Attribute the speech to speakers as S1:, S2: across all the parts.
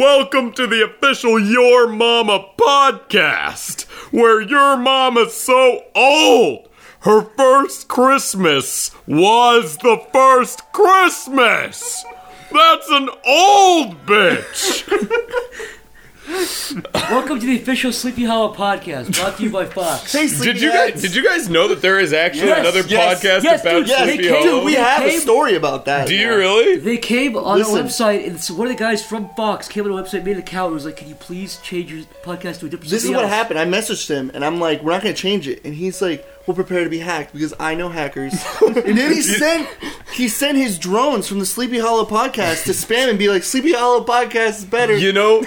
S1: Welcome to the official Your Mama podcast, where your mama's so old. Her first Christmas was the first Christmas. That's an old bitch.
S2: Welcome to the official Sleepy Hollow podcast, brought to you by Fox.
S1: did you guys did you guys know that there is actually
S2: Yes,
S1: another
S3: yes,
S1: podcast
S2: yes,
S1: about
S2: dude, yes,
S1: Sleepy
S2: they came-
S1: Hollow?
S3: Dude, we
S2: They
S3: have a
S2: came-
S3: story about that.
S1: Do you really?
S2: They came on the
S3: Listen.
S2: website, and so one of the guys from Fox came on the website, made an account, and was like, "Can you please change your podcast to a different?"
S3: This is
S2: something
S3: what
S2: else?"
S3: happened. I messaged him and I'm like, we're not gonna change it. And he's like, we'll prepare to be hacked because I know hackers. and then he sent he sent his drones from the Sleepy Hollow podcast to spam and be like, Sleepy Hollow podcast is better.
S1: You know,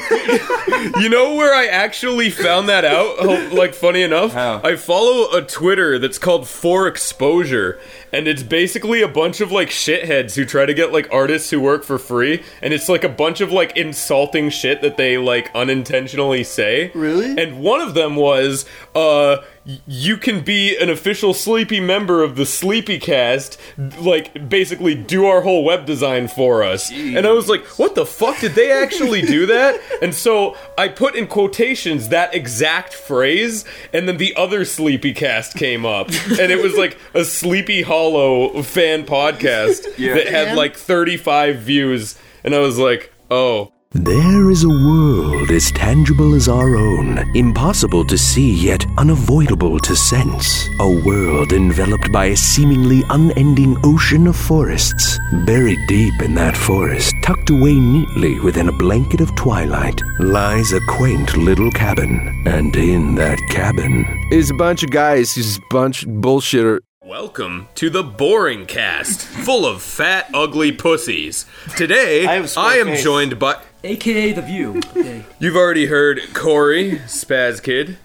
S1: you know where I actually found that out. Oh, like, funny enough,
S4: How?
S1: I follow a Twitter that's called For Exposure, and it's basically a bunch of like shitheads who try to get like artists who work for free, and it's like a bunch of like insulting shit that they like unintentionally say.
S3: Really?
S1: And one of them was, uh. y- You can be an official Sleepy member of the Sleepy Cast, like basically do our whole web design for us. And I was like, what the fuck? Did they actually do that? And so I put in quotations that exact phrase, and then the other Sleepy cast came up. And it was like a Sleepy Hollow fan podcast
S4: Yeah.
S1: that had like 35 views. And I was like, oh.
S5: There is a world as tangible as our own, impossible to see yet unavoidable to sense. A world enveloped by a seemingly unending ocean of forests. Buried deep in that forest, tucked away neatly within a blanket of twilight, lies a quaint little cabin. And in that cabin
S4: It's a bunch of guys who's bunch bullshitter.
S1: Welcome to the Boring Cast, full of fat, ugly pussies. Today,
S3: I have a square
S1: I am
S3: face.
S1: joined by.
S2: AKA the View. Okay,
S1: You've already heard Corey, Spaz Kid.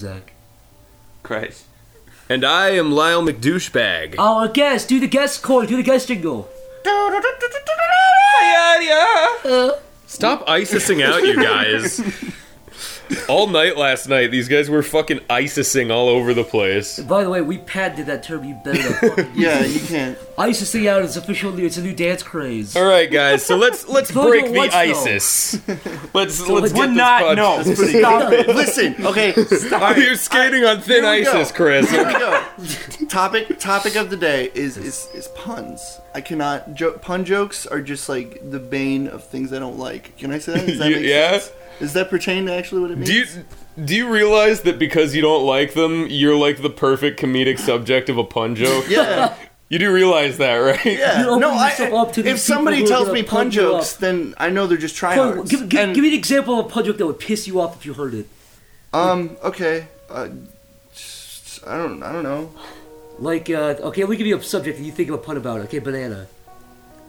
S2: Zach.
S4: Christ.
S1: And I am Lyle McDouchebag.
S2: Oh, our guest, do the guest call, do the guest jingle.
S1: Stop ISISing out, you guys. all night last night, these guys were fucking ISISing all over the place.
S2: By the way, we patented that term. You better not fucking.
S3: yeah, you can't.
S2: I used to sing out. It's official. It's a new dance craze.
S1: All right, guys. So let's let's
S2: Told
S1: break
S2: you
S1: the
S2: once, though.
S1: ISIS. Let's let's
S2: we're
S1: get
S4: not-
S1: this
S4: no.
S1: podcast-
S3: Stop it. Listen, okay. Stop.
S1: You're skating on thin
S3: Here we go.
S1: ISIS, Chris.
S3: Here we go. topic topic of the day is is, is puns. I cannot jo- pun jokes are just like the bane of things I don't like. Can I say that? Does that
S1: You-
S3: make
S1: yeah.
S3: sense? Does that pertain to actually what it means?
S1: Do you do you realize that because you don't like them, you're like the perfect comedic subject of a pun joke?
S3: yeah.
S1: You do realize that, right?
S3: Yeah.
S2: You're
S3: No,
S2: opening
S3: I,
S2: yourself up to these
S3: if
S2: people who
S3: somebody
S2: are
S3: tells
S2: gonna
S3: me pun
S2: pump you
S3: jokes,
S2: up.
S3: then I know they're just
S2: Come
S3: trying
S2: on, give, give,
S3: and,
S2: give me an example of a pun joke that would piss you off if you heard it.
S3: Um. Okay. Uh, just- I don't. I don't know.
S2: Like, uh, okay, let me give you a subject and you think of a pun about it. Okay, banana.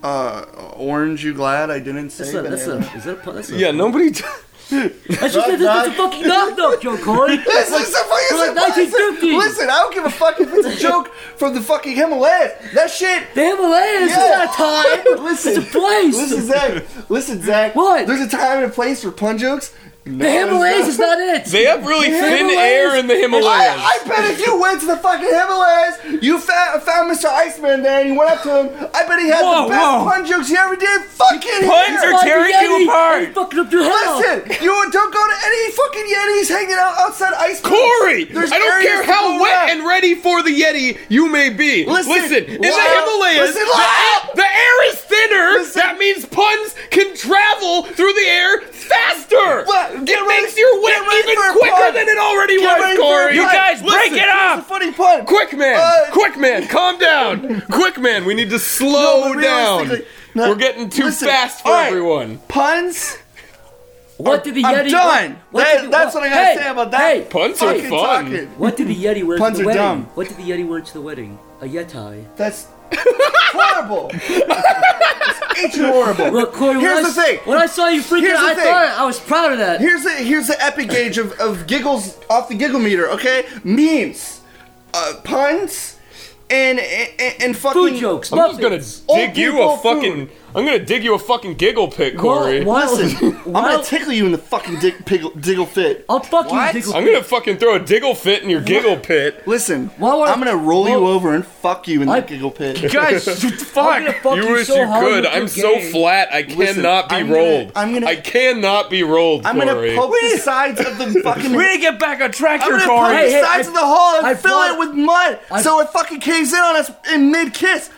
S3: Uh, orange. You glad I didn't say
S2: That's not, that's
S3: banana?
S2: not, is that a pun? That's not,
S1: Yeah, nobody. T-
S2: That's just, that's, that's a fucking knock knock joke, Corey.
S3: This is the fucking
S2: We're like
S3: listen,
S2: 1950s.
S3: listen, I don't give a fuck if it's a joke from the fucking Himalayas. That shit.
S2: The Himalayas,
S3: Yeah.
S2: it's not a time.
S3: Listen.
S2: it's a place.
S3: Listen, Zach. Listen, Zach.
S2: What?
S3: There's a time and a place for pun jokes. No,
S2: the Himalayas is
S3: there's not.
S2: not it.
S1: they have really thin
S2: Himalayas.
S1: air in the Himalayas.
S3: I, I bet if you went to the fucking Himalayas, you fa- found Mr. Iceman there and you went up to him. I bet he had
S4: Whoa,
S3: the best
S4: whoa.
S3: pun jokes you ever did. Fucking
S4: Puns
S3: here.
S4: are tearing
S2: Yeti,
S4: you apart.
S2: and fucking up your hell.
S3: Listen, you don't go to any fucking Yetis hanging out outside Iceman.
S1: Corey,
S3: There's
S1: I don't care
S3: areas to
S1: how
S3: go
S1: wet
S3: around.
S1: and ready for the Yeti you may be.
S3: Listen,
S1: in the
S3: Lyle,
S1: Himalayas,
S3: listen,
S1: the,
S3: Lyle.
S1: air- the air is thinner.
S3: Listen.
S1: That means puns can travel through the air faster.
S3: Well, get
S1: it
S3: ready-
S1: makes your wit
S3: get ready
S1: even
S3: for a
S1: quicker
S3: pun.
S1: than it already
S3: Get
S1: was,
S3: ready for a
S1: Corey.
S3: pun.
S1: break it
S3: It's a funny pun.
S1: Quick man,
S3: Uh,
S1: quick man, calm down. quick man, we need to
S3: No,
S1: slow
S3: but
S1: down.
S3: realistically- no,
S1: We're getting too
S3: listen,
S1: fast for
S3: all right.
S1: everyone.
S3: Puns.
S2: What did the
S3: I'm
S2: Yeti?
S3: done.
S2: What,
S3: That-
S2: did the-
S3: that's what I gotta
S2: hey,
S3: say about that.
S2: Hey,
S1: Puns are
S3: Fucking
S1: fun.
S3: talking.
S2: what did the Yeti wear
S3: Puns
S2: to the
S3: are
S2: wedding?
S3: dumb.
S2: What did the Yeti wear to the wedding? A yetai.
S3: That's horrible. it's ancient horrible.
S2: Look, Corey, when
S3: Here's
S2: I
S3: the
S2: s-
S3: thing.
S2: When I saw you freaking
S3: Here's
S2: out,
S3: the
S2: I
S3: thing.
S2: thought I was proud of that.
S3: Here's the here's the epic gauge of, of giggles off the giggle meter. Okay, memes, uh, puns, and and, and fucking
S2: Food jokes,
S1: I'm just
S2: muffins.
S1: gonna
S3: Old
S1: dig you
S3: people
S1: a fucking.
S3: food.
S1: I'm gonna dig you a fucking giggle pit, Corey.
S2: while-
S3: Listen, I'm
S2: while-
S3: gonna tickle you in the fucking dick piggle, diggle fit.
S2: I'll fuck
S6: What?
S2: you, Diggle.
S1: I'm gonna fucking throw a diggle fit in your giggle pit.
S3: Listen,
S2: Why would I-
S3: I'm gonna roll you
S2: Well-
S3: over and fuck you in the
S2: I-
S3: giggle pit.
S6: Guys, fuck.
S2: I'm gonna fuck
S1: you
S2: you,
S1: wish
S2: so
S1: you
S2: hard
S1: could.
S2: with your
S1: I'm so
S2: gang.
S1: flat. I cannot be
S3: I'm gonna-
S1: rolled.
S3: I'm gonna-
S1: I cannot be rolled,
S3: I'm
S1: Corey.
S3: gonna poke the sides of the fucking.
S6: We need to get back on track
S3: I'm
S6: here,
S3: gonna
S6: Corey.
S3: poke
S2: Hey, hey,
S3: the sides
S2: I-
S3: of the hole and
S2: I
S3: fill
S2: brought-
S3: it with mud,
S2: I-
S3: so it fucking caves in on us in mid kiss.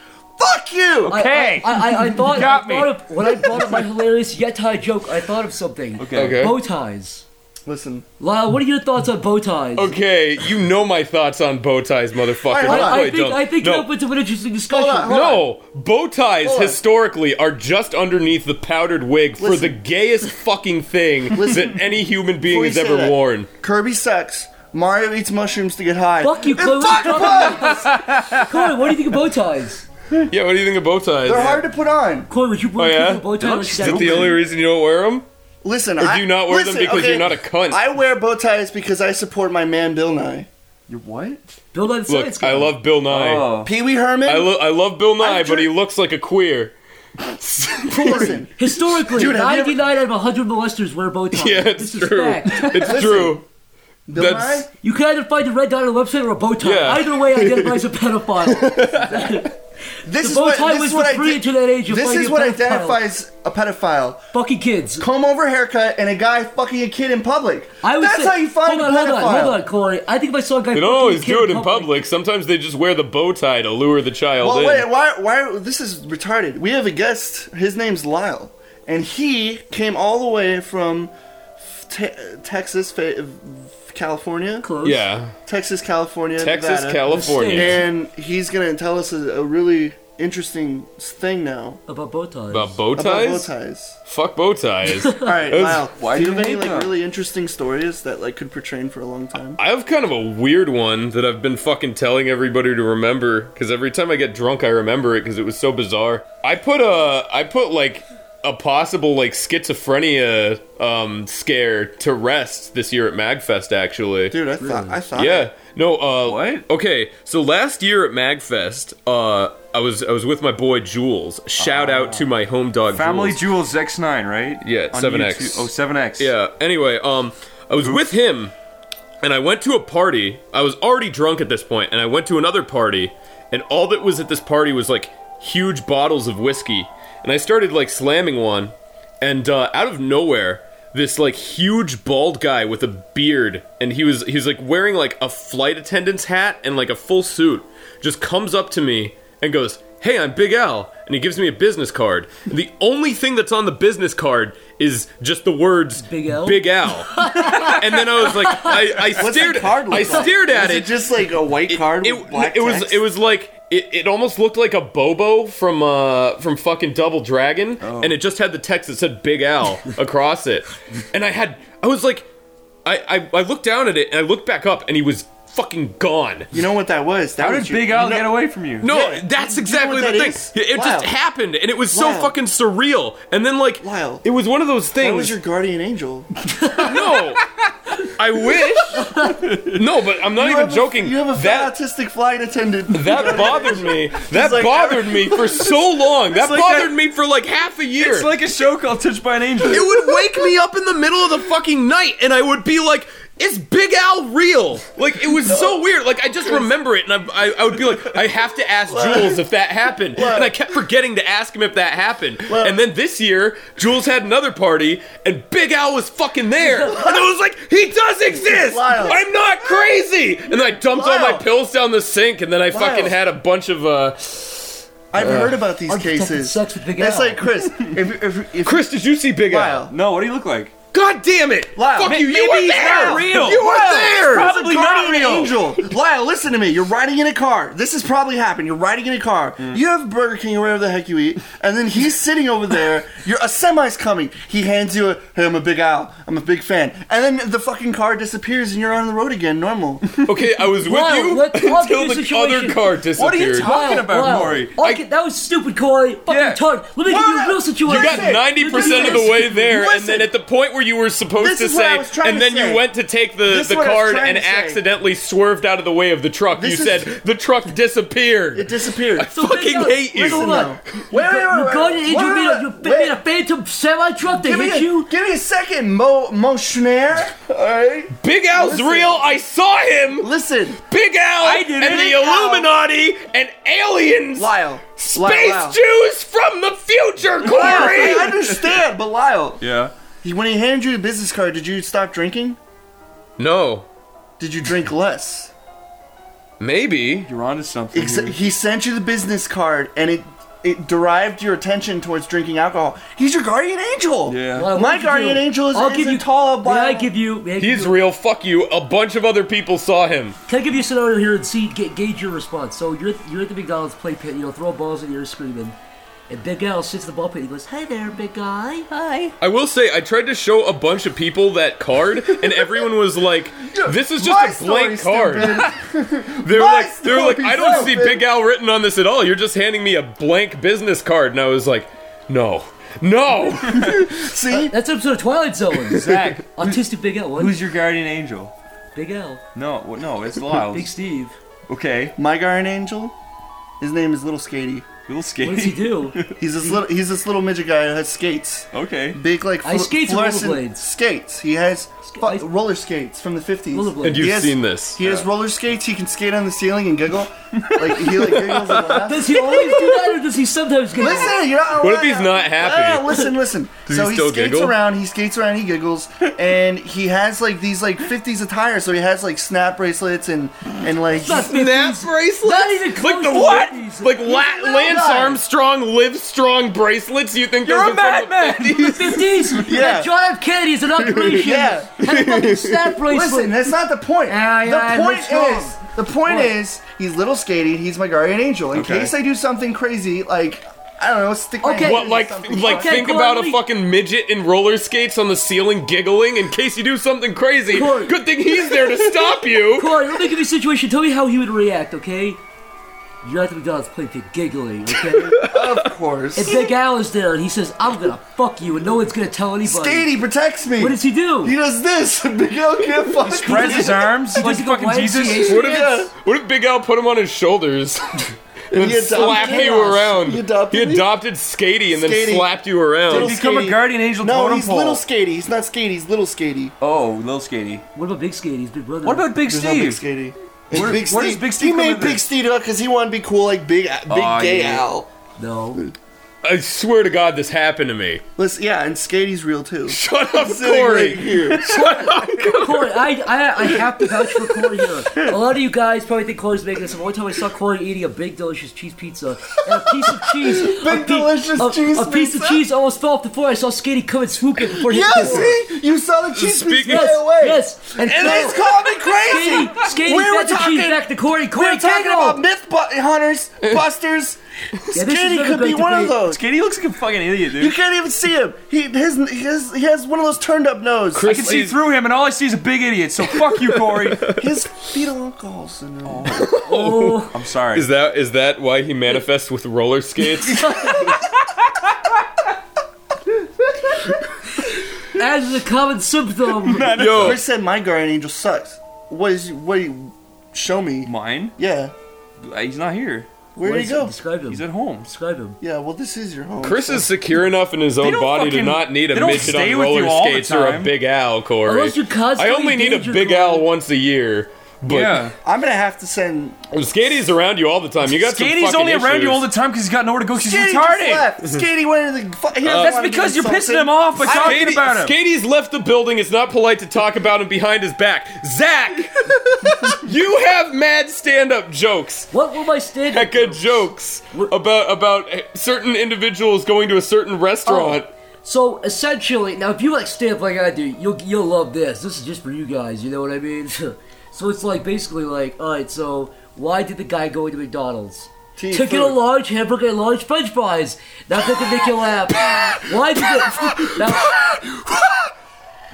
S3: Fuck you.
S2: I-
S6: Okay.
S2: I, I, I thought,
S6: Got
S2: I
S6: me.
S2: thought of, when I thought of my hilarious yet tie joke, I thought of something.
S6: Okay.
S1: Okay.
S2: Bow ties.
S3: Listen,
S2: Lyle, what are your thoughts on bow ties?
S1: Okay, you know my thoughts on bow ties, motherfucker.
S2: I,
S3: Alright, hold
S1: Don't
S3: on.
S2: I
S1: play
S2: think,
S1: dumb.
S2: I think it
S1: no,
S2: opens up an interesting discussion.
S3: Hold on, hold
S1: no, bow ties
S3: Hold on.
S1: historically are just underneath the powdered wig for
S3: Listen.
S1: the gayest fucking thing
S3: Listen.
S1: that any human being
S3: Before you
S1: has
S3: say
S1: ever
S3: that,
S1: worn.
S3: Kirby sucks. Mario eats mushrooms to get high.
S2: Fuck you,
S3: And
S2: Chloe.
S3: fuck
S2: Fuck.
S3: bugs.
S2: Corey, what do you think of bow ties?
S1: Yeah, what do you think of bow ties?
S3: They're hard to put on.
S2: Corey, would you
S1: Oh
S2: really
S1: yeah,
S2: think of bow ties?
S1: is that the only reason you don't wear them?
S3: Listen,
S1: Or do
S3: I,
S1: you not wear them
S3: listen,
S1: because
S3: okay,
S1: you're not a cunt?
S3: I wear bow ties because I support my man Bill Nye,
S6: You're what?
S2: Build on the science
S1: Look, I
S2: guy.
S1: love Bill Nye.
S6: Oh.
S3: Pee Wee Herman.
S1: I, lo- I love Bill Nye,
S3: I'm
S1: but he
S3: sure-
S1: looks like a queer.
S3: listen,
S2: Historically,
S3: Dude, have you ever-
S2: 99 out of 100 molesters wear bow ties.
S1: Yeah, it's
S2: this
S1: true.
S2: Is fact.
S1: It's true.
S3: Bill
S1: That's-
S3: Nye.
S2: You can either find a red dot on a website or a bow tie.
S1: Yeah.
S2: Either way, identify as a pedophile.
S3: This
S2: bow tie
S3: this
S2: was
S3: is what
S2: the
S3: I
S2: bridge
S3: did-
S2: to that age of
S3: This
S2: finding
S3: is
S2: a
S3: what
S2: pedophile.
S3: identifies a pedophile:
S2: Fucking kids.
S3: comb over haircut and a guy fucking a kid in public.
S2: I would
S3: That's
S2: say,
S3: how you
S2: hold
S3: find
S2: on,
S3: a
S2: hold
S3: pedophile.
S2: on, hold on, Corey. I think if I saw a guy,
S1: They don't always do it in public. Sometimes they just wear the bow tie to lure the child
S3: Well,
S1: in.
S3: wait, why? Why? This is retarded. We have a guest. His name's Lyle, and he came all the way from te- Texas, fa- California,
S2: Close.
S1: yeah,
S3: Texas, California,
S1: Texas,
S3: Nevada.
S1: California.
S3: and he's gonna tell us a, a really interesting s- thing now
S2: About bow ties.
S1: About bow ties?
S3: about bow ties.
S1: Fuck bow ties.
S3: All right,
S1: That's-
S3: Lyle.
S6: Why
S3: do you
S6: do
S3: have any
S6: you hate
S3: like
S6: them?
S3: really interesting stories that like could portrain for a long time?
S1: I have kind of a weird one that I've been fucking telling everybody to remember because every time I get drunk, I remember it because it was so bizarre. I put a, I put like a possible like schizophrenia um scare to rest this year at Magfest actually.
S3: Dude, I thought I thought
S1: Yeah. No. Uh,
S6: What?
S1: Okay. So last year at Magfest, uh, I was I was with my boy Jules. Shout out to my home dog.
S6: Ah. Family
S1: Jules.
S6: Jewels X9, right?
S1: Yeah,
S6: On
S1: 7X.
S6: YouTube. Oh, 7X.
S1: Yeah. Anyway, um, I was with him, and I went to a party. I was already drunk at this point, and I went to another party, and all that was at this party was like huge bottles of whiskey, and I started like slamming one, and uh, out of nowhere. This like huge bald guy with a beard, and he was he was like wearing like a flight attendant's hat and like a full suit, just comes up to me and goes, "Hey, I'm Big Al," and he gives me a business card. And the only thing that's on the business card is just the words
S2: Big Al?
S1: Big Al. and then I was like, I, I
S3: What's
S1: stared.
S3: the card look
S1: I
S3: like?
S1: stared at
S3: Was
S1: it.
S3: it just like a white card
S1: it,
S3: with black
S1: it was
S3: text?
S1: it was like it, it almost looked like a Bobo from uh from fucking Double Dragon,
S3: Oh.
S1: and it just had the text that said Big Al across it, and I had I was like, I, I I looked down at it and I looked back up and he was fucking gone.
S3: You know what that was? That
S6: How
S3: was
S6: did
S3: your-
S6: Big Al
S3: you know-
S6: get away from you?
S1: No,
S3: Yeah.
S1: that's
S3: You know
S1: exactly
S3: what
S1: the
S3: that
S1: thing.
S3: is?
S1: It
S3: Wow.
S1: just happened, and it was so
S3: Wow.
S1: fucking surreal. And then like,
S3: Wow.
S1: it was one of those things.
S3: That was your guardian angel.
S1: no, I wish. no, but I'm not
S3: You
S1: even
S3: have a-
S1: joking.
S3: you have a fat
S1: that
S3: autistic flight attendant.
S1: that bothered me. That
S3: like,
S1: bothered me for so long. That
S6: like
S1: bothered
S6: that-
S1: me for like half a year.
S6: It's like a show called Touched by an Angel.
S1: it would wake me up in the middle of the fucking night, and I would be like. Is Big Al real? Like it was so weird. Like I just remember it, and I, I, I would be like, I have to ask Jules if that happened, and I kept forgetting to ask him if that happened. and then this year, Jules had another party, and Big Al was fucking there, and I was like, he does exist.
S3: Lyle.
S1: I'm not crazy. And I dumped all my
S3: Lyle.
S1: pills down the sink, and then I fucking
S3: Lyle.
S1: had a bunch of uh.
S3: I've heard about these
S2: Unprotected
S3: cases.
S2: sex with Big
S3: That's
S2: Al.
S3: like Chris. If, if, if
S1: Chris, did you see Big Al?
S3: Lyle,
S6: No, what do you look like?
S1: God damn it!
S3: Lyle.
S1: Fuck
S3: Ma-
S1: you! You
S6: maybe
S1: were
S6: he's
S1: there.
S6: not real.
S1: You were
S6: Lyle,
S1: there.
S6: it's
S3: Probably
S6: Probably
S3: not
S6: not
S3: an
S6: real.
S3: angel. Lyle, listen to me. You're riding in a car. This has probably happened. You're riding in a car. You have Burger King or whatever the heck you eat, and then he's sitting over there. You're a semi's coming. He hands you a hey, I'm a big owl. I'm a big fan. And then the fucking car disappears and you're on the road again, normal.
S1: Okay, I was with
S2: Lyle,
S1: you
S2: let's talk
S1: until the
S2: through the
S1: other
S2: situation.
S1: car disappeared.
S6: What are you talking-
S2: Wow,
S6: about,
S2: wow.
S6: Corey.
S2: Okay, that was stupid, Corey. Fucking
S6: Yeah.
S2: tongue. Let me give you a real
S1: you
S2: situation.
S1: got ninety percent of the way there, and then
S3: Listen.
S1: at the point where you were supposed
S3: This
S1: to
S3: is what I
S1: say,
S3: was trying
S1: and
S3: to
S1: then
S3: say.
S1: you went to take the,
S3: This is
S1: the
S3: what I was
S1: card
S3: trying
S1: and
S3: to say.
S1: accidentally swerved out of the way of the truck.
S3: This
S1: you
S3: is-
S1: said the truck disappeared.
S3: It disappeared.
S2: So
S1: fucking
S2: Big Al,
S1: hate you.
S2: listen
S3: Listen
S2: up.
S3: now.
S7: Wait, wait, wait,
S2: You
S7: wait,
S2: got an
S7: wait,
S2: angel made a, you
S7: wait,
S2: made a phantom semi truck that
S7: Give me,
S2: hit
S7: a,
S2: you.
S7: give me a second, Mo Mo Schneer. All right.
S1: Big Al's
S3: Listen.
S1: real. I saw him.
S3: Listen,
S1: Big Al
S7: I did
S1: and
S7: it.
S1: the
S7: Big Al.
S1: Illuminati and aliens.
S7: Lyle.
S1: Space
S7: Lyle, Lyle.
S1: Jews from the future,
S7: Lyle, I
S1: Corey.
S7: understand, but Lyle.
S6: Yeah.
S3: he- when he handed you the business card, did you stop drinking?
S1: no,
S3: Did you drink less?
S1: maybe.
S6: You're onto something.
S3: Ex-
S6: here.
S3: he sent you the business card, and it it derived your attention towards drinking alcohol. He's your guardian angel.
S6: Yeah.
S2: Well,
S3: My
S2: what did you
S3: guardian
S2: do?
S3: angel is-
S2: I'll
S3: is
S2: give
S3: a
S2: you
S3: tall,
S2: May I
S3: black-
S2: give you? May I give
S1: He's
S2: you-
S1: real. Fuck you. A bunch of other people saw him.
S2: Can I give you a scenario here and see ga- gauge your response? So you're at, you're at the McDonald's play pit, you know, throw balls in the air screaming, and Big Al sits in the ball pit. and He goes, "Hey there, big guy. Hi."
S1: I will say, I tried to show a bunch of people that card, and everyone was like, "This is
S3: my
S1: just a blank card."
S3: story,
S1: they're
S3: My
S1: like, "They're like,
S3: story,
S1: I don't see
S3: stupid.
S1: Big Al written on this at all. You're just handing me a blank business card." And I was like, "No, no."
S3: See,
S2: That's an episode of Twilight Zone. Zach, autistic Big Al. What?
S6: Who's your guardian angel?
S2: Big Al?
S6: No, well, no, it's Lyle.
S2: Big Steve.
S6: okay.
S3: my guardian angel, his name is Little Skatey.
S6: Little
S2: What does he
S6: skinny.
S2: do?
S3: He's this little he's this little midget guy who has skates.
S6: Okay.
S3: Big like
S2: Ice
S3: flu-
S2: skates or
S3: fluorescent
S2: rollerblades?
S3: skates. He has fu-
S2: ice-
S3: roller skates from the fifties.
S2: Rollerblades.
S1: and you've
S3: He has-
S1: seen this.
S3: He has roller skates. He can skate on the ceiling and giggle. Like he like giggles and laughs.
S2: Does he always do that, or does he sometimes get?
S3: Listen, you're not.
S1: What if he's not happy?
S3: No, no, listen, listen.
S1: Does
S3: so
S1: he
S3: he,
S1: still
S3: skates
S1: giggle?
S3: around. He skates around. He giggles, and he has like these like fifties attire. So he has like snap bracelets and and like.
S2: Not
S3: he's-
S2: 50s. Not even close
S1: Like
S2: to
S1: the what?
S2: 50s.
S1: Like La-
S3: little
S1: Lance
S3: guy.
S1: Armstrong, Live Strong bracelets? You think
S6: You're
S1: those
S6: a
S1: are from the
S6: madman.
S2: 50s.
S3: Yeah.
S2: That John F. Kennedy is an operation.
S3: Yeah.
S2: Had a fucking snap bracelet.
S3: Listen, that's not the point.
S2: Yeah, yeah,
S3: the point
S2: that's wrong.
S3: is, the point
S2: What?
S3: is, he's little skating. He's my guardian angel. In
S6: Okay.
S3: case I do something crazy, like I don't know, stick my
S2: Okay.
S3: head
S1: What
S3: in
S1: like
S3: something.
S1: like
S2: Okay,
S1: think
S2: Corey.
S1: about a fucking midget in roller skates on the ceiling giggling in case you do something crazy.
S2: Corey.
S1: Good thing he's there to stop you.
S2: Corey, let me give you a situation. Tell me how he would react, okay? You're at the McDonald's play pit giggling, okay?
S3: of course.
S2: and Big Al is there, and he says, "I'm gonna fuck you," and no one's gonna tell anybody.
S3: Skatey protects me.
S2: What does he do?
S3: He does this. Big Al can't fuck.
S6: Spreads his arms like
S2: he go
S6: fucking Jesus.
S2: YMCA?
S1: What if what if Big Al put him on his shoulders? And
S3: he adopted
S1: slapped you
S3: chaos.
S1: around.
S3: He adopted me?
S1: Skatey and then
S3: Skatey.
S1: slapped you around.
S3: Little
S6: Become a
S3: Skatey.
S6: guardian angel
S3: No,
S6: totem
S3: he's
S6: pole.
S3: little skatey. He's not skatey. He's little skatey.
S6: Oh, little skinny.
S2: What about Big Skate? He's Big Brother.
S6: What about Big
S3: There's no
S6: Steve?
S3: Big skatey.
S6: Where-
S3: Big
S6: where does
S3: Steve-
S6: Big Steve
S3: He
S6: come
S3: made
S6: into
S3: Big
S6: this?
S3: Steve up because he wanted to be cool like Big Big
S6: Aw,
S3: Gay
S6: yeah.
S3: Al.
S2: no?
S1: I swear to God, this happened to me.
S3: Listen, yeah, and skatey's real too.
S1: Shut up,
S3: Sitting right
S1: Corey.
S3: here.
S2: Corey, I, I I have to vouch for Corey here. A lot of you guys probably think Corey's making this. up. One time I saw Corey eating a big delicious cheese pizza and a piece of cheese. a
S3: Big delicious
S2: a,
S3: cheese
S2: A piece
S3: pizza?
S2: of cheese almost fell off the floor. I saw Skitty come and swoop it before he
S3: Yeah,
S2: hit the floor.
S3: see, you saw the cheese piece
S1: Speaking-
S3: right
S2: Yes,
S3: away.
S2: yes, and,
S3: And
S2: Corey-
S3: it's called me crazy.
S2: Skitty, Skitty
S3: We were
S2: fed the cheese
S3: talking-
S2: back to Corey. Corey,
S3: We're talking
S2: giggle.
S3: about myth bu- hunters,
S6: Eh.
S3: busters.
S2: Yeah, this is
S3: Skatey
S2: another
S3: could be
S2: great
S3: one of
S2: debate.
S3: those.
S6: Skinny looks like a fucking idiot,
S3: You
S6: dude.
S3: can't even see him. He his, his he has one of those turned up nose.
S6: I can see through him, and all I see is a big idiot. So fuck you, Corey.
S3: His fetal alcohol syndrome.
S2: Oh,
S6: I'm sorry.
S1: Is that is that why he manifests with roller skates?
S2: as is a common symptom.
S1: Yo,
S3: Chris said my guardian angel sucks. What is what? do you, show me.
S6: Mine? Uh,
S3: Yeah,
S6: He's not here.
S3: where
S2: What
S3: did
S2: is
S3: he
S2: it?
S3: go?
S2: Describe him.
S6: He's at home.
S2: Describe him.
S3: Yeah, well this is your home.
S1: Chris is secure enough in his own
S6: don't
S1: body to
S6: fucking-
S1: not need a
S6: they don't
S1: midget on
S6: stay with
S1: roller
S6: you all the
S1: skates or a
S6: time.
S1: Big Al, Corey.
S2: Unless you're
S1: I
S2: constantly
S1: only
S2: in
S1: need a
S2: danger,
S1: Big
S2: Corey.
S1: Al once a year. But
S6: yeah.
S3: I'm gonna have to send.
S1: Skatey's around you all the time. You got some
S6: Skinny's
S1: fucking
S6: only around
S1: issues.
S6: you all the time because he's got nowhere to go. 'cause He's
S3: Skatey just
S6: retarded. Uh,
S3: left. Skatey went into the. Fu- he doesn't
S6: That's
S3: wanna
S6: because
S3: do
S6: you're pissing
S3: something.
S6: him off by talking
S1: Skatey-
S6: about him.
S1: Skatey's left the building. It's not polite to talk about him behind his back. Zach, you have mad stand-up jokes,
S2: What will my stand?
S1: hecka jokes about about certain individuals going to a certain restaurant.
S3: Oh,
S2: So essentially, now if you like stand up like I do, you'll you'll love this. This is just for you guys. You know what I mean? so it's like basically like, all right. So why did the guy go into McDonald's?
S3: To eat
S2: Took in a
S3: food.
S2: large hamburger and large French fries. Now that can make you laugh. Why did it? Now,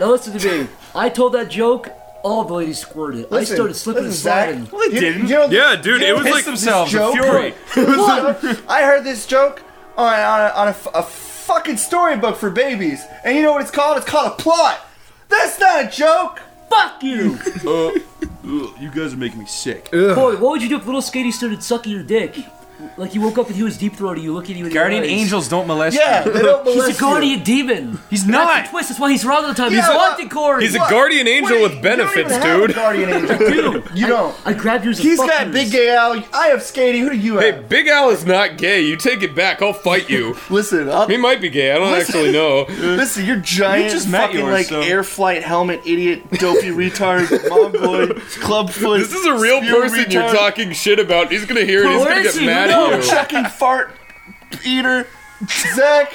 S2: now listen to me. I told that joke. All the ladies squirted. I
S3: Listen,
S2: started slipping and
S3: listen, Zach.
S2: sliding.
S6: Well, they
S3: You-
S6: didn't.
S3: you know-
S1: Yeah, dude,
S3: you
S1: it
S3: know
S1: was
S3: this
S6: Pissed
S1: like
S6: themselves.
S3: joke?
S6: Fury.
S3: What? I heard this joke on on, on a, f- a fucking storybook for babies. And you know what it's called? It's called a plot. That's not a joke.
S2: Fuck you!
S6: Ugh, you guys are making me sick.
S2: Boy, what would you do if little Skatey started sucking your dick? Like you woke up and he was deep throating you, looking at you in
S6: Guardian
S2: the eyes.
S6: angels don't molest
S3: Yeah,
S6: you.
S3: they don't
S2: He's
S3: molest
S2: a guardian demon.
S6: He's
S2: That's
S6: not.
S2: the twist. That's why he's wrong all the time. he's
S3: Yeah,
S2: haunted, Corey.
S1: He's a guardian
S3: you.
S1: angel
S3: Wait,
S1: with benefits,
S3: you don't even have a
S1: dude.
S3: guardian angel.
S2: Dude,
S3: you
S2: I-
S3: don't.
S2: I, grabbed you as a
S3: He's
S2: fuck
S3: got
S2: you.
S3: big gay Al. I have Skating. Who do you
S1: Hey,
S3: have?
S1: Big Al is not gay. You take it back. I'll fight you.
S3: Listen, I'll,
S1: He might be gay. I don't
S3: Listen.
S1: actually know.
S3: listen. You're giant,
S6: You just met
S3: fucking
S6: yours,
S3: like
S6: so-
S3: air flight helmet idiot, dopey retard, mom boy, club foot.
S1: This is a real
S3: spear
S1: person you're
S3: retard,
S1: talking shit about. He's gonna hear it. He's
S2: Where
S1: gonna
S2: is
S1: get
S2: he?
S1: mad
S2: No,
S1: at you.
S3: Chucking fart eater, Zach.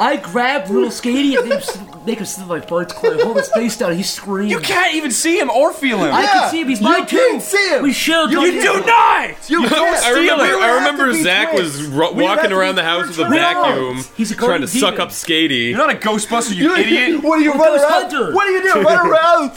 S2: I grabbed little Skatey and made him, make him sniff my farts. Corey, hold his face down. He screamed.
S6: You can't even see him or feel him.
S2: I
S3: Yeah,
S2: can see him. He's
S3: you
S2: mine too.
S3: can see him.
S2: We should.
S3: You
S2: don't
S6: you
S2: we?
S6: do not.
S3: You can't
S1: I
S3: steal
S1: remember,
S3: it. We would
S1: I
S3: have
S1: remember
S3: to be
S1: Zach
S3: twins.
S1: was ro-
S3: We would have
S1: walking
S3: to
S1: around
S3: be
S1: the house with a
S3: twins.
S1: vacuum,
S2: He's a
S1: trying to
S2: guardian
S1: suck
S2: demon.
S1: up Skady.
S6: You're not a Ghostbuster, you idiot.
S3: What do you
S2: Look,
S3: run
S2: it was
S3: around?
S2: Hunter.
S3: What do you do? Run around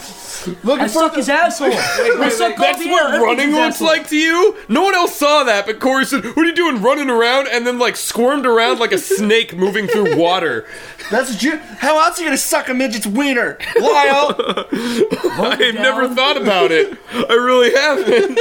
S3: looking
S2: I
S3: for
S2: suck
S3: the-
S2: his asshole. I suck all
S1: That's
S2: the
S1: what
S2: air.
S1: running
S2: Everything's
S1: looks
S2: asshole.
S1: like to you? No one else saw that, but Corey said, What are you doing running around? And then, like, squirmed around like a snake moving through water.
S3: That's what you. How else are you gonna suck a midget's wiener, Lyle?
S1: I've
S2: down.
S1: never thought about it. I really haven't.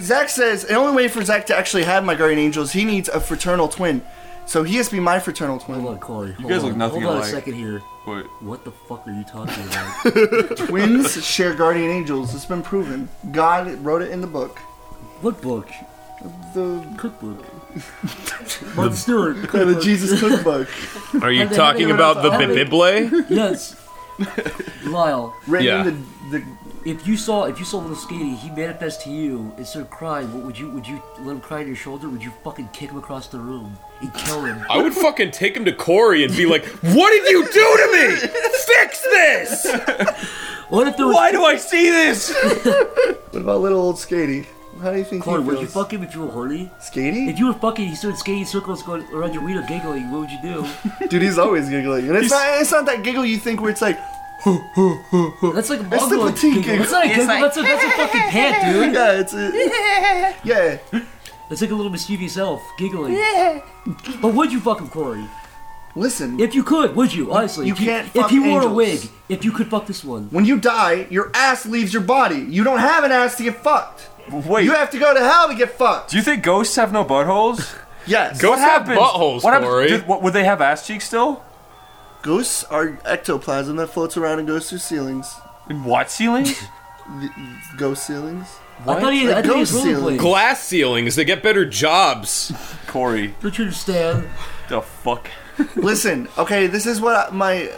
S3: Zach says the only way for Zach to actually have my guardian angels, he needs a fraternal twin. So he has to be my fraternal twin.
S2: Hold on, Corey. You
S6: guys look nothing
S2: Hold on
S6: alike.
S2: a second here.
S6: What?
S2: What the fuck are you talking about?
S3: Twins share guardian angels. It's been proven. God wrote it in the book.
S2: what book?
S3: The,
S2: Cookbook. Martha Stewart.
S3: the
S2: Cookbook.
S3: Jesus cookbook.
S1: Are you
S2: Have they- talking have they about the run out of-
S1: Bible?
S2: Yes. Lyle,
S3: Written
S1: Yeah.
S3: in the, the
S2: if you saw if you saw little Skatey, he manifests to you and started crying. What would you would you let him cry on your shoulder? Would you fucking kick him across the room and kill him?
S1: I would fucking take him to Corey and be like, What did you do to me? Fix this!
S2: What if there was
S6: Why do I see this?
S3: What about little old Skatey? How do you think
S2: Corey,
S3: he
S2: would
S3: feels?
S2: you fuck him if you were horny?
S3: Skatey?
S2: If you were fucking, he started skating circles going around your wiener giggling. What would you do?
S3: Dude, he's always giggling. And it's not, it's not that giggle you think where it's like,
S2: That's like a
S3: That's the
S2: mongrel
S3: petite
S2: giggle.
S3: giggle.
S2: That's not a
S6: It's
S2: giggle.
S6: like-
S2: that's, a, that's a fucking pant, dude.
S3: yeah, it's a, yeah.
S2: That's like a little mischievous elf giggling. But would you fuck him, Corey?
S3: Listen,
S2: If you could, would you? Honestly,
S3: You
S2: if you,
S3: can't
S2: If
S3: fuck
S2: he wore a
S3: angels.
S2: wig, if you could fuck this one,
S3: when you die, your ass leaves your body. You don't have an ass to get fucked.
S6: Wait.
S3: You have to go to hell to get fucked.
S6: do you think ghosts have no buttholes?
S3: Yes.
S1: Go-
S6: What
S1: Ghosts have
S6: happens?
S1: buttholes,
S6: what happens-
S1: Corey.
S6: do- what, would they have ass cheeks still?
S3: Ghosts are ectoplasm that floats around and goes through ceilings.
S6: In what ceilings?
S3: The- Ghost ceilings?
S2: I thought he, I
S3: Like
S2: thought he was
S3: ghost
S2: rollerblading.
S3: ceilings.
S1: Glass ceilings, they get better jobs.
S6: Corey,
S2: Don't you understand?
S6: the fuck?
S3: Listen, okay, this is what I- my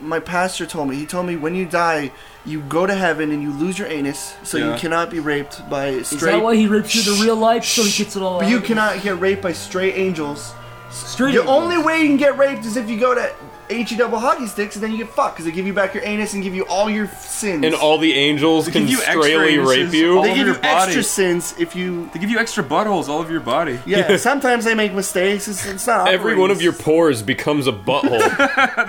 S3: my pastor told me. He told me when you die, you go to heaven and you lose your anus, so
S6: Yeah.
S3: you cannot be raped by
S2: Is
S3: straight.
S2: that why he rips you the real life so he gets it all
S3: But
S2: out?
S3: you cannot get raped by straight angels.
S2: Straight
S3: The
S2: up.
S3: only way you can get raped is if you go to H E double hockey sticks and then you get fucked because they give you back your anus and give you all your sins.
S1: And all the angels
S6: They
S1: can
S6: give you extra
S1: straiely rape you.
S6: anuses, all
S3: they
S6: over
S3: give you
S6: your body.
S3: extra sins if you.
S6: They give you extra buttholes all over your body.
S3: Yeah, sometimes they make mistakes. It's, it's not.
S1: Every
S3: operating
S1: one of your pores becomes a butthole.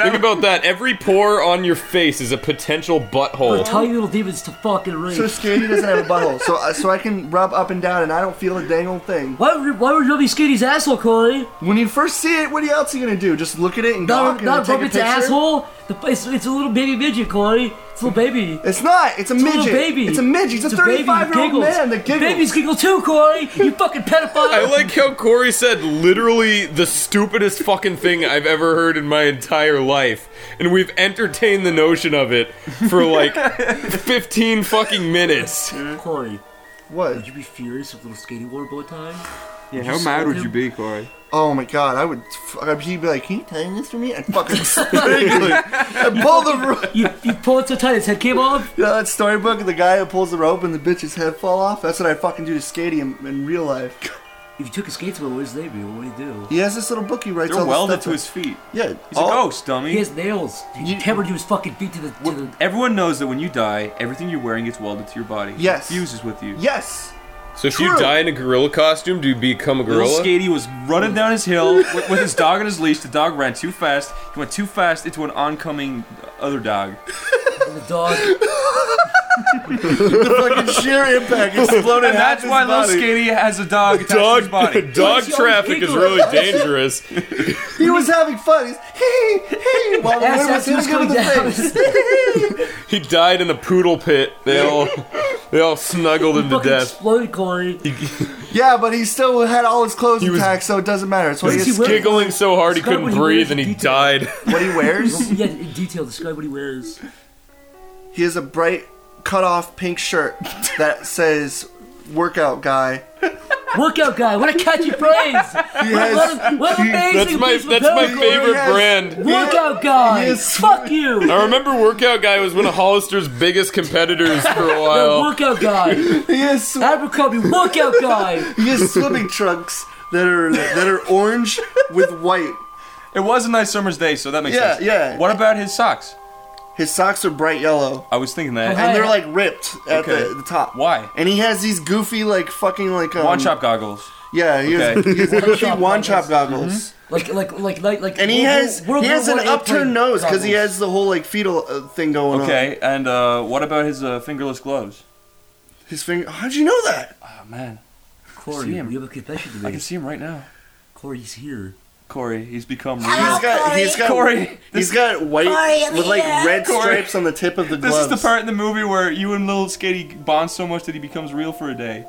S1: Think about that. Every pore on your face is a potential butthole.
S2: Tiny little demons to fucking rape.
S3: So Skady doesn't have a butthole, so uh, so I can rub up and down, and I don't feel a dang old thing.
S2: why would why would you be Skitty's asshole, Corey?
S3: When you first see it, what else are you gonna do? Just look at it and gawk
S2: Not,
S3: and
S2: not
S3: take
S2: rub
S3: a
S2: its
S3: picture?
S2: asshole. The, it's, it's a little baby midget, Corey. It's a little baby.
S3: It's not.
S2: It's
S3: It's a
S2: a
S3: midget.
S2: little baby.
S3: It's a midget. It's a
S2: baby who
S3: 35 year old
S2: giggles.
S3: man that giggles.
S2: Babies giggle too, Corey. You fucking pedophile.
S1: I like how Corey said literally the stupidest fucking thing I've ever heard in my entire life. And we've entertained the notion of it for like 15 fucking minutes.
S2: Corey, would
S3: What?
S2: you be furious if little Skitty wore a bow tie?
S6: Yeah,
S2: how mad would you
S6: be, Corey?
S3: Oh my god! I would. F- he'd be like, "Can you tie this for me?" I'd fucking strangle it. I'd pull the rope.
S2: You, you pull it so tight his head came off.
S3: You know that storybook of the guy who pulls the rope and the bitch's head fall off? That's what I'd fucking do to Skady in, in real life.
S2: If you took his skates away, what does they do? What would he do?
S3: He has this little book he writes.
S6: They're
S3: all this
S6: welded
S3: stuff
S6: to his feet.
S3: Yeah. Oh,
S6: He's a ghost, dummy.
S2: He has nails. He
S3: You-
S2: hammered you his fucking feet to the to the.
S6: Everyone knows that when you die, everything you're wearing gets welded to your body.
S3: Yes.
S6: It fuses with you.
S3: Yes.
S1: So if you
S3: True.
S1: die in a gorilla costume, do you become a
S6: Little
S1: gorilla?
S6: Skatey was running down his hill with, with his dog on his leash. The dog ran too fast. He went too fast into an oncoming other dog.
S2: The dog.
S8: the fucking sheer impact exploded.
S6: And
S8: half
S6: that's
S8: his
S6: why Lil
S8: body.
S6: Skinny has a dog attached to his
S1: Dog,
S6: body.
S1: dog
S2: He's always
S1: traffic is
S2: giggling.
S1: really dangerous.
S3: He was having fun. He's hee hee hee. While the
S2: Yes,
S3: wind
S2: that's what's
S3: was hitting him in
S2: coming
S3: the
S2: down.
S3: face.
S1: He died in a poodle pit. They all they all snuggled him to
S2: Fucking
S1: death.
S2: exploded, Corey.
S3: Yeah, but he still had all his clothes
S1: was-
S3: intact, so it doesn't matter. It's what he,
S2: Is he
S3: is-
S2: wearing-
S1: Giggling so hard he
S2: Describe
S1: couldn't
S2: what he wears
S1: breathe
S2: in
S1: and he
S2: detail.
S1: died.
S3: what he wears.
S2: yeah, in detail, describe what he wears.
S3: he has a bright cut-off pink shirt that says "Workout Guy."
S2: Workout guy, what a catchy phrase!
S3: has-
S2: what, a, what an amazing
S1: That's my
S2: piece of
S1: that's my
S2: code, Corey.
S1: favorite
S3: Yes.
S1: brand.
S2: Workout guy,
S3: Yes.
S2: fuck you!
S1: I remember Workout Guy was one of Hollister's biggest competitors for a
S2: The
S1: while.
S2: workout guy,
S3: He has sw-
S2: Abercrombie workout guy.
S3: he has swimming trunks that are that are orange with white.
S6: It was a nice summer's day, so that makes
S3: Yeah,
S6: sense.
S3: yeah.
S6: What about his socks?
S3: His socks are bright yellow.
S6: I was thinking that.
S2: Okay.
S3: And they're like ripped at
S6: Okay.
S3: the, the top.
S6: Why?
S3: And he has these goofy, like fucking, like um,
S6: One chop goggles.
S3: Yeah, he has,
S6: Okay. Mm-hmm.
S3: he has goofy
S2: chop
S3: one chop goggles.
S2: Like like like like like.
S3: And he
S2: World-
S3: has
S2: World
S3: he has
S2: War
S3: an
S2: One airplane
S3: upturned nose because he
S2: goggles.
S3: has the whole like fetal uh, thing going on.
S6: Okay, and uh, what about his uh, fingerless gloves?
S3: His finger. How'd you know that?
S6: Oh, man.
S2: Corey,
S6: See him.
S2: we have a confession to
S6: I can
S2: make.
S6: see him right now.
S2: Corey's here.
S6: Corey, he's become
S3: He's
S6: real.
S3: got he's got
S6: Corey,
S3: he's got white with like red
S6: Corey.
S3: stripes on the tip of the
S6: This
S3: gloves.
S6: is the part in the movie where you and Little Skitty bond so much that he becomes real for a day.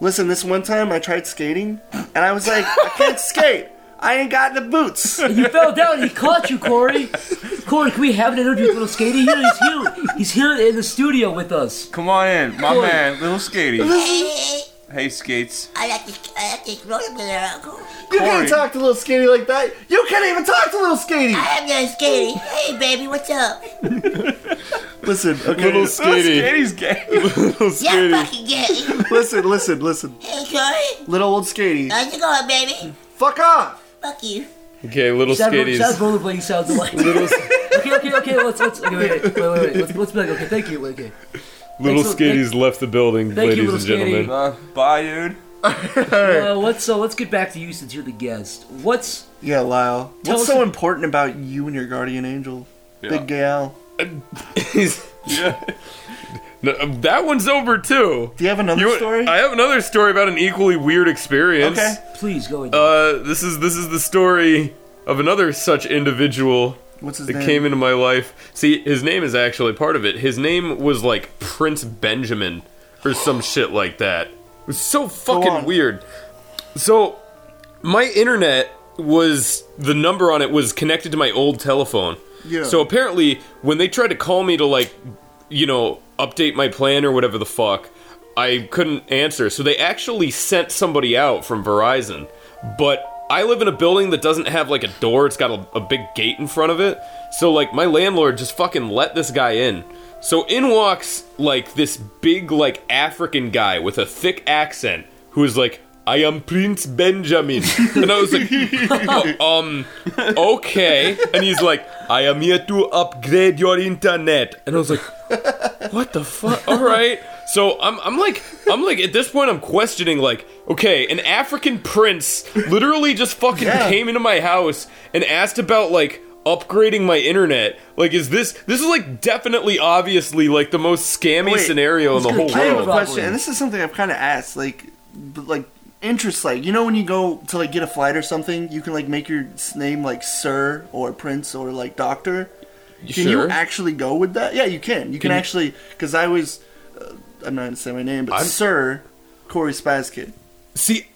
S3: Listen, this one time I tried skating and I was like, I can't skate. I ain't got the boots.
S2: You fell down. He caught you, Corey. Corey, can we have an interview with Little Skater here? He's here. He's here in the studio with us.
S6: Come on in, my
S2: Corey.
S6: man, Little Skitty.
S9: I
S6: Hey, Skates.
S9: like this. I like this roller uncle.
S3: You
S6: Corey.
S3: can't talk to little skinny like that. You can't even talk to little skinny.
S9: I am young Skinny. Hey, baby, what's up?
S3: Listen, okay.
S1: Little
S6: Little
S1: Skitty.
S6: Skitty's gay.
S1: Little
S9: Yeah,
S1: Skitty.
S9: fucking gay.
S3: listen, listen, listen.
S9: Hey, Corey.
S3: Little old skinny.
S9: How's it going, baby?
S3: Fuck off.
S9: Fuck you.
S1: Okay, Little
S2: Sad, ro- sad
S1: Skitty's.
S2: rollerblading sounds alike. okay, okay, okay. Let's let's okay, wait, wait, wait, wait. wait. Let's, let's be like, okay, thank you. Okay,
S1: Little
S2: Thanks, Lil-
S1: Skitty's left the building,
S2: Thank you,
S1: ladies
S2: Little
S1: and gentlemen.
S6: uh, bye, dude.
S2: uh, let's so let's get back to you since you're the guest. What's
S3: Yeah, Lyle.
S2: Tell
S3: What's
S2: us-
S3: so important about you and your guardian angel, Big Gal?
S1: He's- No, um, that one's over too.
S3: Do you have another
S1: You want-
S3: story?
S1: I have another story about an equally weird experience.
S3: Okay.
S2: please go ahead.
S1: Uh, this is this is the story of another such individual
S3: What's his
S1: that
S3: name?
S1: came into my life. See, his name is actually part of it. His name was like Prince Benjamin or some shit like that. It was so fucking
S3: on.
S1: weird. So my internet was the number on it was connected to my old telephone.
S3: Yeah.
S1: So apparently when they tried to call me to like you know update my plan or whatever the fuck, I couldn't answer. So they actually sent somebody out from Verizon. But I live in a building that doesn't have like a door. It's got a, a big gate in front of it. So like my landlord just fucking let this guy in. So in walks like this big like African guy with a thick accent who is like I am Prince Benjamin. And I was like, "Oh, um, okay. And he's like, I am here to upgrade your internet. And I was like, what the fuck? All right. So I'm, I'm like, I'm like, at this point, I'm questioning, like, okay, an African prince literally just fucking came into my house and asked about, like, upgrading my internet. Like, is this, this is, like, definitely, obviously, like, the most scammy
S3: Wait,
S1: scenario in the whole
S2: gonna
S1: world.
S3: I have a
S2: Probably.
S3: question, and this is something I've kind of asked, like, b- like interest, like you know when you go to like get a flight or something, you can like make your s- name like Sir or Prince or like Doctor. Can
S1: Sure.
S3: you actually go with that? Yeah, you can. You can,
S1: you-
S3: actually, because I was, uh, I'm not gonna say my name, but
S1: I'm-
S3: Sir Corey Spazkid.
S1: See,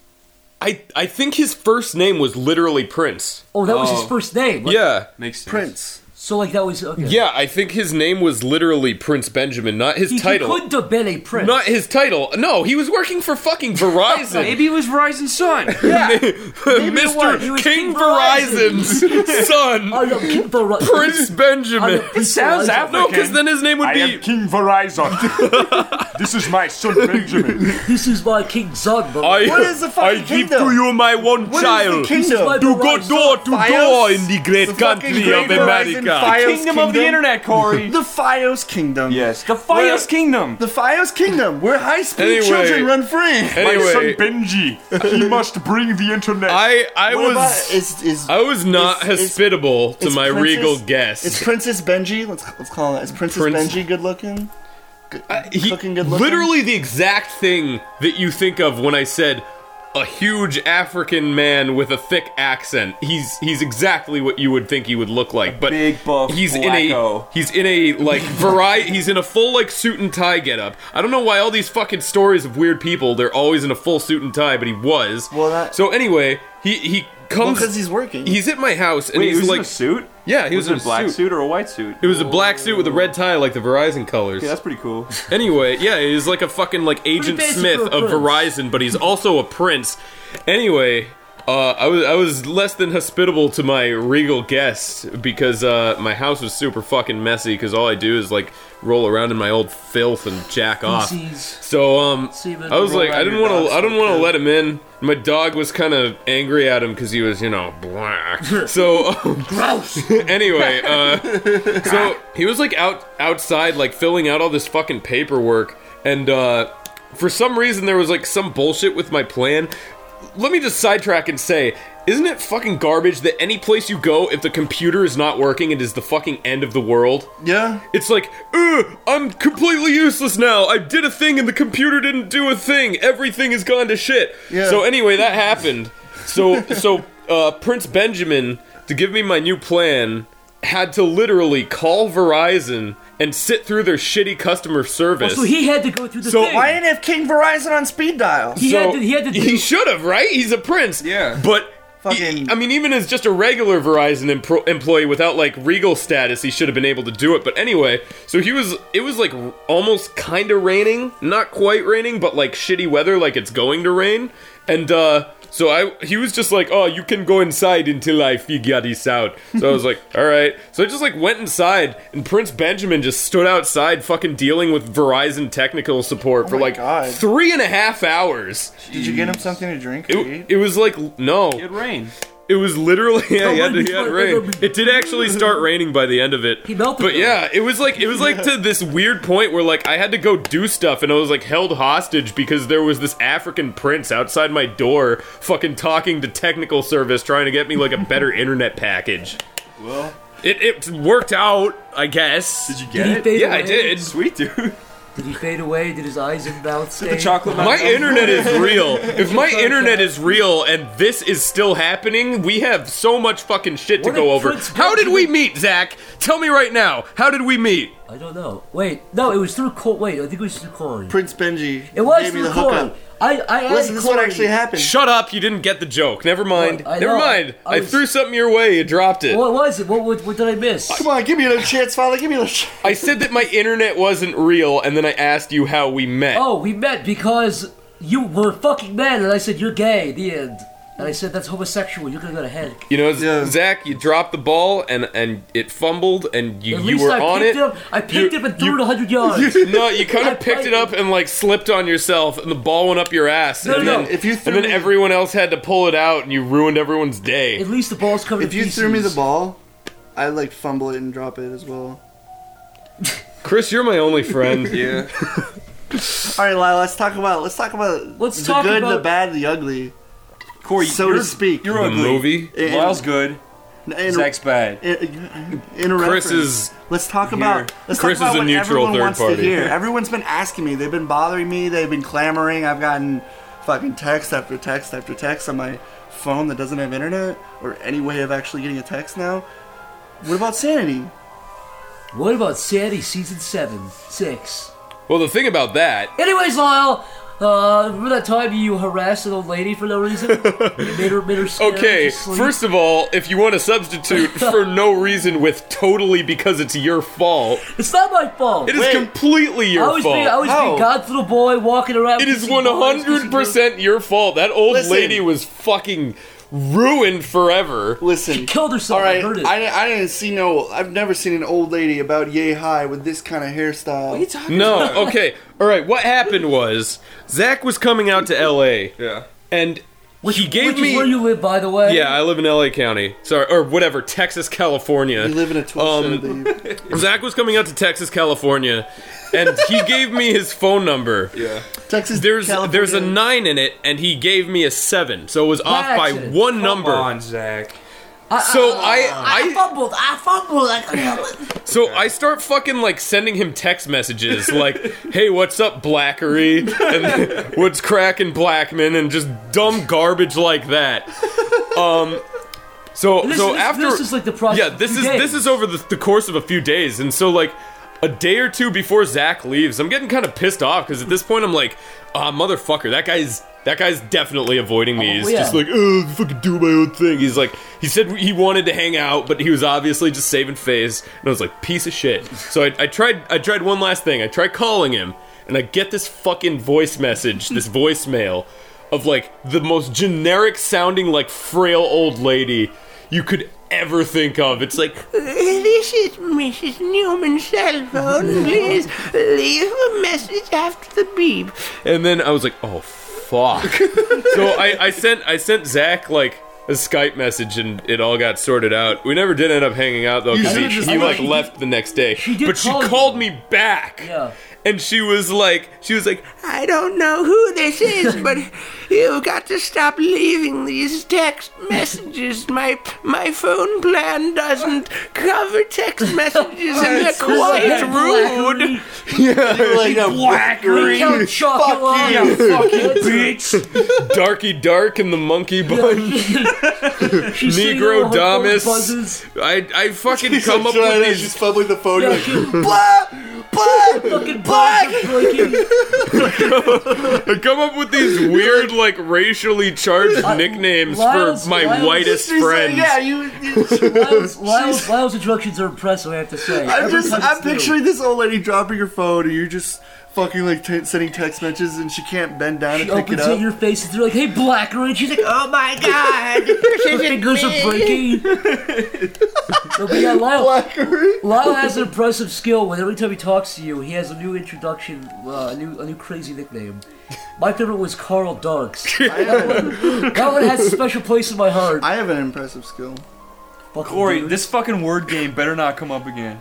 S1: I I think his first name was literally Prince.
S2: oh, that was his
S6: oh.
S2: first name. Like,
S1: Yeah.
S6: Makes sense.
S3: Prince.
S2: So like that was okay.
S1: Yeah, I think his name was literally Prince Benjamin, not his
S2: He, he
S1: title.
S2: couldn't have been a prince.
S1: Not his title. No, he was working for fucking Verizon.
S6: Maybe it was Verizon's son.
S2: it was. He
S1: Mr. King
S2: was King Verizon.
S1: Verizon's
S2: Oh,
S1: son,
S2: no, King Verizon.
S1: Prince Benjamin.
S2: It sounds
S1: No, because then his name would be.
S6: King Verizon. this is my son Benjamin.
S2: This is my King Zogba.
S1: I,
S3: What is the
S1: I
S3: fucking
S1: give
S3: kingdom?
S1: to you my one
S3: What is
S1: child.
S3: the
S2: This is
S3: kingdom?
S2: my
S1: to go
S2: Verizon.
S1: door to
S3: Fios?
S1: door in the great
S3: The fucking
S1: country
S3: great
S1: of
S3: Verizon
S1: America. God.
S6: Kingdom, of the internet, Corey.
S3: The Fios Kingdom.
S6: yes, the Fios Kingdom.
S3: The Fios Kingdom, where high speed
S1: Anyway.
S3: children run free.
S1: Anyway,
S6: Benji, he must bring the internet.
S1: I I
S3: What
S1: was
S3: about- is, is,
S1: I was not
S3: is- is-
S1: hospitable to
S3: is
S1: my
S3: Princess-
S1: regal
S3: Is
S1: guests.
S3: Princess Benji? Let's let's call it. Is Princess
S1: Prince-
S3: Benji good looking?
S1: I- he-
S3: cooking good looking?
S1: literally the exact thing that you think of when I said a huge African man with a thick accent. He's he's exactly what you would think he would look like, but
S6: big buff
S1: he's in a
S6: blacko.
S1: he's in a like variety. He's in a full like suit and tie getup. I don't know why all these fucking stories of weird people they're always in a full suit and tie, but he was.
S3: Well, that-
S1: so anyway, he he comes
S3: Because he's working.
S1: He's at my house and
S6: Wait,
S1: he's
S6: was
S1: like
S6: in a suit?
S1: Yeah, he was,
S6: it
S1: in
S6: a black
S1: suit.
S6: suit. or a white suit?
S1: It was a black suit with a red tie, like the Verizon colors.
S6: Yeah, that's pretty cool.
S1: Anyway, yeah, he's like a fucking like Agent
S2: basic
S1: Smith
S2: for a
S1: of
S2: prince.
S1: Verizon, but he's also a prince. Anyway, uh, I was I was less than hospitable to my regal guests because uh, my house was super fucking messy because all I do is like roll around in my old filth and jack off.
S2: Feces.
S1: So um,
S2: So you've been
S1: I was
S2: rolling
S1: like, I
S2: around
S1: didn't
S2: your
S1: want to,
S2: dog's
S1: I didn't want to let him in. My dog was kind of angry at him because he was, you know, black. So um, gross. anyway, uh, so he was like out outside, like filling out all this fucking paperwork, and uh, for some reason there was like some bullshit with my plan. Let me just sidetrack and say. Isn't it fucking garbage that any place you go, if the computer is not working, it is the fucking end of the world?
S3: yeah.
S1: It's like, Ugh, I'm completely useless now. I did a thing and the computer didn't do a thing. Everything has gone to shit. So anyway, that happened. So so uh, Prince Benjamin, to give me my new plan, had to literally call Verizon and sit through their shitty customer service.
S2: So he had to go through the
S1: So
S2: thing.
S3: Why didn't have King Verizon on speed dial?
S2: he had to. He had to. Do,
S1: should have, right? He's a prince.
S6: Yeah.
S1: But.
S3: Fucking-
S1: I mean, even as just a regular Verizon empro employee without like regal status, he should have been able to do it. But anyway, so he was. It was like r- almost kind of raining, not quite raining, but like shitty weather, like it's going to rain. And uh, so I, he was just like, "Oh, you can go inside until I figure this out." So I was like, "All right." So I just like went inside, and Prince Benjamin just stood outside, fucking dealing with Verizon technical support for
S3: my
S1: like
S3: God.
S1: three and a half hours.
S3: Did you get him something to drink? or
S1: It,
S3: eat?
S1: it was like no.
S6: It rained.
S1: It was literally yeah. He had,
S2: wouldn't
S1: he had
S2: fuck
S1: rain.
S2: with him.
S1: It did actually start raining by the end of it.
S2: He melted
S1: But
S2: them.
S1: yeah, it was like it was like to this weird point where like I had to go do stuff and I was like held hostage because there was this African prince outside my door, fucking talking to technical service, trying to get me like a better internet package.
S6: Well,
S1: It it worked out, I guess.
S6: did you
S2: did he
S6: get it?
S2: fade
S1: Yeah,
S2: away?
S1: I did.
S6: Sweet dude.
S2: Did he fade away? Did his eyes and mouth stay?
S6: The chocolate.
S1: My
S6: mountain.
S1: internet is real. If my internet is real and this is still happening, we have so much fucking shit to
S2: What
S1: go
S2: a
S1: over.
S2: Prince
S1: How did we meet, Zach? Tell me right now. How did we meet?
S2: I don't know. Wait, no, it was through Cor. Wait, I think it was through Corey.
S3: Prince Benji.
S2: it was
S3: gave me
S2: through
S3: the
S2: Corey.
S3: hookup.
S2: I, I asked
S3: Listen, this is
S2: Corey.
S3: what actually happened.
S1: Shut up, you didn't get the joke. Never mind.
S2: What? I
S1: Never
S2: know,
S1: mind. I,
S2: I- I was-
S1: threw something your way, you dropped it.
S2: What was it? What, what, what did I miss?
S3: Come on, give me another chance, Father. Give me another chance.
S1: I said that my internet wasn't real, and then I asked you how we met.
S2: Oh, we met because you were fucking mad, and I said you're gay. The end. And I said that's homosexual. You're gonna go to heck.
S1: You know,
S3: Yeah.
S1: Zach, you dropped the ball, and, and it fumbled, and you,
S2: At
S1: you
S2: least
S1: were
S2: I
S1: on it.
S2: picked up. I picked
S1: You-
S2: it up and threw
S1: you-
S2: it 100 yards.
S1: No, you kind
S2: I
S1: of picked it
S2: played-
S1: up and like slipped on yourself, and the ball went up your ass.
S2: No,
S1: and
S2: no,
S1: then,
S3: if you threw
S1: and then
S3: me-
S1: everyone else had to pull it out, and you ruined everyone's day.
S2: At least the ball's covered.
S3: If you threw me the ball, I'd like fumble it and drop it as well.
S1: Chris, you're my only friend.
S6: Yeah.
S3: All right, Lyle. Let's talk about. Let's talk about.
S2: Let's
S3: the
S2: talk
S3: good, the
S2: about-
S3: bad, the ugly.
S6: Corey,
S3: So to
S6: you're,
S3: speak.
S6: you're
S1: the
S6: ugly.
S1: movie.
S3: In-
S6: Lyle's good.
S3: in- in-
S6: Zach's bad.
S3: in, in a
S1: Chris
S3: reference.
S1: is-
S3: Let's talk about. Let's
S1: Chris
S3: talk
S1: is
S3: about
S1: a
S3: what
S1: neutral
S3: everyone
S1: third
S3: wants
S1: party.
S3: to hear. Everyone's been asking me. They've been bothering me. They've been clamoring. I've gotten fucking text after text after text on my phone that doesn't have internet or any way of actually getting a text now. What about sanity?
S2: What about Sandy season seven, six?
S1: Well, the thing about that
S2: Anyways, Lyle. Uh, remember that time you harassed an old lady for no reason? You made her, made her scared
S1: Okay,
S2: to sleep?
S1: first of all, if you want to substitute for no reason with totally because it's your fault,
S2: it's not my fault.
S1: it is
S3: Wait.
S1: completely
S2: I
S1: your
S2: was
S1: fault.
S2: being, I was
S3: How?
S2: being God's little boy walking around.
S1: it
S2: with
S1: is
S2: these
S1: 100% your fault. That old
S3: Listen.
S1: lady was fucking ruined forever.
S3: Listen.
S2: She killed herself.
S3: all right,
S2: I heard it.
S3: I, I didn't see no. I've never seen an old lady about yay high with this kind of hairstyle.
S1: No, okay. All right, what happened was Zach was coming out to LA
S6: Yeah.
S1: and
S2: Which,
S1: he gave
S2: which
S1: me-
S2: is where you live, by the way.
S1: Yeah, I live in LA County. Sorry, or whatever, Texas, California.
S8: You live in a twelve
S1: Um,
S8: babe.
S1: Zach was coming out to Texas, California, and he gave me his phone number. Yeah.
S8: Texas.
S1: There's
S8: California.
S1: there's a nine in it, and he gave me a seven, so it was off by
S2: accident.
S1: one
S6: Come
S1: number.
S6: on, Zach.
S2: Uh-uh.
S1: So
S9: I,
S1: I I
S9: fumbled. I fumbled. I couldn't help it.
S1: so I start fucking like sending him text messages like, "Hey, what's up, Blackery?" and "What's cracking, Blackman?" and just dumb garbage like that. Um. So
S2: This,
S1: so
S2: this,
S1: after
S2: this is like the process.
S1: yeah
S2: of
S1: this
S2: two
S1: is
S2: days.
S1: this is over the, the course of a few days and so like a day or two before zach leaves i'm getting kind of pissed off because at this point i'm like ah motherfucker that guy's that guy's definitely avoiding me
S2: Oh,
S1: he's
S2: yeah.
S1: just like oh fucking do my own thing he's like he said he wanted to hang out but he was obviously just saving face and i was like piece of shit so i, I tried i tried one last thing i tried calling him and i get this fucking voice message this voicemail of like the most generic sounding like frail old lady you could ever think of. It's like
S10: This is Mrs. Newman's cell phone. Please leave a message after the beep.
S1: and then I was like, oh fuck. so I, I sent I sent Zach like a Skype message and it all got sorted out. We never did end up hanging out though because he,
S8: should've just
S1: he, like
S8: called-
S1: left the next day.
S2: did
S1: but she
S2: call you.
S1: called me back.
S2: Yeah.
S1: And she was like she was like
S10: I don't know who this is, but you've got to stop leaving these text messages. My my phone plan doesn't cover text messages, and they're quite rude.
S2: Blackery,
S8: like a
S2: Count
S8: blackery.
S2: Chocula.
S6: You fucking bitch.
S1: Darky Dark and the Monkey Bunch.
S2: She's sitting there
S1: Negro
S2: with her phone
S1: Damus.
S2: buzzes.
S1: I I fucking come up
S8: Trying
S1: with
S8: to
S1: these
S8: just fumbling the phone.
S2: Yeah,
S8: like,
S2: she- Oh, fucking buzzes, blinking.
S1: I come up with these weird, like racially charged nicknames
S2: Lyle's-
S1: for my
S2: Lyle's-
S1: whitest
S8: She's like,
S1: friends.
S8: yeah, you. you
S2: Lyle's, Lyle's, Lyle's instructions are impressive, I have to say.
S8: I'm
S2: Every
S8: just.
S2: time
S8: I'm
S2: it's new.
S8: picturing this old lady dropping her phone, and you're just fucking like t- sending text messages, and she can't bend down
S2: She
S8: and pick it
S2: opens it
S8: up.
S2: in your face and they're like, hey, Blackery. She's like, oh my god. Her fingers are breaking. No, but yeah, Lyle,
S8: Blackery.
S2: Lyle has an impressive skill when every time he talks to you, he has a new introduction, uh, a, new, a new crazy nickname. My favorite was Carl Darks. that, one, that one has a special place in my heart.
S8: I have an impressive skill.
S2: Fucking
S6: Corey,
S2: dude.
S6: this fucking word game better not come up again.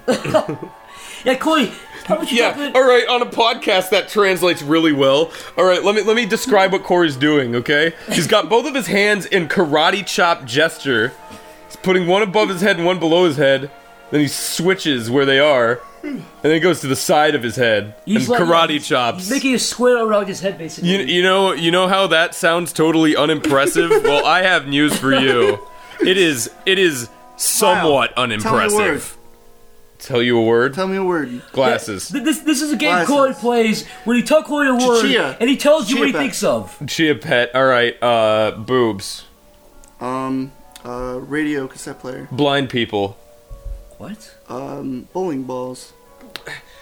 S2: Yeah, Corey, how much you talk
S1: Yeah.
S2: about-
S1: All right. On a podcast, that translates really well. All right. Let me let me describe what Corey's doing. Okay. He's got both of his hands in karate chop gesture. He's putting one above his head and one below his head. Then he switches where they are, and then he goes to the side of his head and
S2: He's like-
S1: karate
S2: he's-
S1: chops.
S2: He's making a square around his head, basically.
S1: You, you know you know how that sounds totally unimpressive. well, I have news for you. It is it is somewhat
S8: Tell me a word.
S1: unimpressive. Tell you a word.
S8: Tell me a word.
S1: Glasses.
S2: Th- This, this is a game
S8: Glasses.
S2: Corey plays when he tells Corey a word
S8: Chia.
S2: and he tells you
S8: Chia
S2: what he
S8: pet.
S2: thinks of.
S1: Chia pet. All right. Uh, boobs.
S8: Um, uh, radio cassette player.
S1: Blind people.
S2: What?
S8: Um, bowling balls.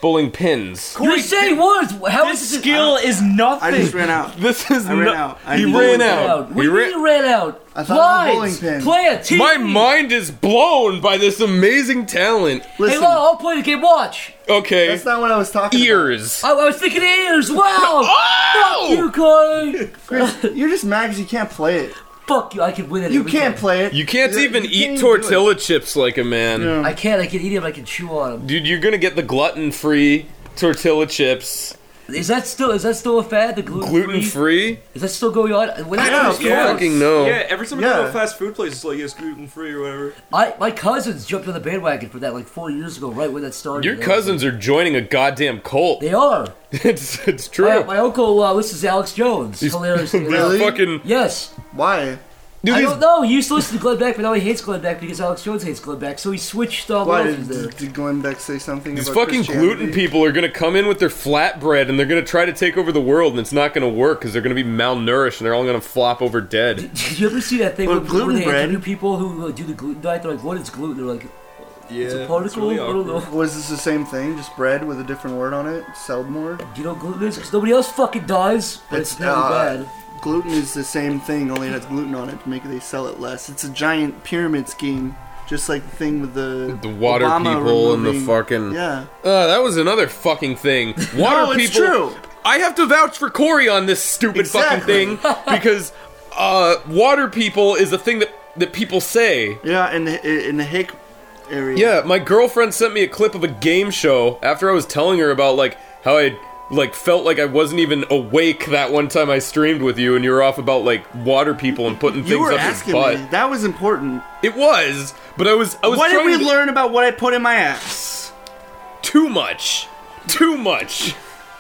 S1: Bowling pins.
S2: You're saying words. How is
S6: This
S2: this
S6: skill is
S8: I just
S6: nothing.
S8: ran out.
S1: This is
S8: I ran
S1: no-
S8: out. I
S1: He
S8: knew it.
S1: ran out.
S2: What do
S1: He
S2: you mean
S1: ran.
S2: you ran out?
S8: I thought it was a
S2: Lines.
S8: bowling pin.
S2: Play a TV.
S1: My mind is blown by this amazing talent.
S2: Hey,
S8: Listen,
S2: Lyle, I'll play the game. Watch.
S1: Okay.
S8: that's not what I was talking
S1: Ears.
S2: I, I was thinking ears. Wow.
S1: Oh!
S2: Fuck you, Corey.
S8: about. Chris, you're just mad because you can't play it.
S2: Fuck you. I can win it.
S8: You
S2: every
S8: can't
S2: time.
S8: play it.
S1: You can't
S8: You-
S1: even
S8: you
S1: eat
S8: can't even do it.
S1: tortilla chips like a man.
S2: I can. I can eat them. I can chew on them.
S1: Dude, you're gonna get the glutton-free tortilla chips.
S2: Is that still? Is that still a fad? The gluten,
S1: Gluten-free?
S2: Is that still going on? When I,
S1: I
S2: was
S1: don't
S2: growing up,
S1: fucking know.
S6: Yeah, every time I go to
S8: Yeah.
S6: a fast food place, it's like it's gluten free or whatever.
S2: I my cousins jumped on the bandwagon for that like four years ago, right when that started.
S1: Your
S2: And I was
S1: cousins are joining a goddamn cult.
S2: They are.
S1: it's it's true.
S2: My, my uncle uh, listens to Alex Jones. Hilarious.
S1: They're fucking
S2: Yes.
S8: Why?
S1: dude,
S2: I
S1: these
S2: don't know. He used to listen to Glenn Beck, but now he hates Glenn Beck because Alex Jones hates Glenn Beck. So he switched um,
S8: Why did,
S2: levels there.
S8: did, did Glenn Beck say something
S1: These
S8: about
S1: fucking
S8: Christianity?
S1: gluten people are gonna come in with their flatbread and they're gonna try to take over the world and it's not gonna work because they're gonna be malnourished and they're all gonna flop over dead.
S2: Did you ever see that thing
S8: Well,
S2: where,
S8: gluten
S2: where they
S8: bread.
S2: interview people who uh, do the gluten diet? They're like, "What is gluten?" They're like,
S6: Yeah,
S2: "It's a particle." I don't know.
S8: Was this the same thing? Just bread with a different word on it? Seldmore?
S2: Do you know what gluten is? Because nobody else fucking dies, but it's,
S8: It's,
S2: really
S8: uh,
S2: bad.
S8: Gluten is the same thing, only it has gluten on it to make they sell it less. It's a giant pyramid scheme, just like the thing with the
S1: The water
S8: Obama
S1: people and the
S8: removing-
S1: fucking
S8: yeah.
S1: Uh, that was another fucking thing. Water
S8: No, it's
S1: people.
S8: true.
S1: I have to vouch for Corey on this stupid
S8: Exactly.
S1: fucking thing because uh, water people is a thing that that people say.
S3: Yeah, in the in the Hick area.
S1: Yeah, my girlfriend sent me a clip of a game show after I was telling her about like how I like felt like I wasn't even awake that one time I streamed with you, and you were off about like water people and putting
S3: You
S1: things
S3: were
S1: up
S3: asking
S1: your butt.
S3: me. That was important.
S1: It was, but I was I was
S3: What did
S1: trying
S3: we
S1: to-
S3: learn about what I put in my ass?
S1: too much, too much.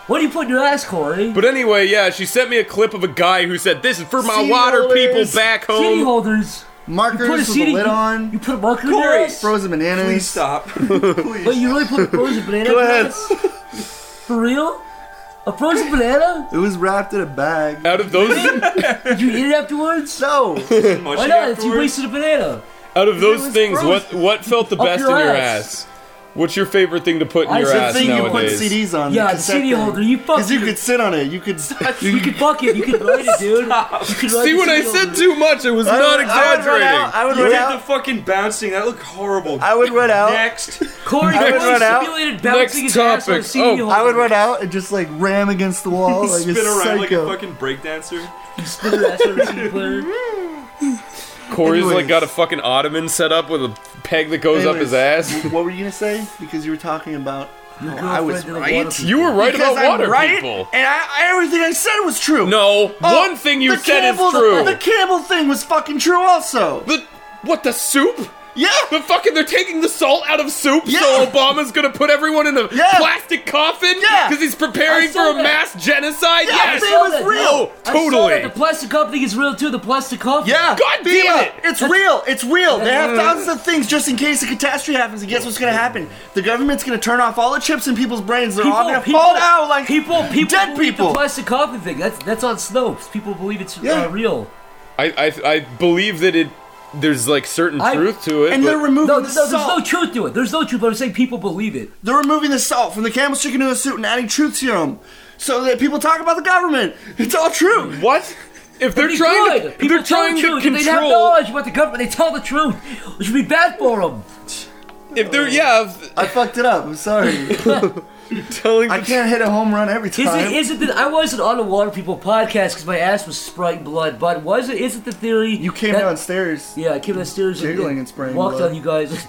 S2: What do you put in your ass, Corey?
S1: But anyway, yeah, she sent me a clip of a guy who said, "This is for my
S3: Sea
S1: water people
S3: holders.
S1: back
S2: CD
S1: home."
S2: holders. You
S3: Markers
S2: put a
S3: with
S2: CD.
S3: the lid
S2: you,
S3: on.
S2: you put a marker in your
S6: Corey,
S2: ass.
S3: frozen bananas.
S6: Please stop.
S2: Wait, you really put a frozen banana in your
S3: ahead.
S2: ass? For real? A frozen banana?
S3: It was wrapped in a bag.
S1: Out of those,
S2: Did you eat it afterwards?
S3: No.
S2: Why not? It's you wasted a banana.
S1: out of those
S3: was
S1: things, what
S3: frozen.
S1: what felt the
S2: Up
S1: best
S2: your
S1: in your
S2: ass.
S1: ass? What's your favorite thing to put in
S2: I
S1: your
S2: said
S1: ass
S3: thing
S1: nowadays?
S3: you put CDs on.
S2: Yeah,
S3: the
S2: the
S3: cassette
S2: CD
S3: thing.
S2: holder. You fuck.
S3: Cause you
S2: it.
S3: could sit on it. You could.
S2: You could fuck it. You could write it, dude. You could write
S1: See,
S2: the
S1: when I
S2: CD
S1: said
S2: holder.
S1: too much, I was not exaggerating.
S3: I would
S6: You
S3: run
S6: did the
S3: out.
S6: fucking bouncing. That looked horrible.
S3: I would run out.
S6: Next.
S2: Corey,
S3: I would
S2: Corey
S3: run out.
S2: simulated bouncing his
S1: Next
S2: ass on a
S1: topic.
S2: CD
S1: Oh,
S2: holder.
S3: I would run out and just like ram against the wall Oh, like
S6: Spin
S3: a psycho.
S6: around like a fucking breakdancer.
S2: Spin your ass on a CD player.
S1: Corey's like
S3: Anyways.
S1: got a fucking ottoman set up with a peg that goes up his
S3: Anyways,
S1: ass.
S3: wh- What were you gonna say? Because you were talking about.
S2: Your
S3: I
S2: girlfriend
S3: was
S2: did a
S3: right.
S2: water-
S1: You were right
S3: Because
S1: about
S3: I'm
S1: water
S3: right,
S1: people.
S3: And I, everything I said was true.
S1: No,
S3: Oh,
S1: one thing you
S3: the
S1: said
S3: Campbell-
S1: is true.
S3: The, the Campbell thing was fucking true, also.
S1: The what? The soup?
S3: Yeah.
S1: The fucking they're taking the salt out of soup, so
S3: Yeah.
S1: Obama's gonna put everyone in a
S3: Yeah.
S1: plastic coffin
S3: Yeah.
S1: because he's preparing
S2: I
S1: for
S2: saw
S1: a
S2: that.
S1: mass genocide.
S3: Yeah,
S1: yes,
S3: It
S2: saw
S3: was
S2: that,
S3: real.
S2: no. I saw
S1: Totally.
S2: that. The plastic cup thing is real too. The plastic cup.
S3: Yeah.
S1: God damn
S3: Fema,
S1: it.
S3: It's real. It's real. They
S1: Mm.
S3: have thousands of things just in case a catastrophe happens. And guess what's going to happen? The government's going to turn off all the chips in people's brains. They're all going to fall down like
S2: people, people
S3: dead
S2: believe
S3: people.
S2: The plastic coffin thing. That's that's on Snopes. People believe it's
S3: Yeah.
S2: uh, real.
S1: I, I I believe that it there's like certain
S2: I-
S1: truth to it.
S3: And
S1: but-
S3: they're removing
S2: No,
S3: the
S2: no,
S3: salt.
S2: there's no truth to it. There's no truth. But I'm saying people believe it.
S3: They're removing the salt from the camel's chicken noodle soup and adding truth serum, so that people talk about the government. It's all true.
S1: what? If they're
S2: They
S1: trying
S2: could.
S1: to,
S2: people
S1: they're trying
S2: tell
S1: to
S2: the truth. If They have
S1: control.
S2: knowledge about the government. They tell the truth, which would be bad for them.
S1: If they're yeah, if-
S3: I fucked it up. I'm sorry.
S1: telling
S3: I can't hit a home run every
S2: Is
S3: time.
S2: it? Is it that I wasn't on the Water People podcast because my ass was Sprite blood? But was it? Is it the theory?
S3: you came
S2: that-
S3: downstairs.
S2: Yeah, I came downstairs and,
S3: Jiggling and spraying
S2: walked
S3: blood.
S2: on you guys.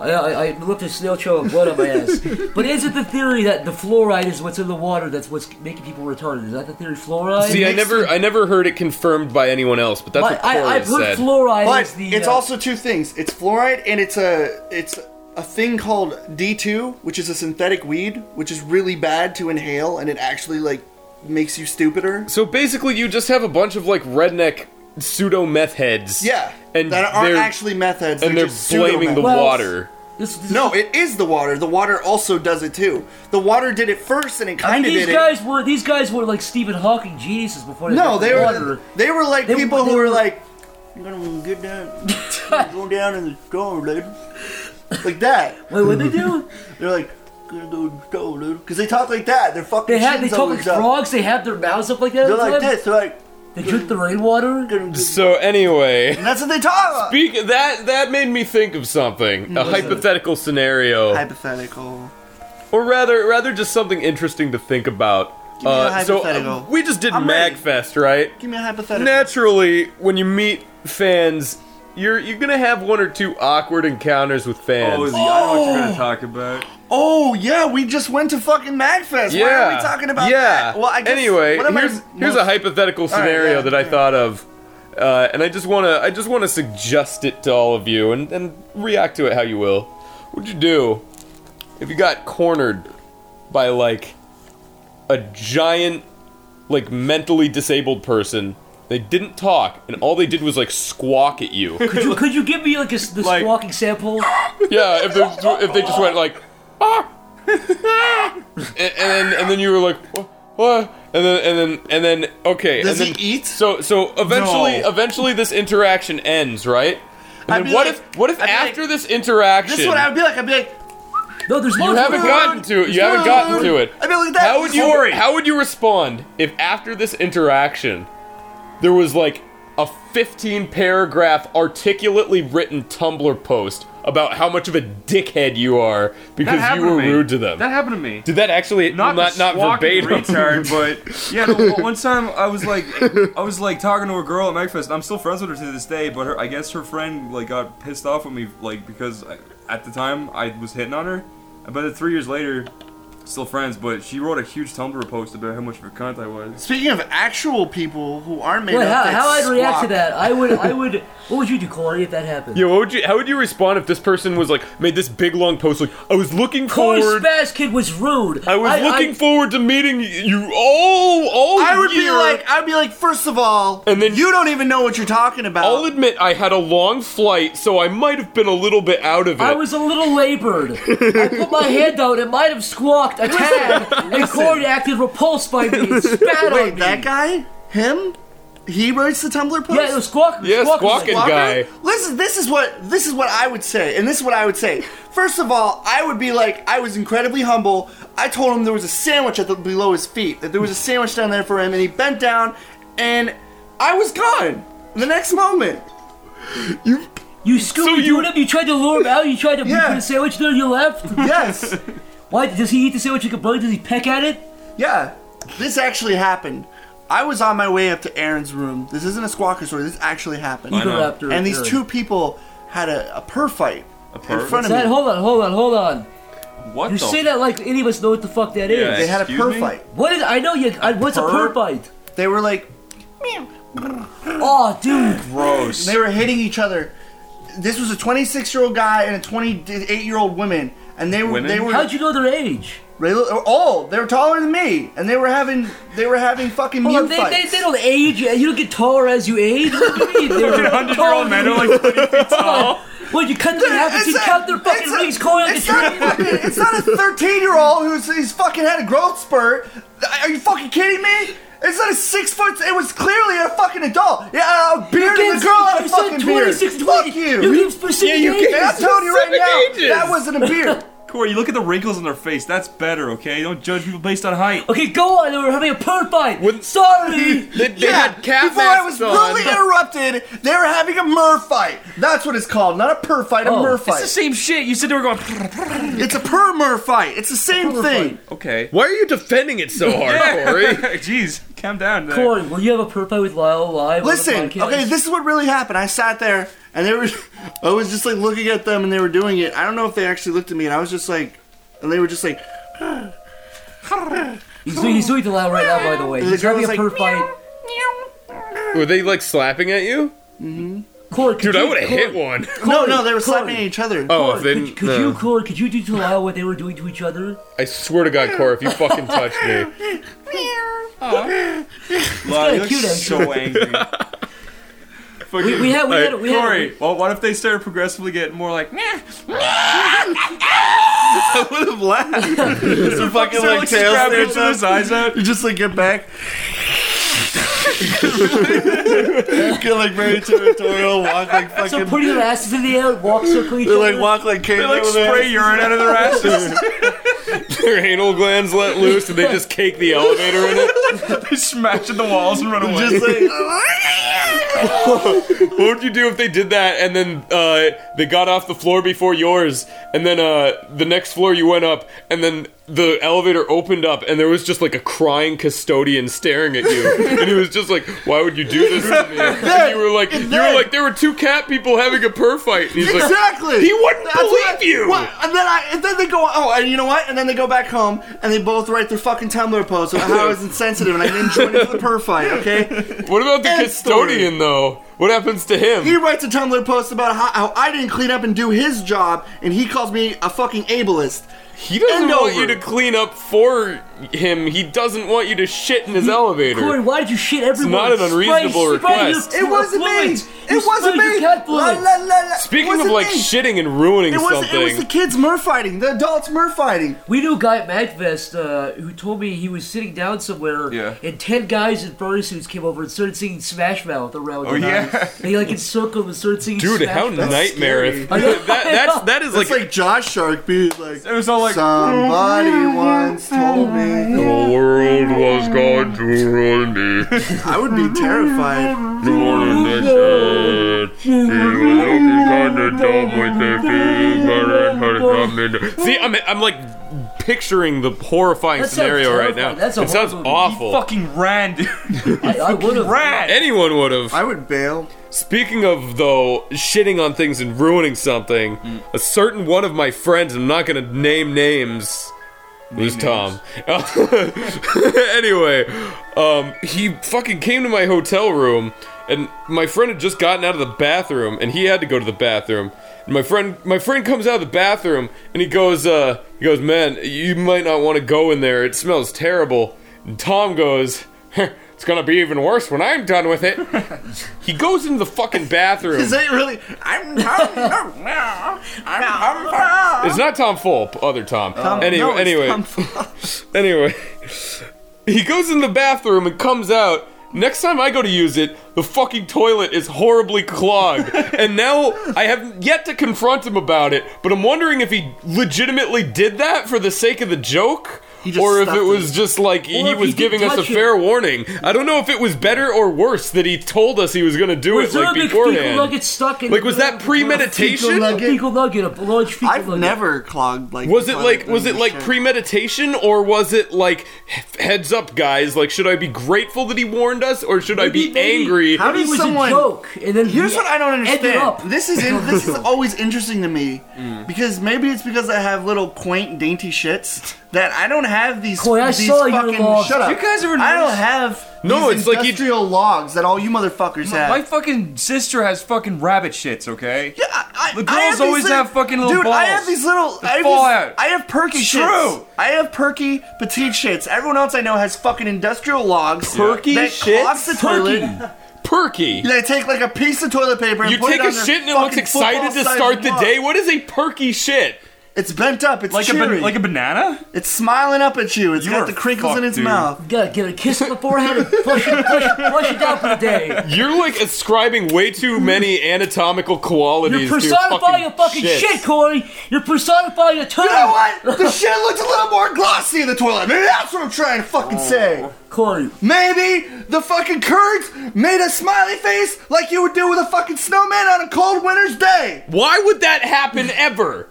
S2: I, I, I left a snail trail of blood on my ass. but is it the theory that the fluoride is what's in the water that's what's making people retarded? Is that the theory? Fluoride?
S1: See, I never, I never heard it confirmed by anyone else, but that's
S2: My-
S1: what Corey
S2: I, I've heard
S1: said.
S2: fluoride
S3: But
S2: is the.
S3: it's
S2: uh,
S3: also two things. It's fluoride and it's a it's a thing called D2, which is a synthetic weed, which is really bad to inhale and it actually like makes you stupider.
S1: so basically, you just have a bunch of like redneck pseudo meth heads.
S3: Yeah.
S1: and
S3: that aren't
S1: they're-
S3: actually meth heads.
S1: and they're
S3: they're, just
S1: blaming the
S3: pseudo-meth.
S2: Well,
S1: water.
S2: This, this,
S3: No, it is the water. The water also does it too. The water did it first and
S2: I
S3: it
S2: mean,
S3: kind of
S2: these
S3: did
S2: guys were these guys were like Stephen Hawking geniuses before
S3: it.
S2: they
S3: No,
S2: got
S3: they
S2: the
S3: were
S2: water.
S3: they were like
S2: They-
S3: people
S2: they
S3: who were,
S2: were-
S3: like I'm gonna get down go down in the store, dude. Like that.
S2: Wait, what they do?
S3: They're like, gonna go to the store, dude. Because they talk like that. They're fucking
S2: They had they
S3: shins
S2: talk like
S3: always up.
S2: frogs. They have their mouths up like that.
S3: They're
S2: all the
S3: like
S2: time.
S3: this. They're like,
S2: They drink the rainwater.
S3: gonna go-
S1: So anyway,
S3: and that's what they talk about.
S1: speak that that made me think of something, a hypothetical scenario,
S3: Hypothetical.
S1: or rather, rather just something interesting to think about.
S3: me a
S1: Uh, so
S3: hypothetical.
S1: uh, we just did
S3: I'm ready.
S1: Magfest, right?
S3: Give me a hypothetical.
S1: Naturally, when you meet fans, you're you're gonna have one or two awkward encounters with
S6: Oh,
S1: fans.
S6: the, I know what you're gonna talk about.
S3: oh yeah, we just went to fucking Magfest. Why are we talking about
S1: yeah.
S3: that? Well, I guess.
S1: anyway,
S3: what am I-
S1: here's here's
S3: no,
S1: a hypothetical
S3: right,
S1: scenario
S3: yeah,
S1: that I
S3: yeah.
S1: thought of, uh, and I just wanna I just wanna suggest it to all of you, and and react to it how you will. What'd you do if you got cornered by like a giant, like mentally disabled person? They didn't talk, and all they did was like squawk at you.
S2: Could you could you give me like a s- the
S1: Like-
S2: squawking sample?
S1: Yeah, if they if they just went like, ah, ah," and, and then and then you were like, what, what? and then and then and then okay,
S3: Does
S1: and then,
S3: he eat?
S1: So so eventually
S3: No.
S1: eventually this interaction ends, right? And
S3: I'd
S1: then
S3: be
S1: what
S3: like-
S1: if what if
S3: I'd be like,
S1: after this interaction
S3: This is what I would be like. I'd be like,
S2: No, there's no
S1: you haven't gotten to it, you haven't gotten to it?
S3: I'd be like that.
S1: How would you how would you respond if after this interaction there was like a 15 paragraph articulately written Tumblr post about how much of a dickhead you are
S6: That
S1: because you
S6: happened
S1: were
S6: to me.
S1: rude to them.
S6: That happened to me.
S1: Did that actually
S6: not
S1: not
S6: the
S1: not,
S6: swag
S1: verbatim?
S6: retard, but yeah. No, one time I was like, I was like talking to a girl at Megfest. and I'm still friends with her to this day, but her, I guess her friend like got pissed off with me, like because I, at the time I was hitting on her, but then three years later, still friends. But she wrote a huge Tumblr post about how much of a cunt I was.
S3: Speaking of actual people who aren't made
S2: Wait, how,
S3: up, that
S2: how I'd react to
S3: squawk.
S2: that? I would, I would. What would you do, Corey, if that happened?
S1: Yeah, what would you? How would you respond if this person was like made this big long post like I was looking
S2: Corey
S1: forward,
S2: Spaz Kid was rude.
S1: I was looking
S2: I-
S1: forward to meeting you all all
S3: I would be
S1: year.
S3: like, I'd be like, first of all,
S1: And then-
S3: you don't even know what you're talking about.
S2: Oh.
S1: I'll admit I had a long flight, so I might have been a little bit out of it.
S2: I was a little labored. I put my hand out and might have squawked a tad, and Corey acted repulsed by me and spat on
S3: Wait,
S2: me.
S3: that guy, him, he writes the Tumblr post.
S2: Yeah, it was squawk.
S1: Yeah,
S2: squawking.
S1: squawking.
S3: Walker?
S1: guy.
S3: Listen, this is what this is what I would say, and this is what I would say. First of all, I would be like, I was incredibly humble. I told him there was a sandwich at the, below his feet, that there was a sandwich down there for him, and he bent down, and I was gone the next moment.
S2: You scooped
S1: you-
S2: him. You tried to lure him out. You tried to
S3: Yeah.
S2: put a sandwich there. You left.
S3: Yes,
S2: Why does he eat the sandwich like a bug? Does he peck at it?
S3: yeah, this actually happened. I was on my way up to Aaron's room. This isn't a squawker story. This actually happened.
S2: Egoraptor.
S3: And these
S2: Aaron.
S3: two people had a, a purr fight
S6: purr?
S3: in front of
S2: That,
S3: me.
S2: hold on, hold on, hold on.
S6: What
S2: You
S6: the?
S2: say that like any of us know what the fuck that is.
S6: Yeah.
S3: They had a
S6: Excuse
S3: purr
S6: me?
S3: fight.
S2: What is? I know you. I, what's a
S6: purr?
S2: purr bite?
S3: They were like
S2: Oh, dude.
S6: gross.
S3: They were hitting each other. This was a 26 year old guy and a 28 year old woman, and they were
S6: Women?
S3: they were
S2: How'd you know their age?
S3: they were old. They were taller than me, and they were having they were having fucking
S2: Hold on, they,
S3: mute fights.
S2: they, they don't age. You don't get taller as you age. What do you mean? They're
S6: Hundred-year-old men are like 20 feet tall.
S2: Well, you cut them in half and
S3: It's
S2: you
S3: a-
S2: cut their fucking
S3: it's a-
S2: rings going on the
S3: it's not
S2: tree.
S3: fucking- It's not a 13 year old who's he's fucking had a growth spurt. Are you fucking kidding me? It's not a six foot. It was clearly a fucking adult. Yeah, a beard and a girl had a
S2: You said
S3: fucking beard.
S2: 26 to
S3: Fuck
S2: 20.
S3: you.
S2: You give specific
S1: you
S2: ages.
S3: And I'm telling you right
S1: Specific
S3: now,
S1: ages.
S3: that wasn't a beard.
S6: Corey, you look at the wrinkles on their face. That's better, okay? Don't judge people based on height.
S2: Okay, go on. They were having a purr fight.
S1: When-
S2: Sorry.
S1: they, they had cat
S3: before I was
S1: masks on.
S3: rudely interrupted, they were having a mur fight. That's what it's called, not a purr fight, a
S2: Oh.
S3: mur
S2: It's
S3: fight.
S6: It's the same shit. You said they were going.
S3: It's a purr mur fight. It's the same thing.
S6: Okay.
S1: Why are you defending it so hard, Corey?
S6: Jeez, calm down. There.
S2: Corey, will you have a purr fight with Lyle live? on the
S3: Listen,
S2: podcast?
S3: okay, this is what really happened. I sat there and they were, I was just like looking at them and they were doing it. I don't know if they actually looked at me and I was just like, and they were just like,
S2: He's doing, he's doing the Lyle right now, by the way.
S3: The
S2: He's
S3: girl
S2: having a
S3: was
S2: purr
S3: like,
S2: fight.
S1: Were they like slapping at you?
S2: Corey, could
S1: Dude, I
S2: you-
S1: would have
S2: Corey,
S1: hit one.
S3: no, no, they were
S2: Corey,
S3: slapping at each other.
S1: Oh,
S2: Corey,
S1: if they
S2: could,
S1: didn't.
S2: could
S1: no.
S2: you, Corey, could you do to Lyle what they were doing to each other?
S1: I swear to God, Corey, if you fucking touch me.
S6: Wow, you
S2: kinda cute,
S6: look so angry.
S2: We, we had, we had, we had.
S6: Corey, well, what if they started progressively getting more like, meh,
S3: I would have laughed.
S6: they're fucking
S3: like, tails there,
S6: each other's eyes out?
S3: You just like get back. get like very territorial, walk like
S2: So
S3: fucking.
S2: putting their asses in the air, walk circle each
S3: they
S2: other.
S3: like walk like
S6: They like spray urine out of their asses.
S1: Their anal glands let loose and they just cake the elevator in it.
S6: they smash at the walls and run away.
S3: Just like
S1: What would you do if they did that and then uh, they got off the floor before yours and then uh, the next floor you went up and then the elevator opened up and there was just like a crying custodian staring at you and he was just like, "Why would you do this to me?" And you were like, "You were like, there were two cat people having a purr fight." And he's like,
S3: Exactly.
S1: He wouldn't believe
S3: what I-
S1: you.
S3: What? And then I, and then they go. Oh, and you know what? And then they go back home and they both write their fucking Tumblr posts about how I was insensitive and I didn't join in for the purr fight. Okay.
S1: What about the
S3: End
S1: custodian
S3: story.
S1: though? What happens to
S3: He
S1: him?
S3: writes a Tumblr post about how, how I didn't clean up and do his job, and he calls me a fucking ableist.
S1: He doesn't
S3: End
S1: want
S3: over.
S1: you to clean up for him. He doesn't want you to shit in his elevator.
S2: Corey, why did you shit everyone?
S1: not an unreasonable
S2: spray, spray
S1: request.
S2: Your,
S3: It wasn't me.
S2: fluids. You
S3: It wasn't
S2: sprayed
S3: me.
S2: Your cat
S3: La,
S2: fluids.
S3: la, la, la.
S1: Speaking
S3: It
S1: of
S3: wasn't
S1: like
S3: me.
S1: shitting and ruining
S3: It was,
S1: something,
S3: it was the kids mer fighting, the adults mer fighting.
S2: We knew a guy at Magfest uh, who told me he was sitting down somewhere,
S6: Yeah.
S2: and ten guys in furry suits came over and started singing Smash Mouth around
S6: Oh,
S2: him.
S6: yeah.
S2: They like encircled him and started singing
S1: dude,
S2: Smash
S1: how
S2: Mouth.
S1: nightmarish!
S2: I know,
S1: that, that's that is
S3: It's
S1: like,
S3: like, Josh Shark being like,
S6: It was all like,
S3: somebody once told me.
S1: the world was going to ruin me.
S3: I would be terrified.
S1: You wanted to shit. You were looking See, I'm, I'm like picturing the horrifying
S2: That sounds
S1: scenario right now.
S2: terrifying. That's a
S1: it sounds
S2: horrible movie.
S1: awful.
S6: Fucking ran, dude.
S2: I, I would have.
S6: Ran.
S1: Anyone would have.
S3: I would bail.
S1: Speaking of though shitting on things and ruining something, a certain one of my friends, I'm not gonna name names. Who's Tom? anyway, um, he fucking came to my hotel room, and my friend had just gotten out of the bathroom, and he had to go to the bathroom. And my friend, my friend comes out of the bathroom, and he goes, uh, he goes, man, you might not want to go in there. It smells terrible. And Tom goes, "Heh, it's gonna be even worse when I'm done with it. He goes into the fucking bathroom.
S3: Is that really? I'm Tom. I'm Tom.
S1: it's not Tom Fulp, other Tom. anyway,
S3: no, it's
S1: anyway,
S3: Tom
S1: anyway, he goes in the bathroom and comes out. Next time I go to use it, the fucking toilet is horribly clogged, and now I have yet to confront him about it. But I'm wondering if he legitimately did that for the sake of the joke.
S3: just
S1: Or if
S3: stuffed
S1: it
S3: it.
S1: was just like he
S2: if
S1: was
S2: he did
S1: giving us a
S2: touch it.
S1: fair warning. I don't know if it was better or worse that he told us he was going to do
S2: Was
S1: it
S2: there
S1: like
S2: a big fecal
S1: beforehand.
S2: nugget stuck in
S1: Like, was that premeditation?
S2: A fecal nugget, a large fecal
S3: I've
S2: nugget.
S3: never clogged like.
S1: Was
S3: the
S1: it
S3: toilet
S1: like was
S3: doing
S1: it like
S3: shit.
S1: premeditation or was it like "He- heads up guys like should I be grateful that he warned us or should I be
S2: Maybe- maybe-
S1: angry
S3: How
S2: Maybe
S3: does
S2: it was
S3: someone-
S2: a joke, and then
S3: Here's
S2: he
S3: what I don't
S2: ended up.
S3: understand. This is in, this is always interesting to me because maybe it's because I have little quaint, dainty shits that I don't have these.
S2: Coy, I
S3: these
S2: saw your
S3: fucking
S2: logs.
S3: shut up.
S6: You guys are
S3: I don't
S6: nice.
S3: have.
S1: No,
S3: these
S1: it's like you-
S3: industrial logs that all you motherfuckers have.
S6: My fucking sister has fucking rabbit shits, okay?
S3: Yeah, I, I-
S6: The
S3: I
S6: girls
S3: these
S6: always have fucking little
S3: dude, I have
S6: balls.
S3: these little.
S6: They
S3: I have,
S6: fall
S3: these-
S6: out.
S3: I have perky
S6: It's
S3: shits.
S6: true.
S3: I have perky petite shits. Everyone else I know has fucking industrial logs.
S1: Perky
S3: that
S1: shits?
S3: clogs the
S2: Turkey.
S3: toilet.
S1: perky
S3: They take like a piece of toilet paper and
S1: you
S3: put
S1: take
S3: it on
S1: a
S3: their
S1: shit and it looks
S3: fucking
S1: excited to
S3: football-sized
S1: start the
S3: log.
S1: day what is a perky shit
S3: It's bent up. It's
S6: Like a,
S3: cheery.
S6: ba- like a banana?
S3: It's smiling up at you. It's
S6: You are
S3: got the crinkles in
S6: fucked,
S3: its
S6: dude.
S3: mouth.
S2: You gotta get a kiss on the forehead and flush it, flush it, flush it down for the day.
S1: you're like ascribing way too many anatomical qualities
S2: You're
S1: to your
S2: personifying
S1: fucking,
S2: a fucking
S1: shits.
S2: shit, Corey. You're personifying a turd.
S3: You know what? The shit looks a little more glossy in the toilet. Maybe that's what I'm trying to fucking
S6: Oh.
S3: say.
S2: Corey,
S3: Maybe the fucking curds made a smiley face like you would do with a fucking snowman on a cold winter's day.
S1: why would that happen ever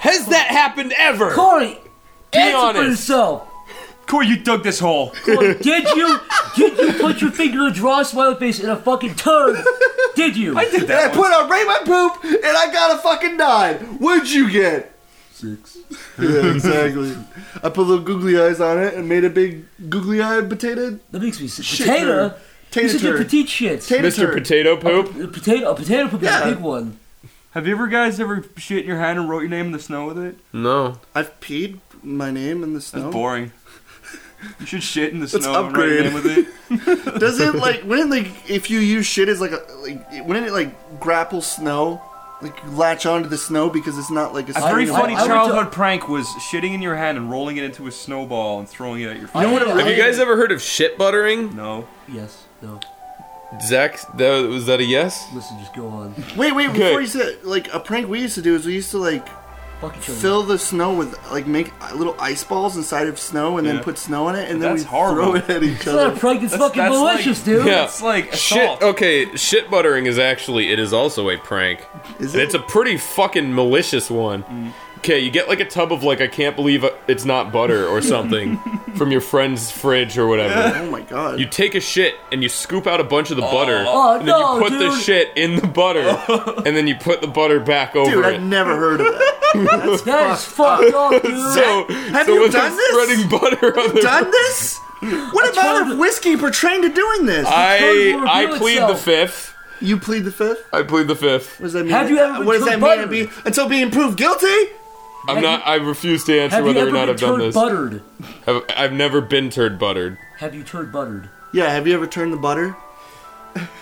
S1: has that happened ever
S2: Corey, answer for
S1: honest.
S2: yourself.
S6: Corey, you dug this hole.
S2: Corey, did you did you put your finger to draw a smiley face in a fucking turd? Did you?
S6: I did
S3: And I
S6: that.
S3: put on rate my poop and I got a fucking nine. What'd you get? Six. yeah, exactly. I put little googly eyes on it and made a big googly eyed potato.
S2: That makes me sick.
S3: Shit
S2: Potato.
S3: turd.
S2: You
S3: Potato
S2: said your
S3: turd.
S2: petite shits.
S3: Potato
S1: Mr.
S3: turd.
S1: Potato Poop
S2: A potato, a potato poop
S3: Yeah.
S2: is a big one.
S6: Have you ever guys ever shit in your hand and wrote your name in the snow with it?
S1: no
S3: I've peed my name in the
S6: That's
S3: snow.
S6: boring. You should shit in the
S3: Let's
S6: snow and write your
S3: upgrade.
S6: name with it.
S3: Doesn't like wouldn't like if you use shit as like a like it- wouldn't it like grapple snow? Like you latch onto the snow because it's not like a
S6: A very
S3: snow.
S6: funny
S2: I would do-
S6: childhood prank was shitting in your hand and rolling it into a snowball and throwing it at your face.
S2: know what it-
S1: have you guys ever heard of shit buttering
S6: no.
S2: Yes. No.
S1: Zach that, was that a yes
S2: Listen, just go on.
S3: Wait, wait,
S1: Okay.
S3: before you said like a prank we used to do is we used to like
S2: Fucking turd.
S3: fill the snow with like make little ice balls inside of snow and
S6: Yeah.
S3: then put snow on it and then
S6: That's
S3: we
S6: horrible.
S3: throw it at each
S2: It's not a
S3: other.
S2: prank. It's
S6: That's-
S2: fucking
S6: that's like-
S2: delicious, dude.
S1: Yeah.
S6: It's like assault.
S1: Shit. Okay, shit buttering is actually it is also a prank.
S3: Is
S1: And
S3: it?
S1: It's a pretty fucking malicious one.
S6: Mm.
S1: Okay, you get like a tub of like I can't believe uh, it's not butter or something from your friend's fridge or whatever.
S3: Oh my god.
S1: You take a shit and you scoop out a bunch of the butter,
S2: Oh,
S1: and then
S2: no,
S1: you put the
S2: dude.
S1: shit in the butter, and then you put the butter back over
S3: Dude,
S1: it.
S3: I've never heard of that.
S2: That is fucked up, dude.
S1: so,
S3: Have
S1: so
S3: you
S1: when
S3: done
S1: they're
S3: this?
S1: Spreading butter on the
S3: Done this? What about
S2: told-
S3: if whiskey portrayed to doing this?
S2: Totally
S1: I
S2: reveal
S1: I plead the
S2: itself.
S1: fifth.
S3: you plead the fifth?
S1: I plead the fifth.
S3: What does that mean?
S2: Have you ever been
S3: what does that
S2: turned
S3: mean?
S2: buttered?
S3: Be- until being proved guilty?
S1: I'm not. I refuse to answer
S2: Have you
S1: whether
S2: ever
S1: or not
S2: been
S1: I've done
S2: turd
S1: this.
S2: buttered?
S1: I've, I've never been turd buttered.
S2: Have you turd buttered?
S3: Yeah, have you ever turned the butter?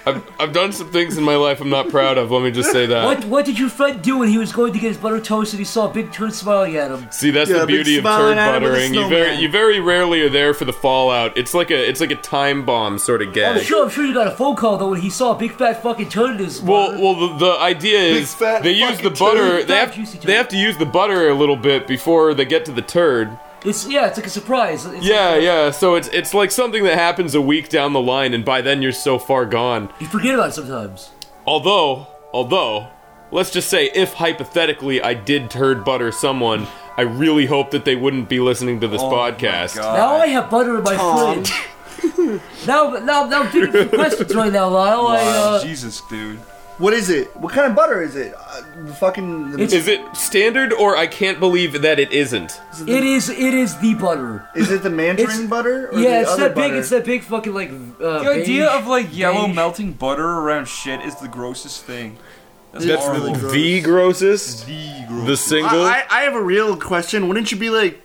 S1: I've, I've done some things in my life I'm not proud of. Let me just say that.
S2: What What did your friend do when he was going to get his butter toast and he saw a big turd smiling at him?
S1: See, that's
S3: Yeah,
S1: the
S3: big
S1: beauty of turd
S3: smiling at him with a
S1: buttering. You very
S3: snowman.
S1: you very rarely are there for the fallout. It's like a it's like a time bomb sort of
S2: I'm
S3: Oh,
S1: gag.
S2: sure, I'm sure you got a phone call though when he saw a big fat fucking turd in his.
S1: Well,
S2: butter.
S1: well, the, the idea is
S3: fat
S1: they use the
S3: fucking
S1: butter.
S2: turd.
S1: They
S2: Fat, juicy
S1: have
S2: turd.
S1: they have to use the butter a little bit before they get to the turd.
S2: it's yeah, it's like a surprise. It's
S1: Yeah,
S2: like,
S1: yeah. So it's it's like something that happens a week down the line, and by then you're so far gone.
S2: You forget about it sometimes.
S1: Although, although, let's just say if hypothetically I did turd butter someone, I really hope that they wouldn't be listening to this
S3: Oh
S1: podcast.
S6: God.
S2: Now I have butter in my fridge. now, now, now, I'm thinking some questions right now, Lyle. I,
S6: Wow,
S2: uh,
S6: Jesus, dude.
S3: What is it? What kind of butter is it? Uh, fucking. The,
S2: It's-
S1: Is it standard or I can't believe that it isn't?
S2: it is, it is the butter.
S3: is it the
S2: it's-
S3: Mandarin butter? Or
S2: yeah,
S3: the
S2: it's
S3: other
S2: that big.
S3: butter?
S2: It's that big fucking like. Uh,
S6: The idea
S2: beige-
S6: of like yellow
S2: beige-
S6: melting butter around shit is the grossest thing. That's,
S1: That's
S6: horrible.
S3: really gross.
S1: the grossest.
S6: The
S1: The
S6: gross.
S1: single.
S3: I, I, I have a real question. Wouldn't you be like,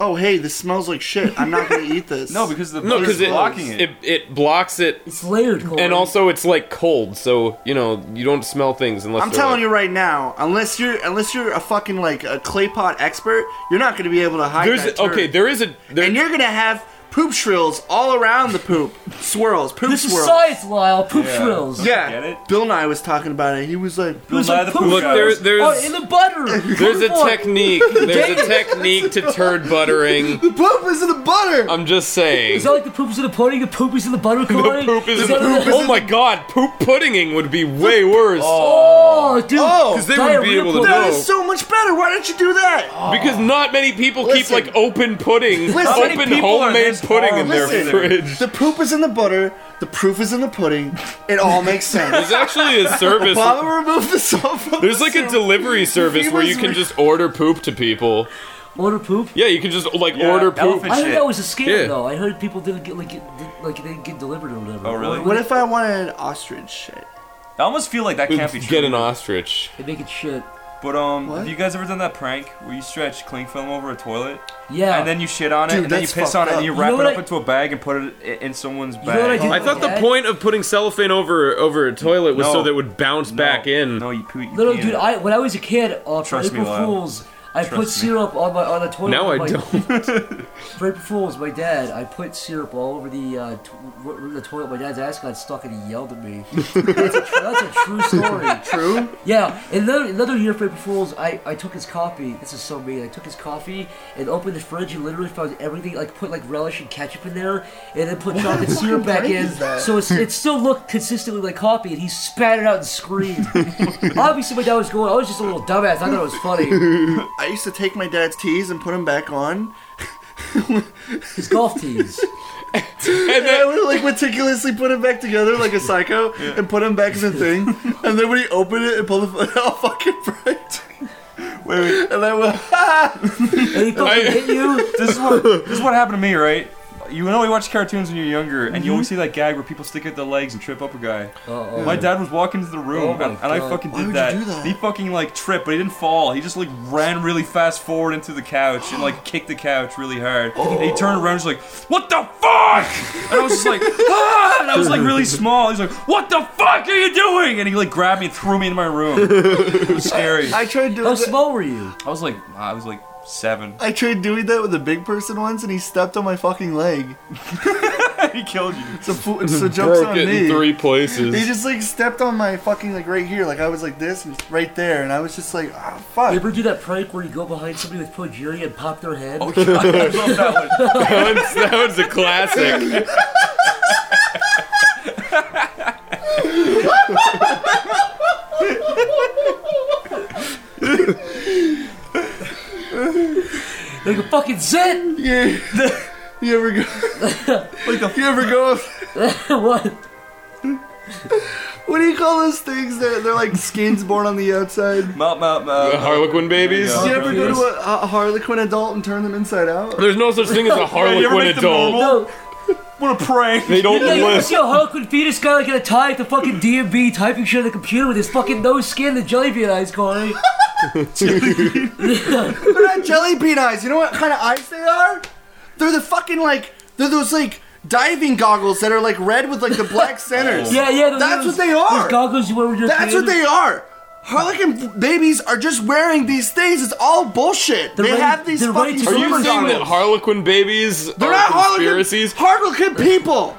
S3: oh hey, this smells like shit. I'm not gonna eat this.
S6: No, because the
S1: no,
S6: butter's
S1: because it,
S6: blocking
S1: it.
S6: it.
S1: it blocks it,
S2: It's layered, Corey.
S1: and also it's like cold, so you know you don't smell things unless.
S3: I'm
S1: they're,
S3: telling
S1: like-
S3: you right now, unless you're unless you're a fucking like a clay pot expert, you're not gonna be able to hide
S1: There's
S3: that turd.
S1: okay. There is a. There,
S3: and you're gonna have poop shrills all around the poop swirls, poop
S2: this is
S3: swirls.
S2: science, Lyle. Poop frills.
S3: yeah,
S6: Get it?
S3: Bill Nye was talking about it. He was like,
S6: Bill
S2: It's like
S6: Nye the
S2: poop
S6: Pooh
S1: look,
S6: Guy.
S1: there,
S2: Oh,
S1: there's
S2: in the butter.
S1: there's a
S2: Come on.
S1: technique. There's a technique to turd buttering.
S3: the poop is in the butter.
S1: I'm just saying.
S2: Is that like the poop is in the pudding, the poop is in the butter, Corey?
S1: poop is,
S2: that
S1: poop
S2: the-
S1: oh my god, poop puddinging would be way worse.
S2: Oh, dude.
S3: Oh,
S1: 'Cause they wouldn't be
S2: diarrhea
S1: able to
S2: pudding.
S1: know.
S3: that is so much better. Why don't you do that?
S1: Because not many people
S3: Listen.
S1: keep like open pudding,
S3: How many
S1: open
S6: people are
S1: homemade
S6: this
S1: pudding
S6: far
S1: in their
S3: Listen.
S1: fridge.
S3: The poop is in the butter. The proof is in the pudding. It all makes sense.
S1: There's actually a service.
S3: Baba removed the cell phone.
S1: There's like a delivery service where you
S3: was
S1: can
S3: re-
S1: just order poop to people.
S2: Water poop?
S1: Yeah, you can just like order poop.
S6: elephant
S2: I heard
S6: Shit.
S2: that was a scam,
S1: Yeah.
S2: though. I heard people didn't get like get, did- like they didn't get delivered or whatever.
S6: Oh, really?
S3: What if I wanted ostrich shit?
S6: I almost feel like that can't be true.
S1: Get an ostrich.
S2: They make it shit.
S6: But um,
S3: What?
S6: have you guys ever done that prank where you stretch cling film over a toilet
S2: Yeah.
S6: and then you shit on it
S3: Dude,
S6: and then you
S3: that's
S6: piss
S3: fucked
S6: on it
S3: up.
S6: and you
S2: You
S6: wrap
S2: know
S6: it
S2: what
S6: up
S2: I-
S6: into a bag and put it i- in someone's bag?
S2: know what I did?
S1: I thought the point of putting cellophane over over a toilet was
S6: No.
S1: so that it would bounce
S6: No.
S1: back in.
S6: No, you poo. You
S2: no, no,
S6: pee in
S2: dude.
S6: it.
S2: I when I was a kid, uh, for
S6: Trust me,
S2: April
S6: Lyle.
S2: Fools, I put
S6: me.
S2: syrup on my on the toilet.
S1: Now I
S2: with my,
S1: don't.
S2: For April Fools, my dad, I put syrup all over the uh, t- w- w- the toilet. My dad's ass got stuck, and he yelled at me. that's, a tr- that's a true story.
S3: True.
S2: Yeah, another another year for April Fools, I, I took his coffee. This is so mean. I took his coffee and opened the fridge and literally found everything, like put like relish and ketchup in there, and then put chocolate
S3: fucking
S2: syrup back
S3: prank
S2: in.
S3: is that?
S2: So it's, it still looked consistently like coffee, and he spat it out and screamed. Obviously, my dad was going. I was just a little dumbass. I thought it was funny.
S3: I used to take my dad's tees and put them back on.
S2: His golf tees.
S1: And
S3: And I
S1: then
S3: would like meticulously put them back together like a psycho and put them back in the thing. and then when he opened it and pulled the it all fucking bright. Wait, and I went,
S2: And he fucking hit you.
S6: this is what this is what happened to me, right? You know, we watch cartoons when you're younger, and you always see that gag where people stick out their legs and trip up a guy.
S2: Uh-oh.
S6: My dad was walking into the room,
S2: Oh my
S6: and, and I
S2: God.
S6: fucking did
S3: would you
S6: that.
S3: do that?
S6: He fucking like tripped, but he didn't fall. He just like ran really fast forward into the couch and like kicked the couch really hard. And he turned around, and was like, "What the fuck?" And I was just like, "Ah!" And I was like really small. He's like, "What the fuck are you doing?" And he like grabbed me and threw me in my room. It was scary. I,
S3: I tried doing
S2: How
S3: that.
S2: small were you?
S6: was like, I was like seven.
S3: I tried doing that with a big person once, and he stepped on my fucking leg.
S6: he killed you.
S3: So, fu- so jokes
S1: broke
S3: on
S1: it
S3: me.
S1: in three
S3: He
S1: places.
S3: just like stepped on my fucking like right here, like I was like this and right there, and I was just like, ah, fuck.
S2: You ever do that prank where you go behind somebody with progeria and pop their head?
S6: Oh, God, I love that one.
S1: that, one's, that one's a classic.
S2: Like a fucking zit.
S3: Yeah. you ever go? like the, you ever go?
S2: what?
S3: What do you call those things that they're like skins born on the outside?
S6: Mount, mount, mount.
S1: The Harlequin babies.
S6: Yeah.
S3: You ever go to a, a Harlequin adult and turn them inside out?
S1: There's no such thing as a Harlequin
S6: make them
S1: adult.
S6: normal?
S2: No.
S6: What a prank!
S1: They don't
S2: Yeah, you ever
S1: list.
S2: see a Harlequin fetus guy like in a tie at the fucking DMV typing shit on the computer with his fucking nose skin and jelly bean eyes, Corey?
S3: They're not jelly bean eyes. You know what kind of eyes they are? They're the fucking like they're those like diving goggles that are like red with like the black centers.
S2: Yeah, yeah. Those,
S3: That's
S2: those-
S3: what they are.
S2: Those goggles you wear when you're a
S3: That's
S2: kid.
S3: what they are. Harlequin babies are just wearing these things. It's all bullshit.
S2: They're
S3: they
S2: ready-
S3: have these
S2: they're ready
S3: fucking
S2: to
S1: Are you
S3: super
S1: saying that
S3: goggles.
S1: Harlequin babies
S3: They're
S1: are
S3: not Harlequin.
S1: conspiracies?
S3: Harlequin people.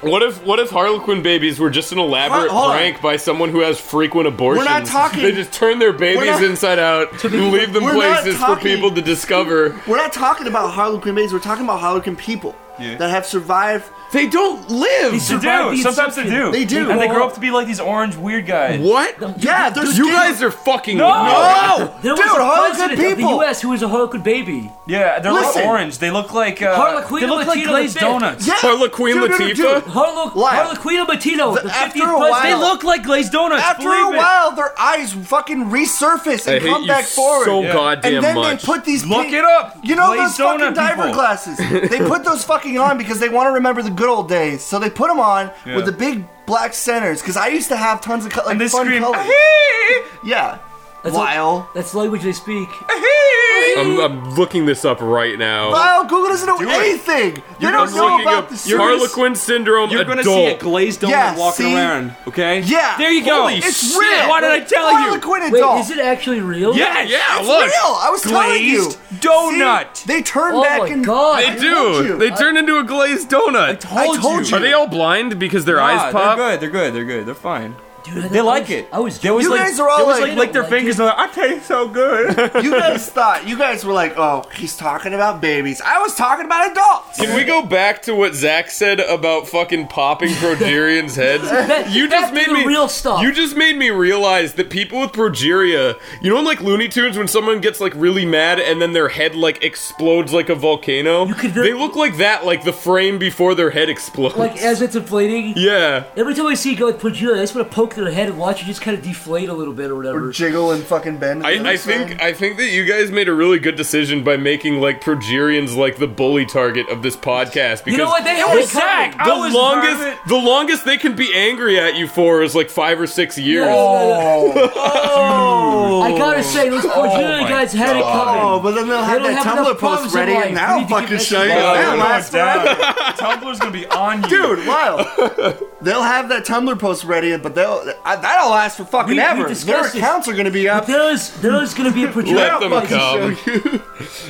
S1: What if what if Harlequin babies were just an elaborate
S3: Hold- hold on.
S1: prank by someone who has frequent abortions?
S3: We're not talking-
S1: They just turn their babies
S3: not-
S1: inside out and leave them
S3: We're not
S1: places for
S3: talking-
S1: people to discover.
S3: We're not talking about Harlequin babies. We're talking about Harlequin people.
S6: Yeah.
S3: that have survived.
S11: They don't live.
S6: They do. Sometimes they do.
S3: They do.
S6: And they grow up to be like these orange weird guys.
S11: What?
S3: Yeah, there's
S1: You guys are fucking
S6: No!
S2: There
S3: Dude,
S2: was a
S3: Harlequin
S2: president of
S3: people.
S2: the U.S. who was a Harlequin baby.
S6: Yeah, they're
S3: Listen.
S6: all orange. They look like uh,
S2: Harlequin
S6: they look like
S2: Latino
S6: glazed
S2: bit.
S6: donuts.
S3: Yeah.
S1: Harlequin
S3: Dude, dude, dude.
S1: Latifah?
S2: Harlo-
S3: Lyle.
S2: Harlequin Latino, the,
S3: The-
S2: 50th
S3: after a
S2: president.
S3: while-
S6: They look like glazed donuts.
S3: After a
S6: believe it.
S3: while, their eyes fucking resurface
S1: I
S3: and
S1: hate
S3: come
S1: you
S3: back forward.
S1: so
S6: Yeah.
S1: goddamn
S3: and then
S1: much.
S3: they put these.
S6: Look
S3: pink-
S6: it up.
S3: You know
S6: Glazed
S3: those fucking
S6: donut
S3: diver
S6: people.
S3: glasses. they put those fucking on because they want to remember the good old days. So they put them on
S6: Yeah.
S3: with the big black centers. Because I used to have tons of co- like
S6: And they
S3: fun
S6: scream.
S3: colors.
S6: "Ahee!
S3: Yeah.
S2: That's
S3: Lyle.
S2: the- that's the language they speak.
S6: Ahee!"
S1: I'm, I'm looking this up right now.
S3: Lyle, Google doesn't know
S6: Do it.
S3: anything. They
S1: I'm
S3: don't know
S1: looking
S3: about
S1: up
S3: the series.
S1: Harlequin syndrome
S6: You're gonna
S1: adult.
S6: see a glazed donut
S3: Yeah,
S6: walking
S3: see?
S6: around. Okay.
S3: Yeah.
S6: There you go.
S1: Holy
S3: It's
S1: shit.
S3: real.
S6: Why did I tell you?
S3: Harlequin
S2: Wait,
S3: adult.
S2: is it actually real?
S6: Yeah, yeah.
S3: It's
S1: look.
S3: real. I was telling you.
S6: Glazed donut.
S3: See, they turn
S2: Oh
S3: back
S2: my
S3: and
S2: God.
S1: They
S3: I told
S1: do.
S3: you.
S1: They turn into a glazed donut.
S3: I told you.
S1: Are they all blind because their
S6: Nah,
S1: eyes pop?
S6: They're good. They're good. They're good. They're fine.
S2: Dude, I thought
S6: They
S2: I
S6: like
S2: was-
S6: it.
S2: I was
S6: They always
S3: You
S6: like,
S3: guys are all
S6: they always
S3: like-
S6: like, lick their
S2: Like
S6: fingers. and they're Like, I taste so good.
S3: You guys thought you guys were like, oh, he's talking about babies. I was talking about adults.
S1: Can we go back to what Zach said about fucking popping Progerians' heads?
S2: That-
S1: you
S2: back
S1: just
S2: to
S1: made
S2: the
S1: me
S2: real stuff.
S1: You just made me realize that people with progeria, you know, in, like Looney Tunes, when someone gets like really mad and then their head like explodes like a volcano,
S2: could-
S1: they look like that, like the frame before their head explodes.
S2: Like as it's inflating.
S1: yeah,
S2: Every time I see a guy with Pajula, I just want to poke their head and watch it just kind of deflate a little bit or
S3: Or
S2: whatever.
S3: jiggle and fucking bend. at the
S1: I, I
S3: other side.
S1: think I think that you guys made a really good decision by making like progerians like the bully target of this podcast because
S2: You know what? They
S1: the-
S2: have
S6: Zach,
S1: the
S6: I was
S1: longest
S6: nervous.
S1: the longest they can be angry at you for is like five or six years.
S2: Oh. I gotta say, those Pajula
S6: my
S2: guys had it
S3: Oh,
S2: coming.
S3: but then they'll
S2: They
S3: have
S2: don't
S3: that
S2: have
S3: Tumblr
S2: enough
S3: post
S2: problems in
S3: ready,
S2: life.
S3: and
S2: We
S3: that'll
S2: need to get
S3: fucking
S2: this
S3: show you.
S2: shit
S6: Oh,
S3: That
S6: no,
S3: last
S6: down.
S3: forever.
S6: Tumblr's gonna be on you,
S3: Dude, Lyle. They'll have that Tumblr post ready, but they'll I, that'll last for fucking
S2: We- we
S3: ever. Their
S2: discussed this.
S3: accounts are gonna be up.
S2: There's, there's gonna be a
S1: Let
S2: Pajula.
S1: them
S3: fucking
S1: come.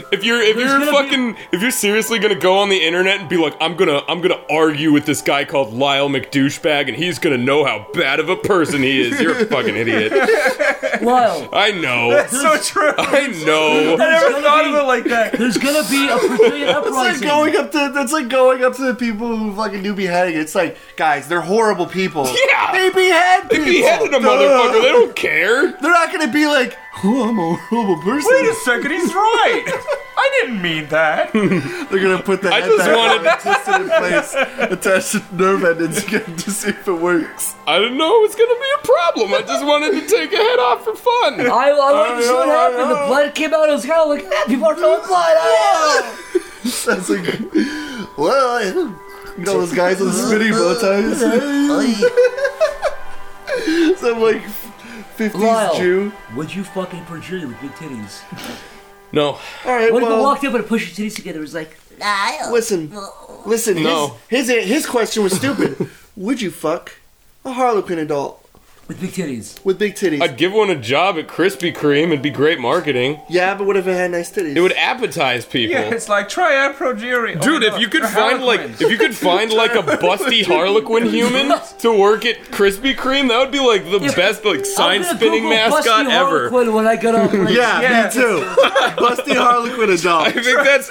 S1: if you're if
S2: There's
S1: you're
S2: gonna
S1: fucking if you're seriously gonna go on the internet and be like, I'm gonna I'm gonna argue with this guy called Lyle McDouchebag and he's gonna know how bad of a person he is. You're a fucking idiot.
S2: Lyle.
S1: I know.
S6: So true.
S1: I know.
S6: I never
S2: gonna
S6: thought of
S2: be-
S6: it like that.
S2: There's gonna be a Pajula
S3: It's like
S2: uprising.
S3: going up to that's like going up to the people who fucking do beheading. It's like, guys, they're horrible people.
S1: Yeah.
S3: They behead
S1: They
S3: people.
S1: beheaded a
S3: Duh.
S1: motherfucker. They don't care.
S3: They're not gonna be like, oh, I'm a horrible person.
S6: Wait a second, he's right. I didn't mean that.
S3: They're gonna put the
S1: I
S3: head
S1: just
S3: back
S1: wanted-
S3: on, just in place, attach the nerve endings again to see if it works.
S1: I didn't know it was gonna be a problem. I just wanted to take a head off for fun.
S2: I, I wanted to see what happened. The blood came out. I was kind of like, ah, people are throwing blood. Ah.
S3: That's like, well, I- you know those guys with spinning bow ties. Some like
S2: Lyle.
S3: fifties Jew.
S2: Would you fucking Pajula with big titties?
S1: No,
S3: All right,
S2: What if I
S3: well,
S2: walked up and pushed your titties together? It was like,
S9: Lyle.
S3: listen, listen.
S1: No.
S3: His, his his question was stupid. Would you fuck a Harlequin adult
S2: with big titties.
S3: with big titties?
S1: I'd give one a job at Krispy Kreme. It'd be great marketing.
S3: yeah, but what if it had nice titties?
S1: It would appetize people.
S6: Yeah, it's like try Oh out Progeria.
S1: Dude, if you could find like if you could find like a busty Harlequin human to work at Krispy Kreme, that would be like the
S2: Yeah.
S1: best like sign
S2: I'm gonna
S1: spinning
S2: Google
S1: mascot
S2: Busty
S1: ever.
S2: Harlequin when I get up. Like,
S3: yeah,
S6: Yeah.
S3: me too. Busty Harlequin adult.
S1: I think that's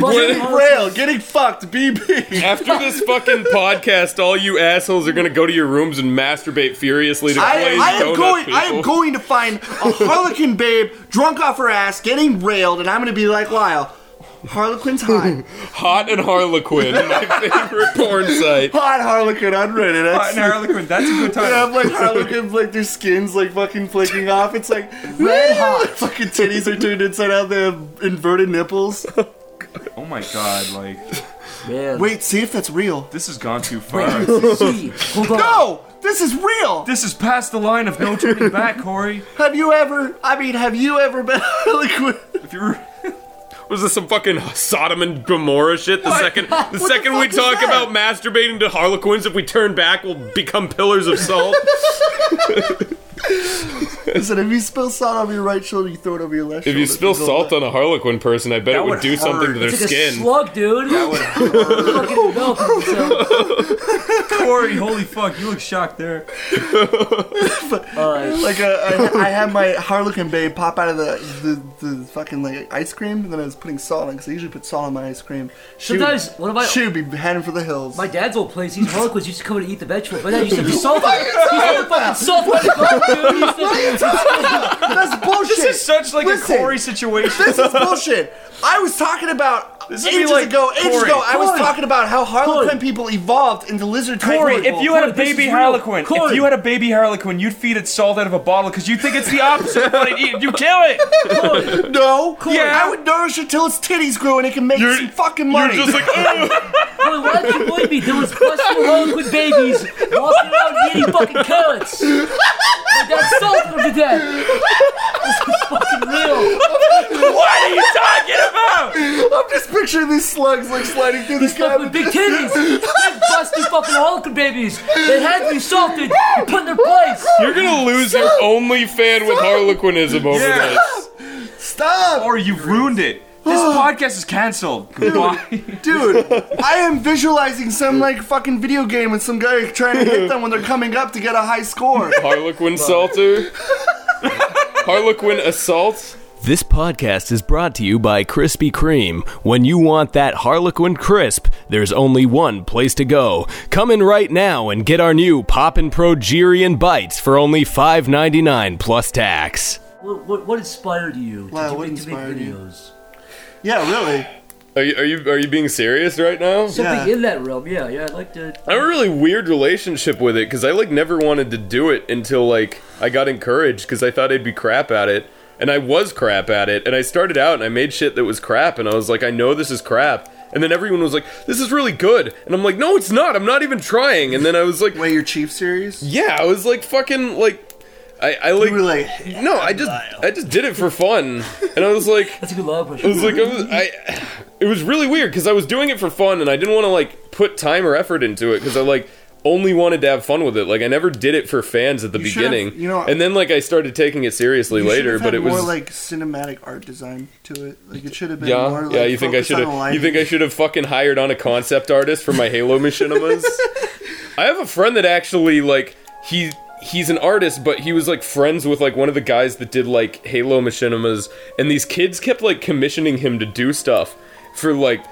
S1: when,
S2: Harlequin.
S3: Braille, getting fucked, BB.
S1: after this fucking podcast, all you assholes are gonna go to your rooms and masturbate furiously to
S3: I,
S1: Glazed
S3: I am
S1: donut
S3: going. I am
S1: people.
S3: going to find a harlequin babe drunk off her ass, getting railed, and I'm going to be like Lyle. Harlequin's hot.
S1: Hot and Harlequin, my favorite porn site.
S3: hot Harlequin on Reddit. That's,
S6: Martin Harlequin, that's a good
S3: and I'm
S6: time.
S3: like Harlequin, like their skins like fucking flaking off. It's like red hot. Fucking titties are turned inside out. They have inverted nipples.
S6: Oh my god, like
S2: Man.
S3: Wait, see if that's real.
S6: this has gone too far.
S2: See, hold on.
S3: No, this is real.
S6: This is past the line of no turning back, Corey.
S3: Have you ever? I mean, have you ever been Harlequin?
S6: If you were
S1: Was this some fucking Sodom and Gomorrah shit? The second, the second we
S3: fuck is
S1: talk
S3: that?
S1: about masturbating to Harlequins, if we turn back, we'll become pillars of salt.
S3: Listen, if you spill salt over your right shoulder, you throw it over your left
S1: If
S3: shoulder.
S1: you spill
S3: There's a
S1: salt on a Harlequin person, I bet it would,
S6: would
S1: do something to
S6: hurt.
S1: their
S2: It's like a
S1: skin.
S2: slug, dude. Fucking melted himself.
S6: Corey, holy fuck, you look shocked there.
S2: Uh,
S3: Like uh, I I had my Harlequin babe pop out of the, the, the fucking like ice cream, and then I was putting salt on because I usually put salt on my ice cream. She would-
S2: Sometimes one of my-
S3: she would be heading for the hills.
S2: My dad's old place, these harlequins used to come in and eat the vegetables. My dad used to be salt. He used to put fucking salt on the garlic, dude. He used to-
S3: That's bullshit.
S6: This is such like
S3: Oh, Listen.
S6: a Corey situation.
S3: This is bullshit. I was talking about
S6: This would be
S3: ages
S6: like
S3: ago. ages
S6: Corey.
S3: ago, I was
S2: Corey.
S3: talking about how
S2: Corey.
S3: Harlequin people evolved into lizard type
S6: Corey,
S3: people.
S6: if you had a
S2: Corey, this
S6: baby
S2: is real.
S6: harlequin, if
S2: Corey.
S6: you had a baby harlequin, you'd feed it salt out of a bottle because you think it's the opposite of what it eat. You kill it.
S3: no,
S6: Yeah.
S3: I would nourish it till its titties grew and it can make
S1: You're-
S3: some fucking money.
S1: You're just like, "Oh, "Ugh."
S2: Boy, why did you boy be doing busting around with babies, walking around and eating fucking carrots? My dad salted them to death. This is fucking real.
S6: what are you talking about?
S3: I'm just picturing these slugs like sliding through
S2: These
S3: the
S2: fucking
S3: cabin.
S2: big titties. Big busted fucking Hulk babies. They had to be salted and put in their place.
S1: you're gonna lose your only fan with Harlequinism over
S6: Yeah.
S1: this.
S3: Stop,
S6: Or you've ruined it. This podcast is canceled. Goodbye.
S3: dude. I am visualizing some like fucking video game with some guy trying to hit them when they're coming up to get a high score.
S1: Harlequin Salter? Harlequin Assault?
S12: This podcast is brought to you by Krispy Kreme. When you want that Harlequin crisp, there's only one place to go. Come in right now and get our new Poppin' Progerian Bites for only $5.99 plus tax.
S2: What, what, what inspired you to,
S3: Wow,
S2: do-
S3: what
S2: to
S3: inspired
S2: make
S3: you?
S2: videos?
S3: Yeah, really.
S1: Are you, are you are you being serious right now?
S2: Something
S3: Yeah.
S2: in that realm, yeah, yeah. I'd like to.
S1: I have a really weird relationship with it because I like never wanted to do it until like I got encouraged because I thought I'd be crap at it, and I was crap at it. And I started out and I made shit that was crap, and I was like, I know this is crap. And then everyone was like, "This is really good," and I'm like, "No, it's not. I'm not even trying." And then I was like,
S3: Wait, your Chief series?
S1: "Yeah," I was like, "Fucking like." I, I like,
S3: were like,
S1: no I just I just did it for fun and I was like
S2: That's a good love
S1: it
S2: question.
S1: was like it was, I, it was really weird because I was doing it for fun and I didn't want to like put time or effort into it because I like only wanted to have fun with it. Like I never did it for fans at the
S3: You should have-
S1: beginning.
S3: you know-
S1: and then like I started taking it seriously
S3: You should
S1: later,
S3: have
S1: but
S3: had
S1: it was
S3: more like cinematic art design to it. Like it should have been
S1: yeah,
S3: more. Like,
S1: yeah. You think I should have? You think I should have fucking hired on a concept artist for my Halo machinimas? I have a friend that actually like he he's an artist, but he was like friends with like one of the guys that did like Halo machinimas, and these kids kept like commissioning him to do stuff for like.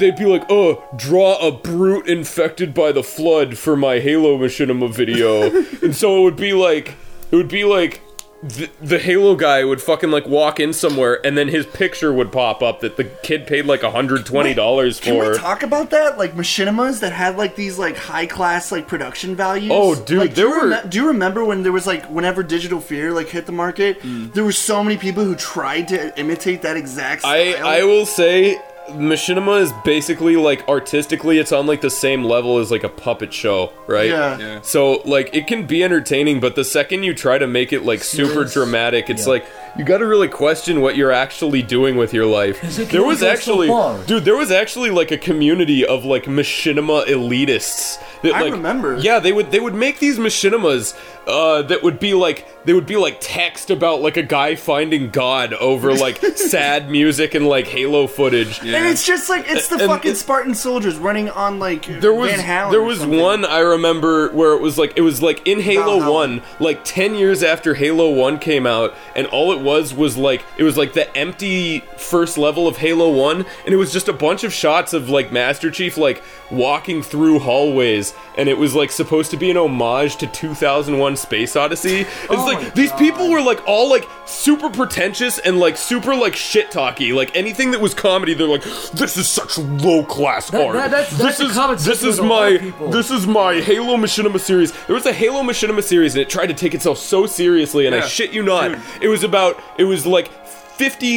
S1: They'd be like, "Oh, draw a brute infected by the flood for my Halo machinima video," and so it would be like, it would be like the, the Halo guy would fucking like walk in somewhere, and then his picture would pop up that the kid paid like hundred twenty dollars
S3: Can
S1: for.
S3: we talk about that? Like machinimas that had like these like high class like production values.
S1: Oh, dude,
S3: Like,
S1: there
S3: do you
S1: were-
S3: remem- do you remember when there was like whenever Digital Fear like hit the market,
S1: Hmm.
S3: there were so many people who tried to imitate that exact.
S1: I
S3: style?
S1: I will say, Machinima is basically like artistically, it's on like the same level as like a puppet show, right?
S3: Yeah.
S6: Yeah.
S1: So like it can be entertaining, but the second you try to make it like super
S2: Serious.
S1: dramatic, it's
S2: Yeah.
S1: like you got to really question what you're actually doing with your life.
S2: it can
S1: There
S2: only
S1: was
S2: go so
S1: actually,
S2: far.
S1: dude, there was actually like a community of like machinima elitists. That,
S3: I
S1: like,
S3: remember.
S1: Yeah, they would they would make these machinimas uh, that would be like they would be like text about like a guy finding God over like sad music and like Halo footage.
S3: And it's just like it's the
S1: And-
S3: fucking Spartan soldiers running on like
S1: There was
S3: Van Halen
S1: there
S3: or
S1: was
S3: something.
S1: one I remember where it was like it was like in Halo
S3: Valhalla.
S1: One, like ten years after Halo One came out, and all it was was like it was like the empty first level of Halo One, and it was just a bunch of shots of like Master Chief like walking through hallways, and it was like supposed to be an homage to 2001: Space Odyssey. It's
S3: Oh
S1: like these people were like all like super pretentious and like super like shit talky, like anything that was comedy, they're like, this is such low class
S2: That-
S1: art.
S2: that- that's-
S1: this
S2: that's a
S1: is
S2: common
S1: this
S2: sentiment
S1: is
S2: of a lot
S1: my
S2: of people.
S1: this is my Halo Machinima series. There was a Halo Machinima series and it tried to take itself so seriously, and I
S6: Yeah,
S1: shit you not,
S6: dude.
S1: it was about it was like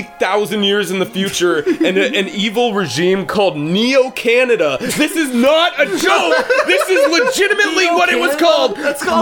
S1: 50,000 years in the future and a, an evil regime called Neo Canada. This is not a joke. This is legitimately what it was called.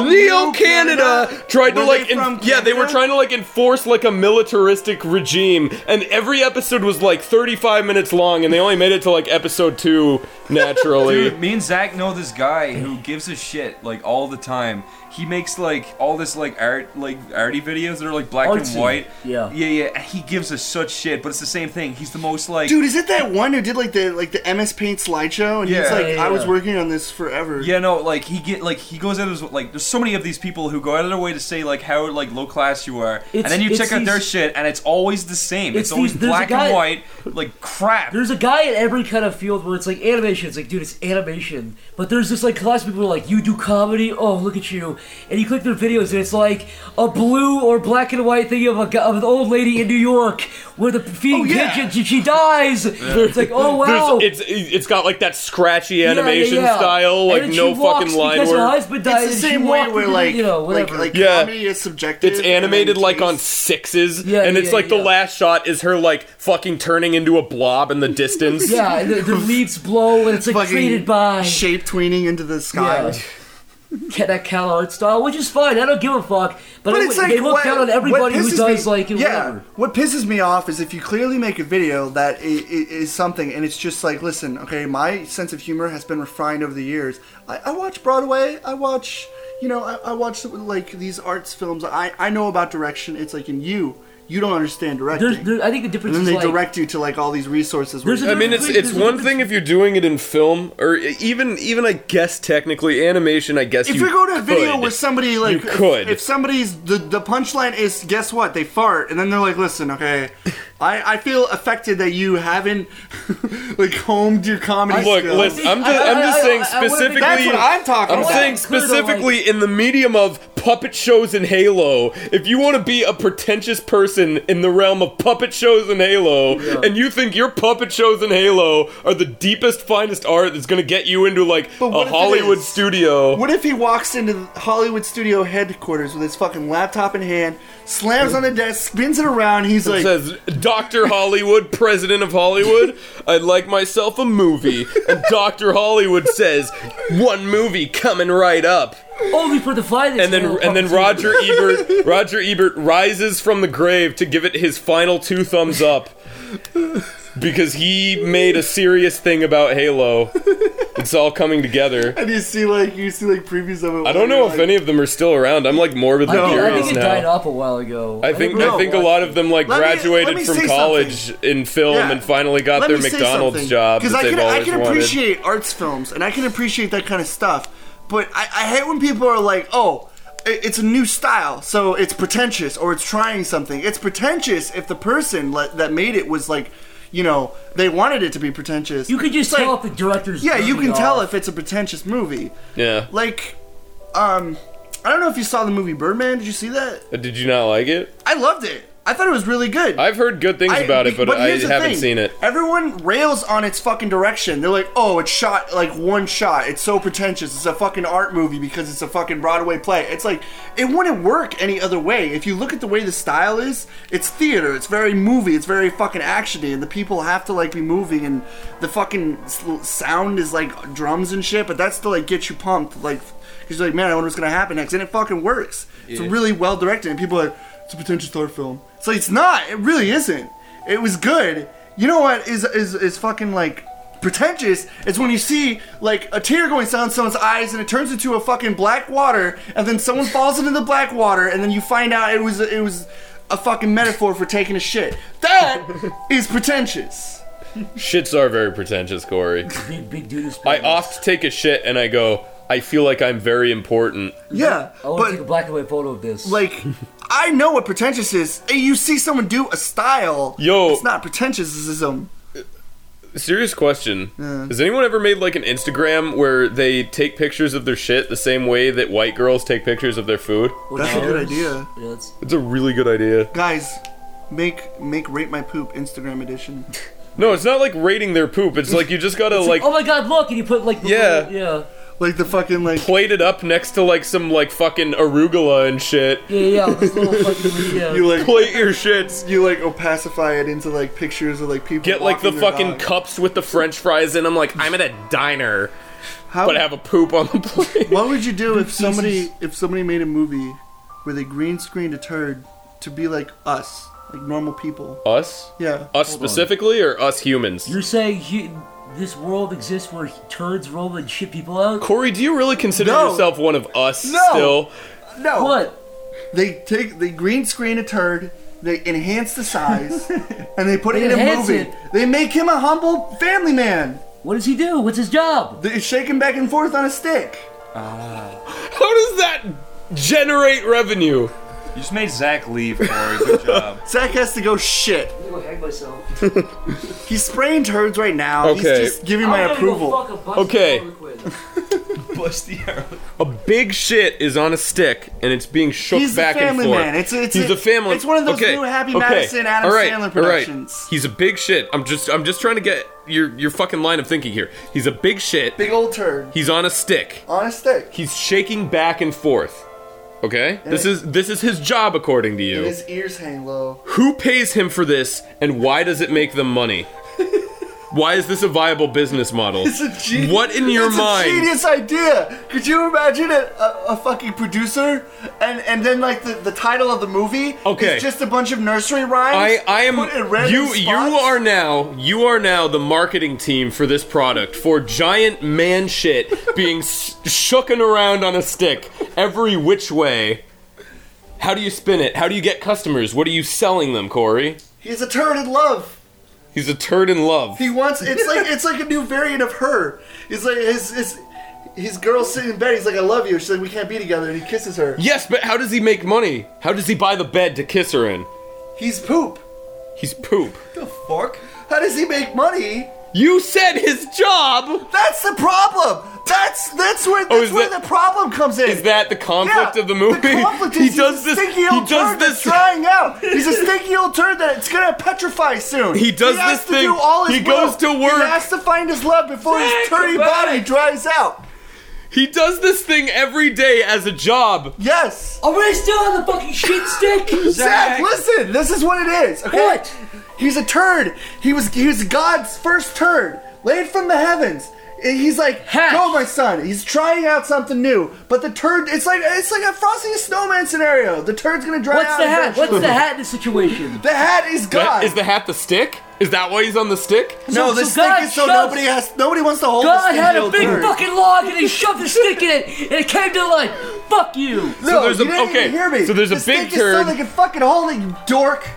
S1: Neo Canada tried to like en- yeah, they were trying to like enforce like a militaristic regime and every episode was like 35 minutes long and they only made it to like episode 2 naturally.
S6: Dude, me and Zach know this guy who gives a shit like all the time. He makes like all this like art like arty videos that are like black and
S2: Artsy,
S6: white.
S2: yeah.
S6: Yeah, yeah. and He gives us such shit, but it's the same thing. He's the most like
S3: Dude, is it that one who did like the like the MS Paint slideshow? And he's
S6: Yeah.
S3: like,
S6: Yeah,
S2: yeah,
S3: I was
S2: yeah.
S3: working on this forever.
S6: Yeah, no, like he get like he goes out as like there's so many of these people who go out of their way to say like how like low class you are, and
S2: It's-
S6: then you
S2: it's
S6: check out their
S2: these-
S6: shit and it's always the same. It's,
S2: it's
S6: always
S2: these- there's a
S6: black and
S2: guy-
S6: white, like crap.
S2: There's a guy in every kind of field where it's like animation. It's like, dude, it's animation. But there's this like class of people who are like, you do comedy? Oh, look at you. And you click their videos and it's like a blue or black and white thing of, a, gu- of an old lady in New York where the feeding
S3: Oh, yeah.
S2: pigeons and she dies. It's like, oh, wow.
S1: There's, it's it's got like that scratchy
S2: Yeah, yeah,
S1: animation
S2: yeah.
S1: style, like
S2: and then
S1: no
S2: she walks
S1: fucking line
S2: because her
S1: work.
S2: husband died
S3: It's the
S2: and she
S3: same way
S2: walked
S3: where
S2: because,
S3: like
S2: you know,
S3: like
S2: whatever.
S3: like
S1: Yeah.
S3: comedy is subjective.
S1: It's
S3: and then
S1: animated like on
S3: taste.
S1: sixes,
S2: Yeah,
S1: and it's
S2: yeah,
S1: like the
S2: yeah.
S1: last shot is her like fucking turning into a blob in the distance.
S2: yeah, and the, the leaves blow and it's like
S3: Fucking
S2: treated by
S3: shape tweening into the sky.
S2: Yeah. Get that Cal Art style, which is fine. I don't give a fuck. But,
S3: But
S2: it-
S3: it's like
S2: they look
S3: what-
S2: down on
S3: what
S2: everybody who
S3: pisses
S2: does
S3: me-
S2: like it,
S3: yeah.
S2: whatever.
S13: What pisses me off is if you clearly make a video that i- i- is something, and it's just like, listen, okay, my sense of humor has been refined over the years. I, I watch Broadway. I watch, you know, I, I watch like these arts films. I I know about direction. It's like, and you, you don't understand directing.
S2: There's, there, I think the
S13: and
S2: difference
S13: then
S2: is
S13: they
S2: like
S13: direct you to like all these resources. Where
S2: There's
S13: you
S2: a
S1: I mean, it's it's one thing if you're doing it in film, or e, even even I guess technically animation. I guess
S3: If
S1: you
S3: you go to a video
S1: could.
S3: where somebody like
S1: You
S3: if-
S1: could.
S3: If, somebody's the the punchline is guess what they fart and then they're like listen okay I, I feel affected that you haven't like homed your comedy
S1: Look,
S3: skills.
S1: listen, I'm
S2: I-
S1: just,
S2: I-
S1: I'm just
S2: I-
S1: saying
S2: I- I wanna be-
S1: specifically.
S3: that's what I'm talking
S1: I'm
S3: about.
S1: saying
S2: Clear the
S1: specifically in the medium of puppet shows and Halo. If you want to be a pretentious person in the realm of puppet shows and Halo, and you think your puppet shows and Halo are the deepest, finest art that's going to get you into like
S3: But what
S1: a
S3: if it
S1: Hollywood
S3: is?
S1: studio,
S3: What if he walks into the Hollywood studio headquarters with his fucking laptop in hand, slams on the desk, spins it around, he's like,
S1: says Doctor Hollywood, President of Hollywood, I'd like myself a movie, and Doctor Hollywood says one movie coming right up.
S2: only for the finest.
S1: and then
S2: little
S1: and then
S2: puppets.
S1: Roger Ebert Roger Ebert rises from the grave to give it his final two thumbs up because he made a serious thing about Halo. It's all coming together.
S3: and you see like you see like previews of it.
S1: I don't know if any of them are still around. I'm like morbidly
S2: I think, I
S1: curious
S2: think it died
S1: now.
S2: off a while ago.
S1: I think
S2: never
S1: I think a
S2: watched
S1: lot
S2: it.
S1: of them like
S3: Let me- let
S1: graduated
S3: me
S1: from
S3: say
S1: college in film
S3: Yeah.
S1: and finally got
S3: Let
S1: their
S3: me say
S1: McDonald's
S3: something,
S1: job that
S3: I
S1: they've
S3: can, I
S1: always
S3: can
S1: wanted.
S3: appreciate arts films and I can appreciate that kind of stuff, but I, I hate when people are like, oh. i- It's a new style, so it's pretentious, or it's trying something. It's pretentious if the person le- that made it was like, you know, they wanted it to be pretentious.
S2: You could just
S3: It's
S2: tell
S3: like-
S2: if the director's.
S3: yeah, you
S2: dirty
S3: can tell
S2: off.
S3: if it's a pretentious movie.
S1: yeah.
S3: Like, um, I don't know if you saw the movie Birdman. Did you see that?
S1: Uh, Did you not like it?
S3: I loved it. I thought it was really good.
S1: I've heard good things
S3: I-
S1: about it, but, I
S3: here's the
S1: haven't
S3: thing.
S1: seen it.
S3: Everyone rails on its fucking direction. They're like, "Oh, it's shot like one shot. It's so pretentious. It's a fucking art movie because it's a fucking Broadway play." It's like it wouldn't work any other way. If you look at the way the style is, it's theater. It's very movie. It's very fucking actiony, and the people have to like be moving, and the fucking s- sound is like drums and shit. But that's to like get you pumped, like because you're like, "Man, I wonder what's gonna happen next," and it fucking works. It's really well directed, and people are. like, It's a pretentious art film. It's like it's not. It really isn't. It was good. You know what is is is fucking like pretentious? It's when you see like a tear going down someone's eyes and it turns into a fucking black water, and then someone falls into the black water, and then you find out it was it was a fucking metaphor for taking a shit. That is pretentious.
S1: Shits are very pretentious, Corey.
S2: big, big dude is.
S1: I oft take a shit and I go, I feel like I'm very important.
S3: Yeah,
S2: I want to
S3: but
S2: take a black and white photo of this.
S3: like. I know what pretentious is. And You see someone do a style.
S1: Yo.
S3: it's not pretentiousism.
S1: Serious question. Has anyone ever made like an Instagram where they take pictures of their shit the same way that white girls take pictures of their food?
S2: What
S3: That's a good
S2: colors?
S3: idea.
S2: Yeah, that's-
S1: It's a really good idea.
S3: Guys, make make rate my poop Instagram edition.
S1: No, it's not like rating their poop. It's like you just gotta like
S2: oh my god, look! And you put like the
S1: Yeah.
S2: little- yeah.
S3: Like the fucking like
S1: plated up next to like some like fucking arugula and shit.
S2: Yeah, yeah, this little fucking yeah.
S3: you like
S1: Plate your shits.
S3: you like opacify it into like pictures of like people.
S1: Get like the
S3: walking their
S1: fucking
S3: dog.
S1: cups with the French fries in. I'm like, I'm at a diner,
S3: How,
S1: but I have a poop on the plate.
S3: what would you do if somebody if somebody made a movie where they green screened a turd to be like us, like normal people?
S1: Us?
S3: Yeah.
S1: Us specifically, or us humans?
S2: You're saying hu- this world exists where turds roll and shit people out?
S1: Corey, do you really consider
S3: No.
S1: yourself one of us
S3: No.
S1: still?
S3: No.
S2: What?
S3: They take they green screen a turd. They enhance the size, and they put
S2: They
S3: it in a
S2: enhance
S3: movie.
S2: it.
S3: They make him a humble family man.
S2: What does he do? What's his job?
S3: They shake him back and forth on a stick.
S1: How does that generate revenue?
S6: You just made Zach leave, Corey. Good job.
S3: Zach has to go shit.
S2: I'm gonna hang myself.
S3: He's spraying turds right now.
S1: Okay.
S3: He's just giving my approval.
S1: Okay.
S6: Bless the arrow.
S1: A big shit is on a stick and it's being shook
S3: He's a
S1: back
S3: family
S1: and forth.
S3: man. It's- it's-
S1: He's a family.
S3: it's one of those
S1: okay.
S3: new Happy
S1: okay.
S3: Madison, Adam
S1: all right.
S3: Sandler
S1: all right.
S3: productions.
S1: He's a big shit. I'm just I'm just trying to get your your fucking line of thinking here. He's a big shit.
S3: Big old turd
S1: He's on a stick.
S3: on a stick.
S1: He's shaking back and forth. Okay? This is this is his job according to you.
S3: His ears hang low.
S1: Who pays him for this and why does it make them money? why is this a viable business model?
S3: It's a genius.
S1: What in your
S3: it's
S1: mind?
S3: A genius idea. Could you imagine a, a, a fucking producer and and then like the, the title of the movie
S1: Okay.
S3: is just a bunch of nursery rhymes.
S1: I, I am
S3: put in random
S1: you you
S3: spots?
S1: are now you are now the marketing team for this product for giant man shit being s- shooken around on a stick every which way. How do you spin it? How do you get customers? What are you selling them, Corey?
S3: He's a turd in love.
S1: He's a turd in love.
S3: He wants. It's like it's like a new variant of her. It's like his his his girl sitting in bed. He's like, I love you. She's like, we can't be together. And he kisses her.
S1: Yes, but how does he make money? How does he buy the bed to kiss her in?
S3: He's poop.
S1: He's poop.
S3: Fuck. How does he make money?
S1: You said his job.
S3: That's the problem. That's that's where that's
S1: Oh, is
S3: where
S1: that-
S3: the problem comes in.
S1: Is that the conflict
S3: Yeah,
S1: of the movie?
S3: The conflict is
S1: he
S3: he's
S1: does
S3: a
S1: this.
S3: Stinky
S1: He
S3: old
S1: does
S3: turd that's
S1: this.
S3: Drying out. He's a stinky old turd that it's gonna petrify soon.
S1: He does
S3: has
S1: this
S3: to
S1: thing.
S3: Do all his
S1: He goes
S3: will.
S1: to work.
S3: He has to find his love before his
S1: Zach,
S3: turdy
S1: come back.
S3: body dries out.
S1: He does this thing every day as a job.
S3: Yes.
S2: Are we still on the fucking shit stick?
S3: Zach, listen. This is what it is. Okay.
S2: What?
S3: He's a turd. He was he was God's first turd, laid from the heavens. And He's like,
S2: Hash.
S3: go, my son. He's trying out something new, but the turd. It's like it's like a Frosty the Snowman scenario. The turd's gonna dry
S2: What's
S3: out.
S2: the hat? What's
S3: eventually.
S2: the hat in this situation?
S3: The hat is God.
S1: That, is the hat the stick? Is that why he's on the stick?
S3: No,
S2: So-
S3: this
S2: so
S3: stick
S2: God
S3: is so
S2: shoves-
S3: nobody has nobody wants to hold.
S2: God
S3: this
S2: had a
S3: little
S2: big
S3: turd.
S2: fucking log and he shoved the stick in it and it came to life. Fuck you.
S3: No,
S1: there's
S3: you
S1: a-
S3: didn't
S1: okay,
S3: even hear me.
S1: so there's a
S3: This
S1: big
S3: stick is so
S1: turd.
S3: they can fucking hold it, you dork.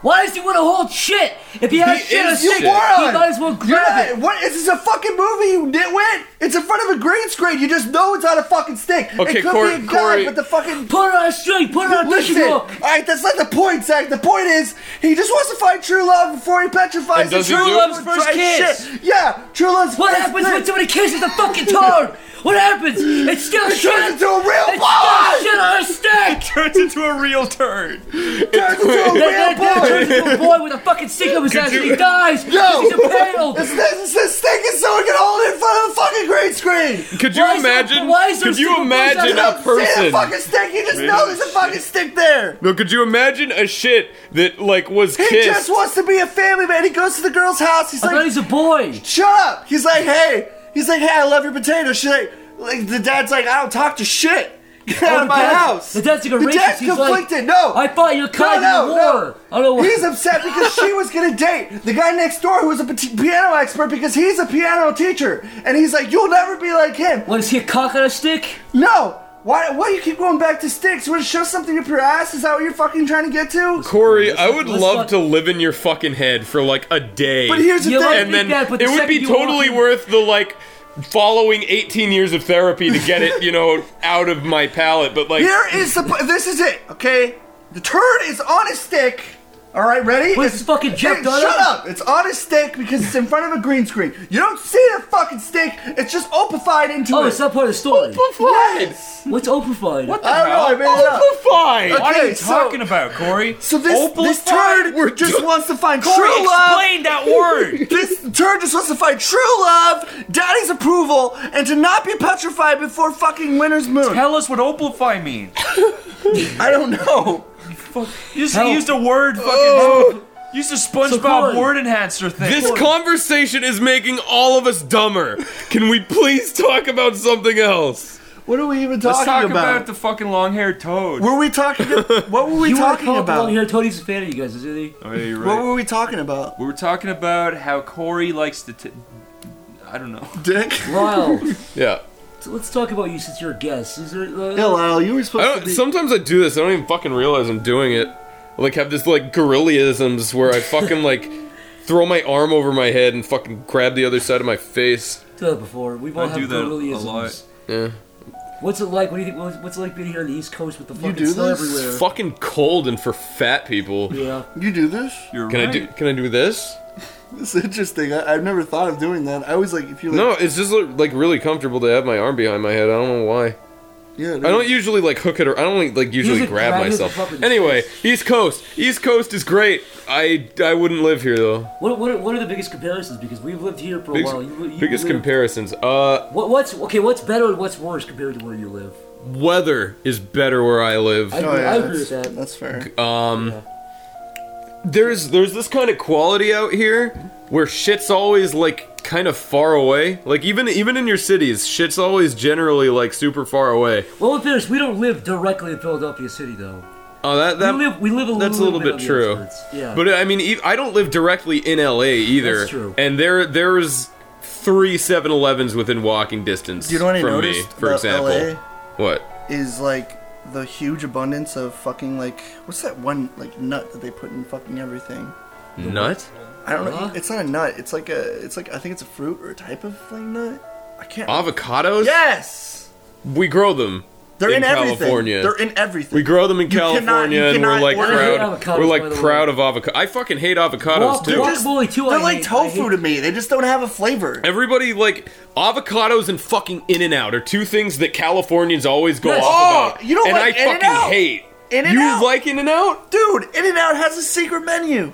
S2: Why does he want to hold shit? If he has
S1: He
S2: shit, a
S1: is shit.
S2: stick,
S1: You
S2: he might as well
S3: You're
S2: grab
S3: not-
S2: it.
S3: What? This is a fucking movie, you nitwit. It's in front of a green screen. You just know it's on a fucking stick.
S1: Okay,
S3: it could
S1: Corey-
S3: be a god,
S1: Corey-
S3: but the fucking.
S2: Put it on a string. Put it on a
S3: Listen,
S2: fishing
S3: all
S2: hook.
S3: right, that's not the point, Zach. The point is he just wants to find true love before he petrifies.
S1: And does he
S3: true
S1: do it?
S3: love's first
S2: Right,
S3: kiss.
S2: shit.
S3: Yeah, true love's
S2: What
S3: first
S2: happens
S3: kiss.
S2: when somebody kisses the fucking turd? What happens? It's still
S3: It
S2: shit.
S3: turns into a real
S2: it's
S3: boy!
S2: still shit on a stick.
S6: Turns into a real turd.
S3: Turns into a
S2: That, that, that
S3: real boy.
S2: turns into a boy with a fucking stick up his ass and he dies.
S3: No!
S2: He's impaled.
S3: It's, it's, it's stinking so we can hold it in front of the fucking green screen!
S1: Could you
S2: Why is there-
S1: imagine?
S2: why is there
S1: could you
S2: single boys out
S1: imagine
S2: there?
S1: a
S2: See
S3: See the fucking
S1: person?
S3: stick? You just know there's a fucking stick there!
S1: No, could you imagine a shit that like was
S3: He
S1: kissed?
S3: just wants to be a family man. He goes to the girl's house. He's
S2: I thought
S3: like,
S2: he's a boy.
S3: shut up! He's like, hey! He's like, hey, I love your potatoes. She's like, like the dad's like, I don't talk to shit! Get out
S2: Oh,
S3: of
S2: the
S3: my
S2: dad-
S3: house!
S2: The dad's like a
S3: The
S2: racist.
S3: dad's
S2: He's
S3: conflicted,
S2: Like,
S3: no.
S2: I thought you were kind
S3: no,
S2: of
S3: no.
S2: war. I don't know.
S3: He's upset because she was gonna date the guy next door who was a p- piano expert because he's a piano teacher, and he's like, "You'll never be like him."
S2: What is he a cock on a stick?
S3: No! Why, why you keep going back to sticks? You want to shove something up your ass? Is that what you're fucking trying to get to?
S1: Corey, I would
S2: let's
S1: love
S2: not-
S1: to live in your fucking head for like a day.
S3: But here's the
S2: You
S3: thing.
S2: like
S1: and then
S2: that, but the
S1: it would
S2: second
S1: be
S2: you
S1: totally
S2: walk in-
S1: worth the like following 18 years of therapy to get it, you know, out of my palate. But like,
S3: Here is the. po- This is it, okay? The turd is on a stick. Alright, ready?
S2: What is this, fucking Jeff
S3: Hey,
S2: Dunham?
S3: Shut up! It's on a stick because it's in front of a green screen. You don't see the fucking stick, it's just opified into
S2: Oh,
S3: it.
S2: it's not part of the story.
S3: Yes.
S2: What's opified? What
S3: I don't know, I made it up.
S1: fine.
S3: Okay,
S6: What are you
S3: so-
S6: talking about, Corey?
S3: So this, this
S6: Opalify?
S3: turd just wants to find
S6: Corey,
S3: true love.
S6: explain that word.
S3: This Turd just wants to find true love, daddy's approval, and to not be petrified before fucking winter's moon.
S6: Tell us what Oplify means.
S3: I don't know.
S6: You just
S2: Hell.
S6: used a word fucking.
S3: Oh.
S6: You used a SpongeBob
S2: Corey,
S6: word enhancer thing.
S1: This conversation is making all of us dumber. Can we please talk about something else?
S3: What are we even talking
S6: Let's talk
S3: about?
S6: about, the fucking long haired toad.
S3: were we talking? What were we
S2: You want to
S3: talking
S2: call
S3: about?
S2: long hair Tony's a fan of you guys, isn't he?
S6: Oh, yeah, you're
S3: What
S6: right.
S3: were we talking about?
S6: We were talking about how Corey likes to. T- I don't know.
S3: Dick?
S2: Lyle,
S1: Yeah.
S2: so let's talk about you since you're a guest. Is there? Uh,
S3: Yeah, Lyle, you were
S1: I
S3: supposed to
S1: don't,
S3: be.
S1: sometimes I do this. I don't even fucking realize I'm doing it. I, Like have this like gorillisms where I fucking like throw my arm over my head and fucking grab the other side of my face.
S2: done that before. We've all
S6: I do
S2: had
S6: that a
S2: gorillisms.
S6: lot.
S1: Yeah.
S2: What's it like? What do you think? What's what's it like being here on the East Coast with the fucking
S3: do
S2: snow
S3: this?
S2: everywhere?
S1: Fucking cold and for fat people.
S2: yeah.
S3: You do this?
S6: You're
S1: Can
S6: right.
S1: I do? Can I do this?
S3: It's interesting. I, I've never thought of doing that. I always like if you like,
S1: No, it's just like really comfortable to have my arm behind my head. I don't know why.
S3: yeah.
S1: I don't e- usually like hook it or I don't like, like usually
S2: Usually
S1: grab
S2: grab it with the
S1: myself.
S2: fucking-
S1: Anyway, East Coast. East Coast is great. I I wouldn't live here though.
S2: What, what, are- what are the biggest comparisons? Because we've lived here for a
S1: Biggest,
S2: while. Oh, You, you
S1: biggest
S2: live-
S1: comparisons. Uh,
S2: What, what's okay? What's better and what's worse compared to where you live?
S1: weather is better where I live.
S2: I,
S3: Oh,
S2: agree-
S3: yeah,
S2: I agree with
S3: that's-
S2: that.
S3: That's fair.
S1: there's there's this kind of quality out here where shit's always like kind of far away. Like even even in your cities, shit's always generally like super far away.
S2: Well, in fairness, we don't live directly in Philadelphia city though.
S1: Oh, that that
S2: we live we live a
S1: that's a
S2: little,
S1: little bit
S2: on the
S1: true.
S2: outskirts. Yeah.
S1: But I mean, e- I don't live directly in LA either.
S2: That's true.
S1: And there, there's three 7-Elevens within walking distance
S3: You know what I
S1: from me,
S3: noticed
S1: for
S3: about
S1: example.
S3: LA?
S1: What?
S3: Is like the huge abundance of fucking like what's that one like nut that they put in fucking everything?
S1: Nut?
S3: I don't
S2: Huh?
S3: know. It's not a nut. It's like a. It's like I think it's a fruit or a type of like nut. I can't.
S1: Avocados?
S3: yes,
S1: We grow them.
S3: they're
S1: In
S3: in, everything.
S1: California.
S3: They're in everything.
S1: We grow them in
S3: You cannot-
S1: California,
S3: you
S1: and we're
S3: cannot
S1: like
S3: order-
S2: I
S1: proud.
S2: hate avocados,
S1: we're
S2: by
S1: like
S2: the way.
S1: proud of avocado. I fucking hate avocados
S2: Well,
S1: too.
S2: well- Guacamole, too, I
S3: They're like
S2: hate. I
S3: tofu
S2: hate-
S3: to me. They just don't have a flavor.
S1: Everybody like avocados and fucking In and Out are two things that Californians always go
S2: Yes.
S1: off
S3: Oh,
S1: about.
S3: you don't
S1: and
S3: like
S1: I
S3: In-N-Out.
S1: fucking hate.
S3: In-N-Out.
S1: You like In and Out?
S3: Dude, In and Out has a secret menu.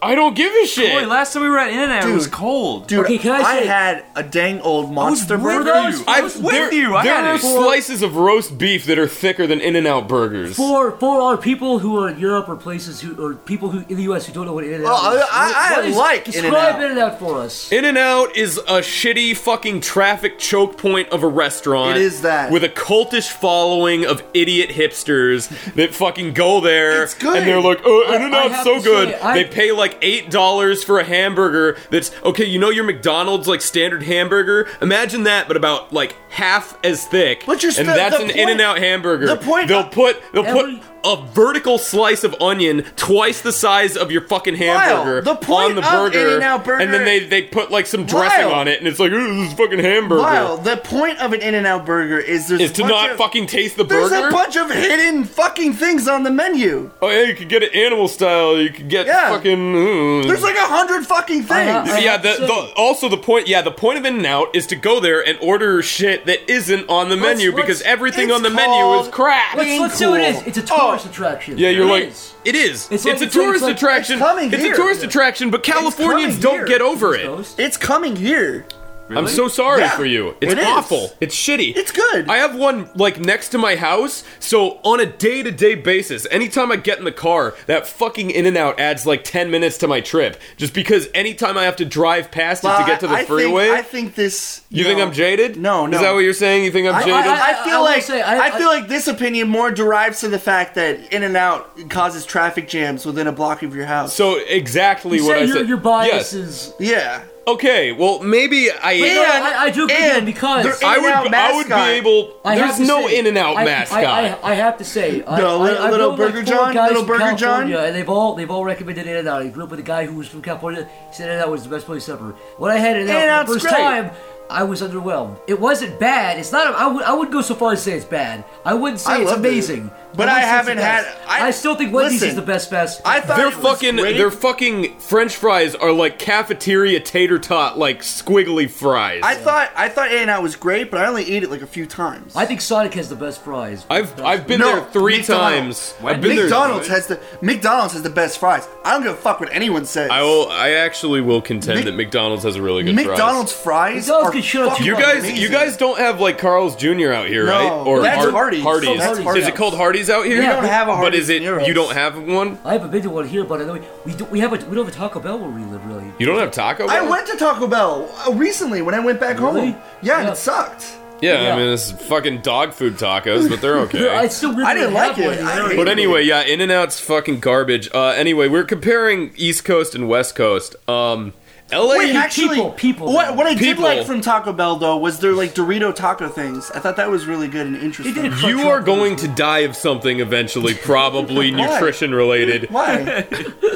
S1: I don't give a shit.
S6: Boy, last time we were at In and Out, it was
S3: Dude.
S6: cold.
S3: Dude,
S2: Okay, can I
S3: I,
S2: say-
S3: had a dang old
S6: was
S3: monster
S6: with
S3: burger.
S6: you.
S1: I've-
S6: I was with
S1: there,
S6: you. I
S1: there
S6: had
S1: are
S6: it.
S1: slices of roast beef that are thicker than In-N-Out burgers.
S2: For for our people who are in Europe or places who or people who in the U.S. who don't know what In-N-Out
S3: Oh,
S2: is,
S3: I- I-
S2: what
S3: I
S2: is-
S3: like
S2: describe
S3: In-N-Out.
S2: In-N-Out for us.
S1: In-N-Out is a shitty fucking traffic choke point of a restaurant.
S3: It is that.
S1: with a cultish following of idiot hipsters that fucking go there
S3: It's good.
S1: and they're like, "Oh,
S2: I
S1: In-N-Out's
S2: have
S1: so
S2: to
S1: good."
S2: say, I-
S1: they pay like eight dollars for a hamburger. That's okay. You know your McDonald's like standard hamburger. Imagine that, but about like half as thick.
S3: But you're
S1: and
S3: still-
S1: that's
S3: the
S1: an
S3: point-
S1: In-N-Out hamburger.
S3: the point-
S1: they'll put they'll
S2: Every-
S1: put a vertical slice of onion twice the size of your fucking hamburger
S3: the point
S1: on the
S3: of
S1: burger,
S3: In-N-Out burger-
S1: and then they they put like some dressing
S3: Lyle.
S1: on it, and it's like "Ooh, this is fucking hamburger.
S3: Wow, the point of an In and Out burger is there's
S1: Is
S3: a
S1: to
S3: bunch
S1: not
S3: of-
S1: fucking taste the
S3: There's
S1: burger.
S3: a bunch of hidden fucking things on the menu.
S1: oh yeah, you could get it animal style. You could get
S3: Yeah.
S1: fucking. mm.
S3: There's like a hundred fucking things.
S2: Uh-huh. I
S1: yeah,
S2: have
S1: the,
S2: to say-
S1: the, also the point. Yeah, the point of In and Out is to go there and order shit that isn't on the
S2: Let's-
S1: menu
S2: let's-
S1: because everything
S3: it's
S1: on the menu
S3: called-
S1: is crap.
S2: Let's, let's see what it is. It's a tourist
S3: Oh.
S2: attraction.
S1: Yeah, you're
S2: It
S1: like
S2: is.
S1: it is. It's,
S2: It's like-
S1: a
S2: it's like-
S1: tourist
S2: it's like-
S1: attraction.
S3: it's coming
S1: a
S3: here.
S1: tourist attraction, but Californians
S3: coming
S1: don't
S3: here.
S1: get over
S2: East
S1: it.
S2: Coast.
S3: It's coming here.
S1: I'm so sorry
S3: Yeah,
S1: for you. It's
S3: it is.
S1: awful. It's shitty.
S3: It's good.
S1: I have one like next to my house, so on a day-to-day basis, anytime I get in the car, that fucking in and out adds like 10 minutes to my trip just because anytime I have to drive past it
S3: Well,
S1: to get to the
S3: Uh, I- I think-
S1: freeway.
S3: I think this.
S1: you think
S3: know-
S1: I'm jaded?
S3: No, no.
S1: Is that what you're saying? You think I'm jaded?
S3: I,
S2: I-
S3: I
S2: I
S3: feel
S2: will
S3: like
S2: say, I-
S3: I, feel
S2: I-
S3: like this opinion more derives to the fact that In and Out causes traffic jams within a block of your house.
S1: so exactly
S2: You
S1: what
S2: said
S1: I
S2: your,
S1: said.
S2: your
S1: Yes.
S2: bias is.
S3: yeah,
S1: Okay. Well, maybe I
S2: No, I, I do agree with
S3: and
S2: you because
S3: there-
S1: I would
S3: In-N-Out
S1: I would be
S3: mascot.
S1: able
S2: I have
S1: There's
S2: to
S1: no
S2: say-
S1: in and out
S2: I- I-
S1: mascot.
S2: I, I, have to say, I,
S3: No,
S2: I, I've
S3: Little- Little
S2: known, like,
S3: Burger
S2: four
S3: John?
S2: guys
S3: Little
S2: from
S3: Burger John?
S2: California, and they've all they've all recommended In and Out. I grew up with a guy who was from California. He said In and Out was the best place ever. When I had In and Out
S3: In-N-Out's
S2: for the first
S3: great.
S2: time, I was underwhelmed. It wasn't bad. It's not. I would I would go so far as to say it's bad. I wouldn't say
S3: I
S2: it's
S3: loved it.
S2: amazing.
S3: But
S2: wouldn't say
S3: I
S2: it's the
S3: haven't had-
S2: best.
S3: I-
S2: I still think Wendy's
S3: listen,
S2: is the best fast.
S3: I thought
S1: they're
S3: it was
S1: fucking
S3: great.
S1: they're fucking French fries are like cafeteria tater tot, like squiggly fries.
S3: I thought I thought A and I was great, but I only ate it like a few times.
S2: I think Sonic has the best fries.
S1: I've I've been
S3: No,
S1: there three
S3: McDonald's.
S1: times. I've been
S3: McDonald's has the McDonald's has the best fries. I don't give a fuck what anyone says.
S1: there. I will. I actually will contend
S3: Mc-
S1: that McDonald's has a really good
S3: McDonald's fries.
S2: McDonald's
S3: are
S2: can shut up
S3: fucking
S2: your
S1: Fries. You
S2: Oh,
S1: guys,
S3: amazing.
S1: you guys don't have like Carl's Jr. out here,
S3: No,
S1: right?
S3: that's
S1: Har-
S3: Hardee's.
S1: Hardee's.
S3: That's Hardee's.
S1: Is it called Hardee's out here?
S2: Yeah, We don't
S3: have a
S1: But
S3: Hardee's
S1: is it?
S3: near us.
S1: You don't have one.
S2: I haven't been to one here, but I know we, we, do, we have a we don't have a Taco Bell where we live really.
S1: You don't have Taco. Bell?
S3: I went to Taco Bell uh, recently when I went back
S2: Really?
S3: home. Yeah, and
S2: Yeah.
S3: it sucked.
S1: Yeah,
S2: Yeah.
S1: I mean it's fucking dog food tacos, but they're okay.
S2: It's still weird
S3: I
S2: that
S3: didn't
S2: they
S3: like
S2: have
S3: it.
S2: one in
S3: I
S2: America.
S3: hate
S1: But anyway, yeah, In and Out's fucking garbage. Uh, anyway, we're comparing East Coast and West Coast. Um, LA.
S3: Wait, actually,
S2: people- people,
S3: What,
S2: though.
S3: what I did
S1: People.
S3: like from Taco Bell though was their like Dorito taco things. I thought that was really good and interesting.
S2: did a cr-
S1: you are going to die of something eventually, probably
S3: Why?
S1: nutrition related.
S3: Why?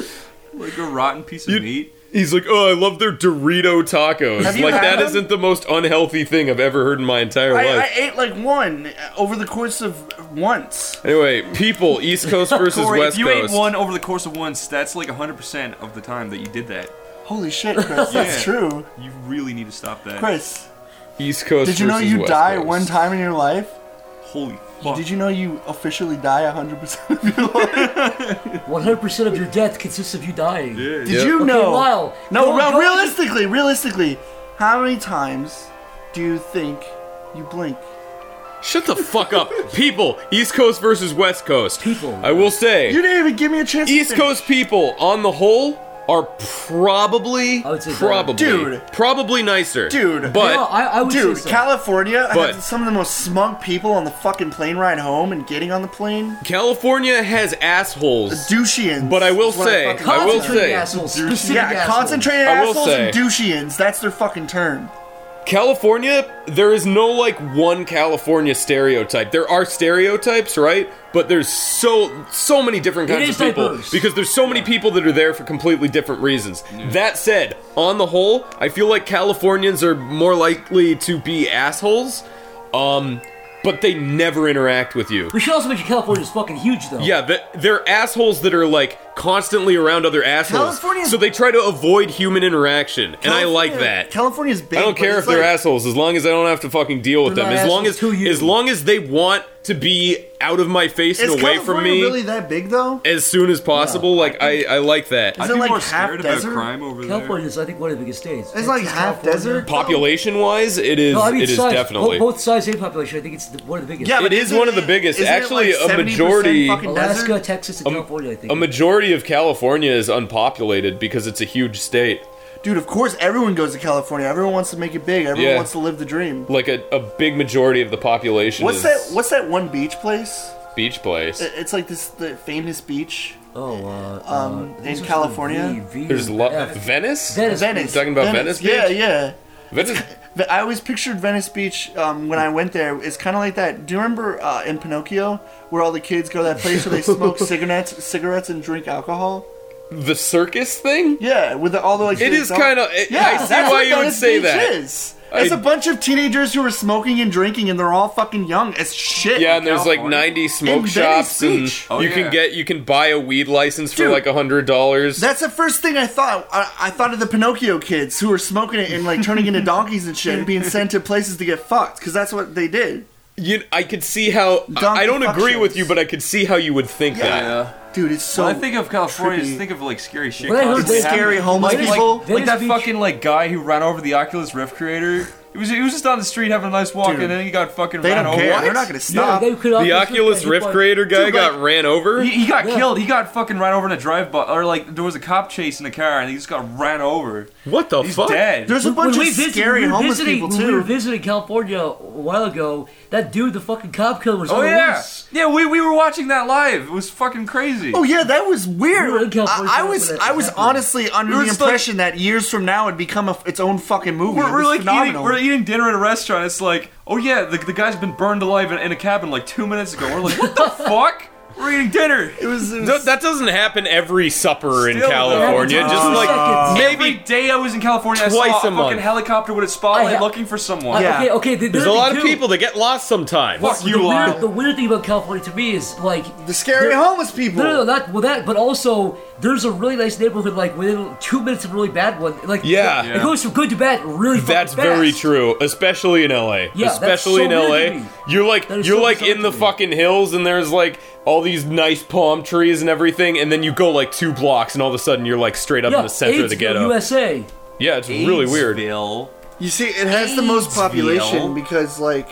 S6: Like a rotten piece of meat.
S1: He's like, oh, I love their Dorito tacos.
S3: Have you
S1: Like
S3: had
S1: that
S3: them?
S1: not the most unhealthy thing I've ever heard in my entire
S3: I, I
S1: life.
S3: ate like one uh, over the course of once.
S1: Anyway, people, East Coast versus
S6: Corey,
S1: West
S6: if you
S1: Coast.
S6: ate one over the course of once, that's like 100% of the time that you did that.
S3: Holy shit, Chris! That's
S6: Yeah.
S3: true.
S6: You really need to stop that.
S3: Chris,
S1: East Coast.
S3: did you know
S1: versus
S3: you
S1: West
S3: die
S1: Coast.
S3: one time in your life?
S6: Holy fuck.
S3: Did you know you officially die 100% of your life?
S2: 100% of your death consists of you dying.
S6: Yeah.
S3: Did you
S2: Okay,
S3: know?
S2: Lyle,
S3: no,
S2: go-
S3: re-
S2: go-
S3: realistically, realistically, how many times do you think you blink?
S1: Shut the fuck up, people. East Coast versus West Coast.
S2: People.
S1: I will say,
S3: You didn't even give me a chance. to
S1: East
S3: finish.
S1: Coast people, on the whole, are probably,
S2: I would say so.
S1: probably,
S3: Dude.
S1: probably nicer,
S3: Dude.
S1: But
S2: No, I, I would
S3: Dude,
S2: say so.
S3: California
S1: But-
S3: had some of the most smug people on the fucking plane ride home and getting on the plane.
S1: California has assholes.
S3: Douchians.
S1: But I will
S3: is what
S1: say-
S3: fucking-
S1: I will
S2: Concentrated
S1: say-
S2: assholes. Specific
S3: yeah,
S2: assholes.
S3: concentrated
S1: I will
S3: assholes and
S1: say-
S3: douchians. That's their fucking term.
S1: California, there is no like one California stereotype. There are stereotypes, right? But there's so so many different
S2: It
S1: kinds
S2: is
S1: of people
S2: diverse.
S1: because there's so many people that are there for completely different reasons. That said, on the whole, I feel like Californians are more likely to be assholes. Um but they never interact with you.
S2: We should also mention California's fucking huge though.
S1: Yeah, th- they're assholes that are like constantly around other assholes.
S3: California-
S1: So they try to avoid human interaction, and I like
S3: California-
S1: that.
S3: California's big.
S1: I don't
S3: but
S1: care
S3: it's
S1: if they're
S3: like-
S1: assholes, as long as I don't have to fucking deal with
S2: They're
S1: them.
S2: not
S1: As long as
S2: assholes to you.
S1: as long as they want to be out of my face and
S3: Is
S1: away
S3: California
S1: from me
S3: really that big though?
S1: as soon as possible, like I, I like that.
S6: I'd
S3: it
S6: be
S3: like
S6: more
S3: half
S6: scared
S3: desert?
S6: about crime over there.
S2: California's I think one of the biggest states.
S3: It's like
S2: Texas,
S3: half
S2: California.
S3: desert.
S1: Population wise, it is
S2: No, I mean
S1: it is
S2: size.
S1: definitely.
S2: Bo- both size and population. I think it's the, one of the biggest.
S3: Yeah, but
S1: It is
S3: isn't
S1: one of the biggest.
S3: isn't it
S1: Actually,
S3: like
S1: a
S3: 70%
S1: majority-
S3: fucking
S2: Alaska,
S3: desert?
S2: Texas,
S1: Um,
S2: and California. I think.
S1: a majority of California is unpopulated because it's a huge state.
S3: Dude, of course everyone goes to California. Everyone wants to make it big. Everyone
S1: Yeah.
S3: wants to live the dream.
S1: Like a, a big majority of the population
S3: What's
S1: is
S3: that? What's that one beach place?
S1: beach place.
S3: It- It's like this the famous beach.
S2: oh, uh,
S3: Um,
S2: uh,
S3: in
S2: this was
S3: California?
S2: the V- V-
S1: There's lo-
S2: F.
S1: Venice?
S2: Venice.
S3: Venice.
S1: Talking about Venice Beach?
S3: Yeah, yeah.
S1: Venice
S3: But I always pictured Venice Beach um, when I went there. It's kind of like that. Do you remember uh, in Pinocchio where all the kids go to that place where they smoke cigarettes, cigarettes and drink alcohol?
S1: the circus thing?
S3: Yeah, with the, all the like.
S1: It
S3: the
S1: is
S3: adult-
S1: kind of. I see
S3: that's
S1: why
S3: what
S1: you would
S3: Venice
S1: say
S3: Beach
S1: that.
S3: is. It's
S1: I-
S3: a bunch of teenagers who are smoking and drinking, and they're all fucking young as shit.
S1: Yeah, and there's like
S6: California.
S1: 90 smoke
S3: And Venice
S1: shops, and
S3: Beach.
S6: Oh,
S1: you
S6: yeah.
S1: can get you can buy a weed license for
S3: Dude,
S1: like a hundred dollars.
S3: That's the first thing I thought. I, I thought of the Pinocchio kids who were smoking it and like turning into donkeys and shit and being sent to places to get fucked because that's what they did.
S1: You, I could see how
S3: Donkey
S1: I, I don't
S3: fuck
S1: agree with
S3: shows.
S1: you, but I could see how you would think that.
S6: Yeah.
S3: Dude, it's so.
S6: When I think of California, I just
S3: trippy.
S6: think of like scary shit.
S2: When I heard
S6: constantly
S2: Venice-
S3: Scary
S6: happening.
S3: homeless
S6: like,
S3: people.
S6: Like,
S2: Venice
S6: like that
S2: Beach-
S6: fucking like guy who ran over the Oculus Rift creator. He was he was just on the street having a nice walk,
S3: Dude.
S6: and then he got fucking
S3: they
S6: ran
S3: don't
S6: over.
S3: care. They're not gonna
S2: Yeah,
S3: stop.
S2: they could
S1: The Oculus Rift creator guy
S3: Dude,
S1: got
S3: like-
S1: ran over.
S6: He, he got
S2: Yeah.
S6: killed. He got fucking ran over in a drive by, or like there was a cop chase in a car, and he just got ran over.
S1: What the
S6: He's
S1: fuck?
S6: dead.
S3: there's a bunch of
S2: visit-
S3: scary
S2: we were
S3: homeless
S2: visiting,
S3: people
S2: when We were
S3: too.
S2: visiting California a while ago. That dude, the fucking cop killer, was
S6: oh
S2: on
S6: yeah,
S2: the loose.
S6: yeah. We, we were watching that live. It was fucking crazy.
S3: Oh yeah, that was weird.
S2: We were in California
S3: I, I
S2: when
S3: was
S2: that
S3: I was
S2: happened.
S3: honestly under
S6: We were
S3: the
S6: just like-
S3: impression that years from now it'd become a, its own fucking movie.
S6: We're,
S3: It
S6: we're
S3: was
S6: like eating,
S3: phenomenal.
S6: we're eating dinner at a restaurant. It's like, oh yeah, the, the guy's been burned alive in, in a cabin like two minutes ago. We're like, what the fuck? We're eating dinner.
S3: It was, it was
S1: Th- that doesn't happen every supper in
S6: Still, though.
S1: California.
S2: Every
S1: Just
S2: two
S1: like
S2: seconds.
S6: Every
S1: maybe
S6: day I was in California, I
S1: Twice
S6: saw a,
S1: a month.
S6: fucking helicopter with a
S1: Oh,
S6: spotlight
S2: I ha-
S6: looking for someone.
S2: Uh, Okay, okay. The,
S1: there's a lot of people that get lost sometimes.
S6: Fuck you,
S2: the,
S6: Lyle.
S2: weird, the weird thing about California to me is like
S3: the scary homeless people.
S2: No, no, no, not well that, but also there's a really nice neighborhood like within two minutes of a really bad one. Like
S1: Yeah.
S2: it,
S1: Yeah.
S2: goes from good to bad really. fucking
S1: That's
S2: fast.
S1: very true, especially in LA.
S2: Yeah, that's
S1: especially
S2: so weird to
S1: in
S2: me.
S1: LA, you're like
S2: That is
S1: you're
S2: so
S1: like
S2: bizarre
S1: in
S2: to
S1: the
S2: me.
S1: fucking hills, and there's like all these nice palm trees and everything, and then you go like two blocks, and all of a sudden you're like straight up
S2: Yeah,
S1: in the center of the
S2: Aidsville,
S1: ghetto.
S2: USA.
S1: Yeah, it's really weird.
S6: Bill.
S3: You see, it has the most population because, like,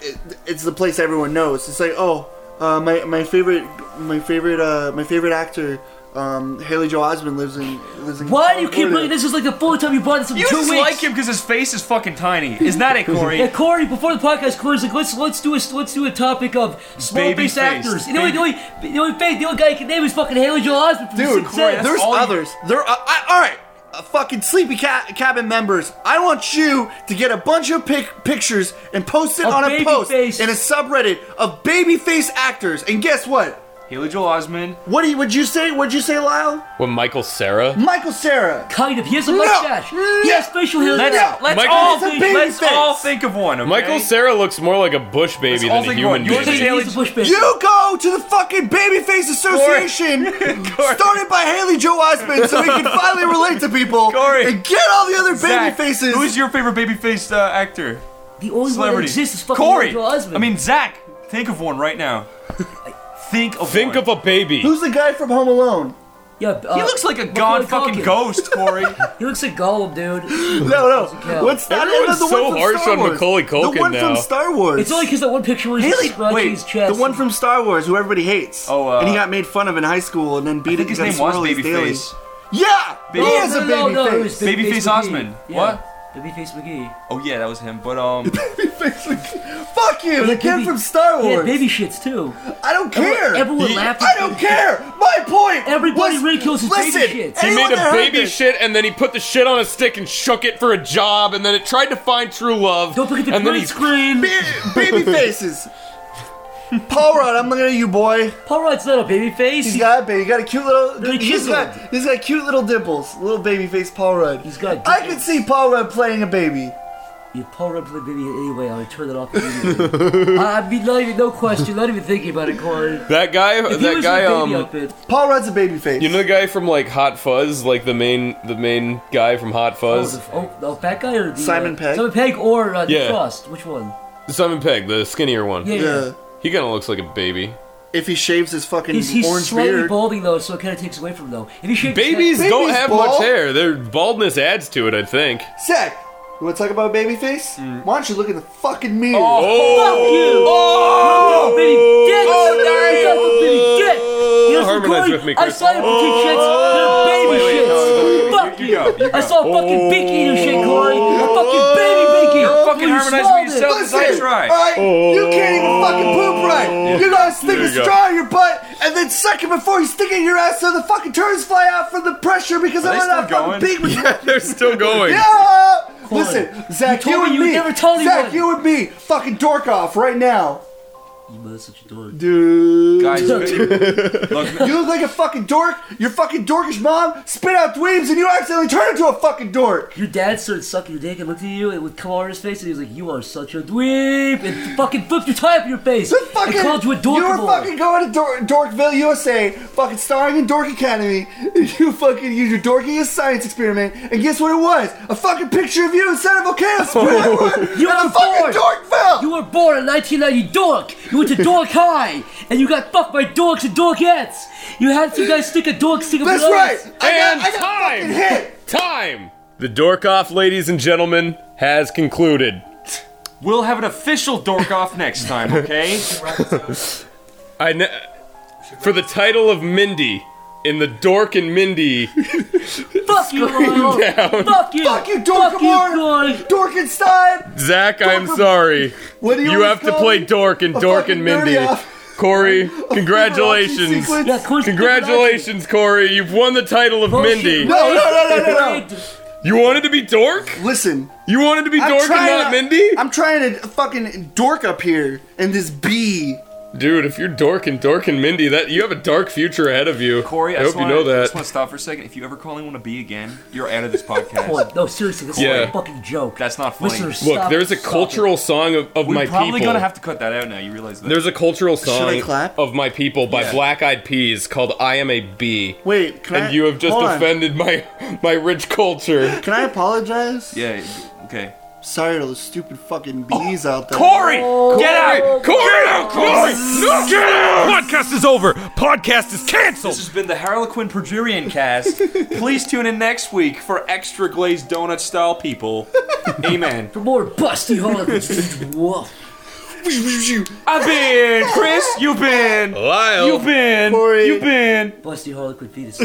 S3: it, it's the place everyone knows. It's like, oh, uh, my my favorite, my favorite, uh, my favorite actor, um, Haley Joel Osment lives in lives in.
S2: Why do you keep
S3: California.
S2: bringing this? Is like the full time you brought this in
S6: You
S2: two
S6: just
S2: weeks.
S6: like him because his face is fucking tiny. Isn't that it,
S2: Yeah,
S6: Corey?
S2: Corey. Before the podcast, Corey's like, let's let's do a let's do a topic of small face
S6: Baby-faced.
S2: actors. And the only the only the only, fake, the only guy I can name is fucking Haley Joel Osment from
S3: Dude,
S2: Success.
S3: there's
S6: all you-
S3: others. There, are, I, all right. Uh, fucking sleepy cat cabin members. I want you to get a bunch of pic- pictures and post it
S2: Of
S3: on a
S2: baby
S3: post
S2: face.
S3: in a subreddit of babyface actors. And guess what?
S6: Haley Joel Osment.
S3: What do you, would you say? What'd you say, Lyle?
S1: When Michael Sarah,
S3: Michael Sarah.
S2: kind of. He has a mustache. He has facial hair.
S6: Let's,
S3: No.
S6: let's,
S1: Michael-
S6: all,
S3: It's a
S6: think,
S3: baby
S6: let's
S3: face.
S6: all think of one, okay?
S1: Michael Sarah looks more like a bush baby
S6: all
S1: than a
S6: think
S1: human
S6: one. Yours
S1: baby.
S6: is-
S2: He has a bush baby.
S3: You go to the fucking Babyface Association, started by Haley Joe Osment, so we can finally relate to people
S6: Corey.
S3: and get all the other
S6: Zach,
S3: baby faces.
S6: Who's your favorite baby faced uh, actor?
S2: The only one that
S6: Celebrity.
S2: exists is fucking
S6: Corey.
S2: Haley Joel Osment.
S6: I mean, Zach, think of one right now. think of
S1: Think
S6: one.
S1: of a baby.
S3: Who's the guy from Home Alone?
S2: yeah, uh,
S6: He looks like a
S2: Macaulay
S6: god fucking
S2: Culkin.
S6: ghost, Corey.
S2: He looks like Gollum, dude.
S3: No, no.
S2: count.
S3: What's that?
S1: Everyone's
S3: the
S1: so
S3: one from
S1: harsh
S3: Star
S1: on
S3: Wars.
S1: Macaulay Culkin
S3: The one
S1: now.
S3: from Star Wars.
S2: It's only because that one picture where he's
S3: Haley-
S2: scratching
S6: wait,
S2: his chest.
S3: the one from Star Wars, who everybody hates.
S6: Oh, uh,
S3: and he got made fun of in high school, and then
S6: I
S3: beat
S6: think
S3: it
S6: his
S3: because
S6: name was
S3: Swirly's daily.
S6: Babyface.
S3: Yeah,
S6: Baby-
S3: he has a
S2: no,
S3: baby
S2: no, it
S3: face.
S2: was Babyface
S6: Babyface
S2: McGee.
S6: Osmond.
S2: Yeah.
S6: What?
S2: Babyface McGee.
S6: Oh yeah, that was him. But um,
S3: Fuck you, the kid
S2: Baby-
S3: from Star
S2: He had
S3: Wars.
S2: baby shits too.
S3: I don't
S2: Everyone-
S3: care.
S2: everyone laughed at
S3: I don't
S2: him.
S3: care. My point.
S2: Everybody
S3: was,
S2: ridicules his baby
S3: listen,
S2: shits.
S1: He
S3: anyone
S1: made a
S3: that heard
S1: baby
S3: this-
S1: shit and then he put the shit on a stick and shook it for a job and then it tried to find true love.
S2: Don't look at the
S1: and then
S2: green
S1: he
S2: screen.
S3: Ba- baby faces. Paul Rudd, I'm looking at you, boy.
S2: Paul Rudd's not a baby face.
S3: He's got a baby. He got a cute little.
S2: They're
S3: he's got.
S2: chiseled.
S3: He's got cute little dimples. Little baby face, Paul Rudd.
S2: He's got
S3: I
S2: dimples.
S3: could see Paul Rudd playing a baby.
S2: Yeah, Paul Rudd played baby anyway. I would turn it off immediately. I mean, not even no question. Not even thinking about it, Corey.
S1: That guy,
S2: If he
S1: that
S2: was
S1: guy,
S2: in a
S1: um,
S2: baby outfit,
S3: Paul Rudd's a baby face.
S1: you know the guy from like Hot Fuzz, like the main, the main guy from Hot
S2: oh,
S1: Fuzz,
S2: the, oh, oh, that guy or the,
S3: Simon
S2: uh,
S3: Pegg?
S2: Simon Pegg or uh,
S1: Yeah.
S2: the Frost? Which one?
S1: Simon Pegg, the skinnier one.
S2: Yeah, yeah.
S3: Yeah.
S1: He kind of looks like a baby.
S3: If he shaves his fucking
S2: He's, he's
S3: orange
S2: slightly
S3: beard.
S2: balding though, so it kind of takes away from though. If he shaved his head-
S1: Babies, don't
S3: Babies
S1: have much
S3: bald.
S1: hair. Their baldness adds to it, I think.
S3: Zach, you want to talk about baby face? Why don't you look in the fucking mirror?
S2: Oh, Fuck you! Oh, baby dick! Oh, baby dick! You know,
S1: Oh, Harmonize
S2: Corey,
S1: with me,
S2: I
S1: Chris. Oh,
S2: saw your big shits. They're baby shits. Fuck you! I saw a fucking big eater shit, Corey. A fucking baby big
S1: Oh,
S2: eater.
S6: You're fucking
S2: When you
S6: harmonizing
S2: swallowed
S6: with
S2: it.
S6: yourself.
S3: Listen,
S6: That's right.
S3: alright, you can't even fucking poop right. You're gonna
S1: There
S3: stick a
S1: you go.
S3: straw in your butt and then suck it before you stick it in your ass so the fucking turds fly out from the pressure because
S6: Are
S3: I'm
S6: they
S3: not
S6: still
S3: fucking big with
S1: They're still going.
S3: Yeah! Listen, Zach,
S2: You
S3: you,
S2: told me
S3: and
S2: you
S3: me,
S2: never told
S3: Zach,
S2: anyone.
S3: you and me, fucking dork off right now.
S2: You mother such a dork.
S3: Dude.
S6: guys, look,
S3: You look like a fucking dork, your fucking dorkish mom spit out dweebs and you accidentally turn into a fucking dork.
S2: Your dad started sucking your dick and looked at you and would come on his face and he was like, "You are such a dweeb," and fucking flipped your tie up in your face
S3: The
S2: and
S3: fucking,
S2: called you a dork.
S3: were fucking going to Dor- Dorkville, USA, fucking starring in Dork Academy. And you fucking used your dorkiest science experiment, and guess what it was? A fucking picture of you inside of volcano spread
S2: You
S3: in
S2: were
S3: the fucking
S2: bored.
S3: Dorkville.
S2: You were born in 1990 dork. You went to dork high, and you got fucked by dorks and dorkettes. You had some guys stick a dork stick up
S3: That's
S2: your
S3: right.
S2: ass.
S3: I got,
S1: And
S3: I got
S1: time.
S3: fucking hit.
S1: Time. The dork off, ladies and gentlemen, has concluded.
S6: we'll have an official dork off next time, okay?
S1: I ne- for the title of Mindy in the Dork and Mindy.
S2: Fuck you, Lyle. Fuck you.
S3: Fuck you, Dorkamore.
S2: Fuck you, Corey.
S3: Dorkenstein.
S1: Zach, I'm
S3: Dork-
S1: sorry.
S3: What do you
S1: You
S3: always
S1: have to
S3: call
S1: play
S3: me?
S1: Dork and
S3: A
S1: Dork
S3: fucking
S1: and Mindy.
S3: nerdy off.
S1: Corey,
S3: Fucking
S1: congratulations.
S3: sequence.
S2: Yeah, Corey's
S1: Congratulations, Corey. You've won the title of
S2: Bullshit.
S1: Mindy.
S3: No, no, no, no, no, no.
S2: Bullshit.
S1: You wanted to be Dork?
S3: Listen,
S1: You wanted to be
S3: I'm
S1: Dork and
S3: trying
S1: not
S3: to-
S1: Mindy?
S3: I'm trying to fucking dork up here and this bee
S1: Dude, if you're Dork and Dork and Mindy, that you have a dark future ahead of you.
S6: Corey, I,
S1: I hope
S6: just
S1: you
S6: wanna,
S1: know
S6: I just
S1: that.
S6: want to stop for a second. If you ever call anyone a bee again, you're out of this podcast.
S2: Come on, no, seriously, this is
S1: Yeah.
S2: a fucking joke.
S6: That's not funny.
S2: Listeners,
S1: Look,
S2: stop-
S1: there's a
S2: stop it.
S1: cultural song of, of
S6: We're
S1: my
S6: probably
S1: people.
S6: gonna have to cut that out now. You realize that?
S1: there's a cultural song
S8: clap?
S1: of my people by
S6: Yeah.
S1: Black Eyed Peas called "I Am a Bee,"
S8: Wait, can I?
S1: and you have just
S8: hold on.
S1: offended my my rich culture.
S8: Can I apologize?
S6: yeah. Okay.
S8: Sorry to the stupid fucking
S1: Oh,
S8: bees out there.
S6: Corey, get out!
S1: Corey, get out, Corey! No, get out! Podcast is over. Podcast is canceled.
S6: This has been the Harlequin Perjurian cast. Please tune in next week for extra glazed donut style people. Amen.
S2: For more busty harlequins. Woof.
S6: I've been Chris. You've been.
S1: Lyle.
S6: You've been.
S8: Corey.
S6: You've been.
S2: Busty harlequin fetus.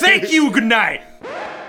S6: Thank you. Good night.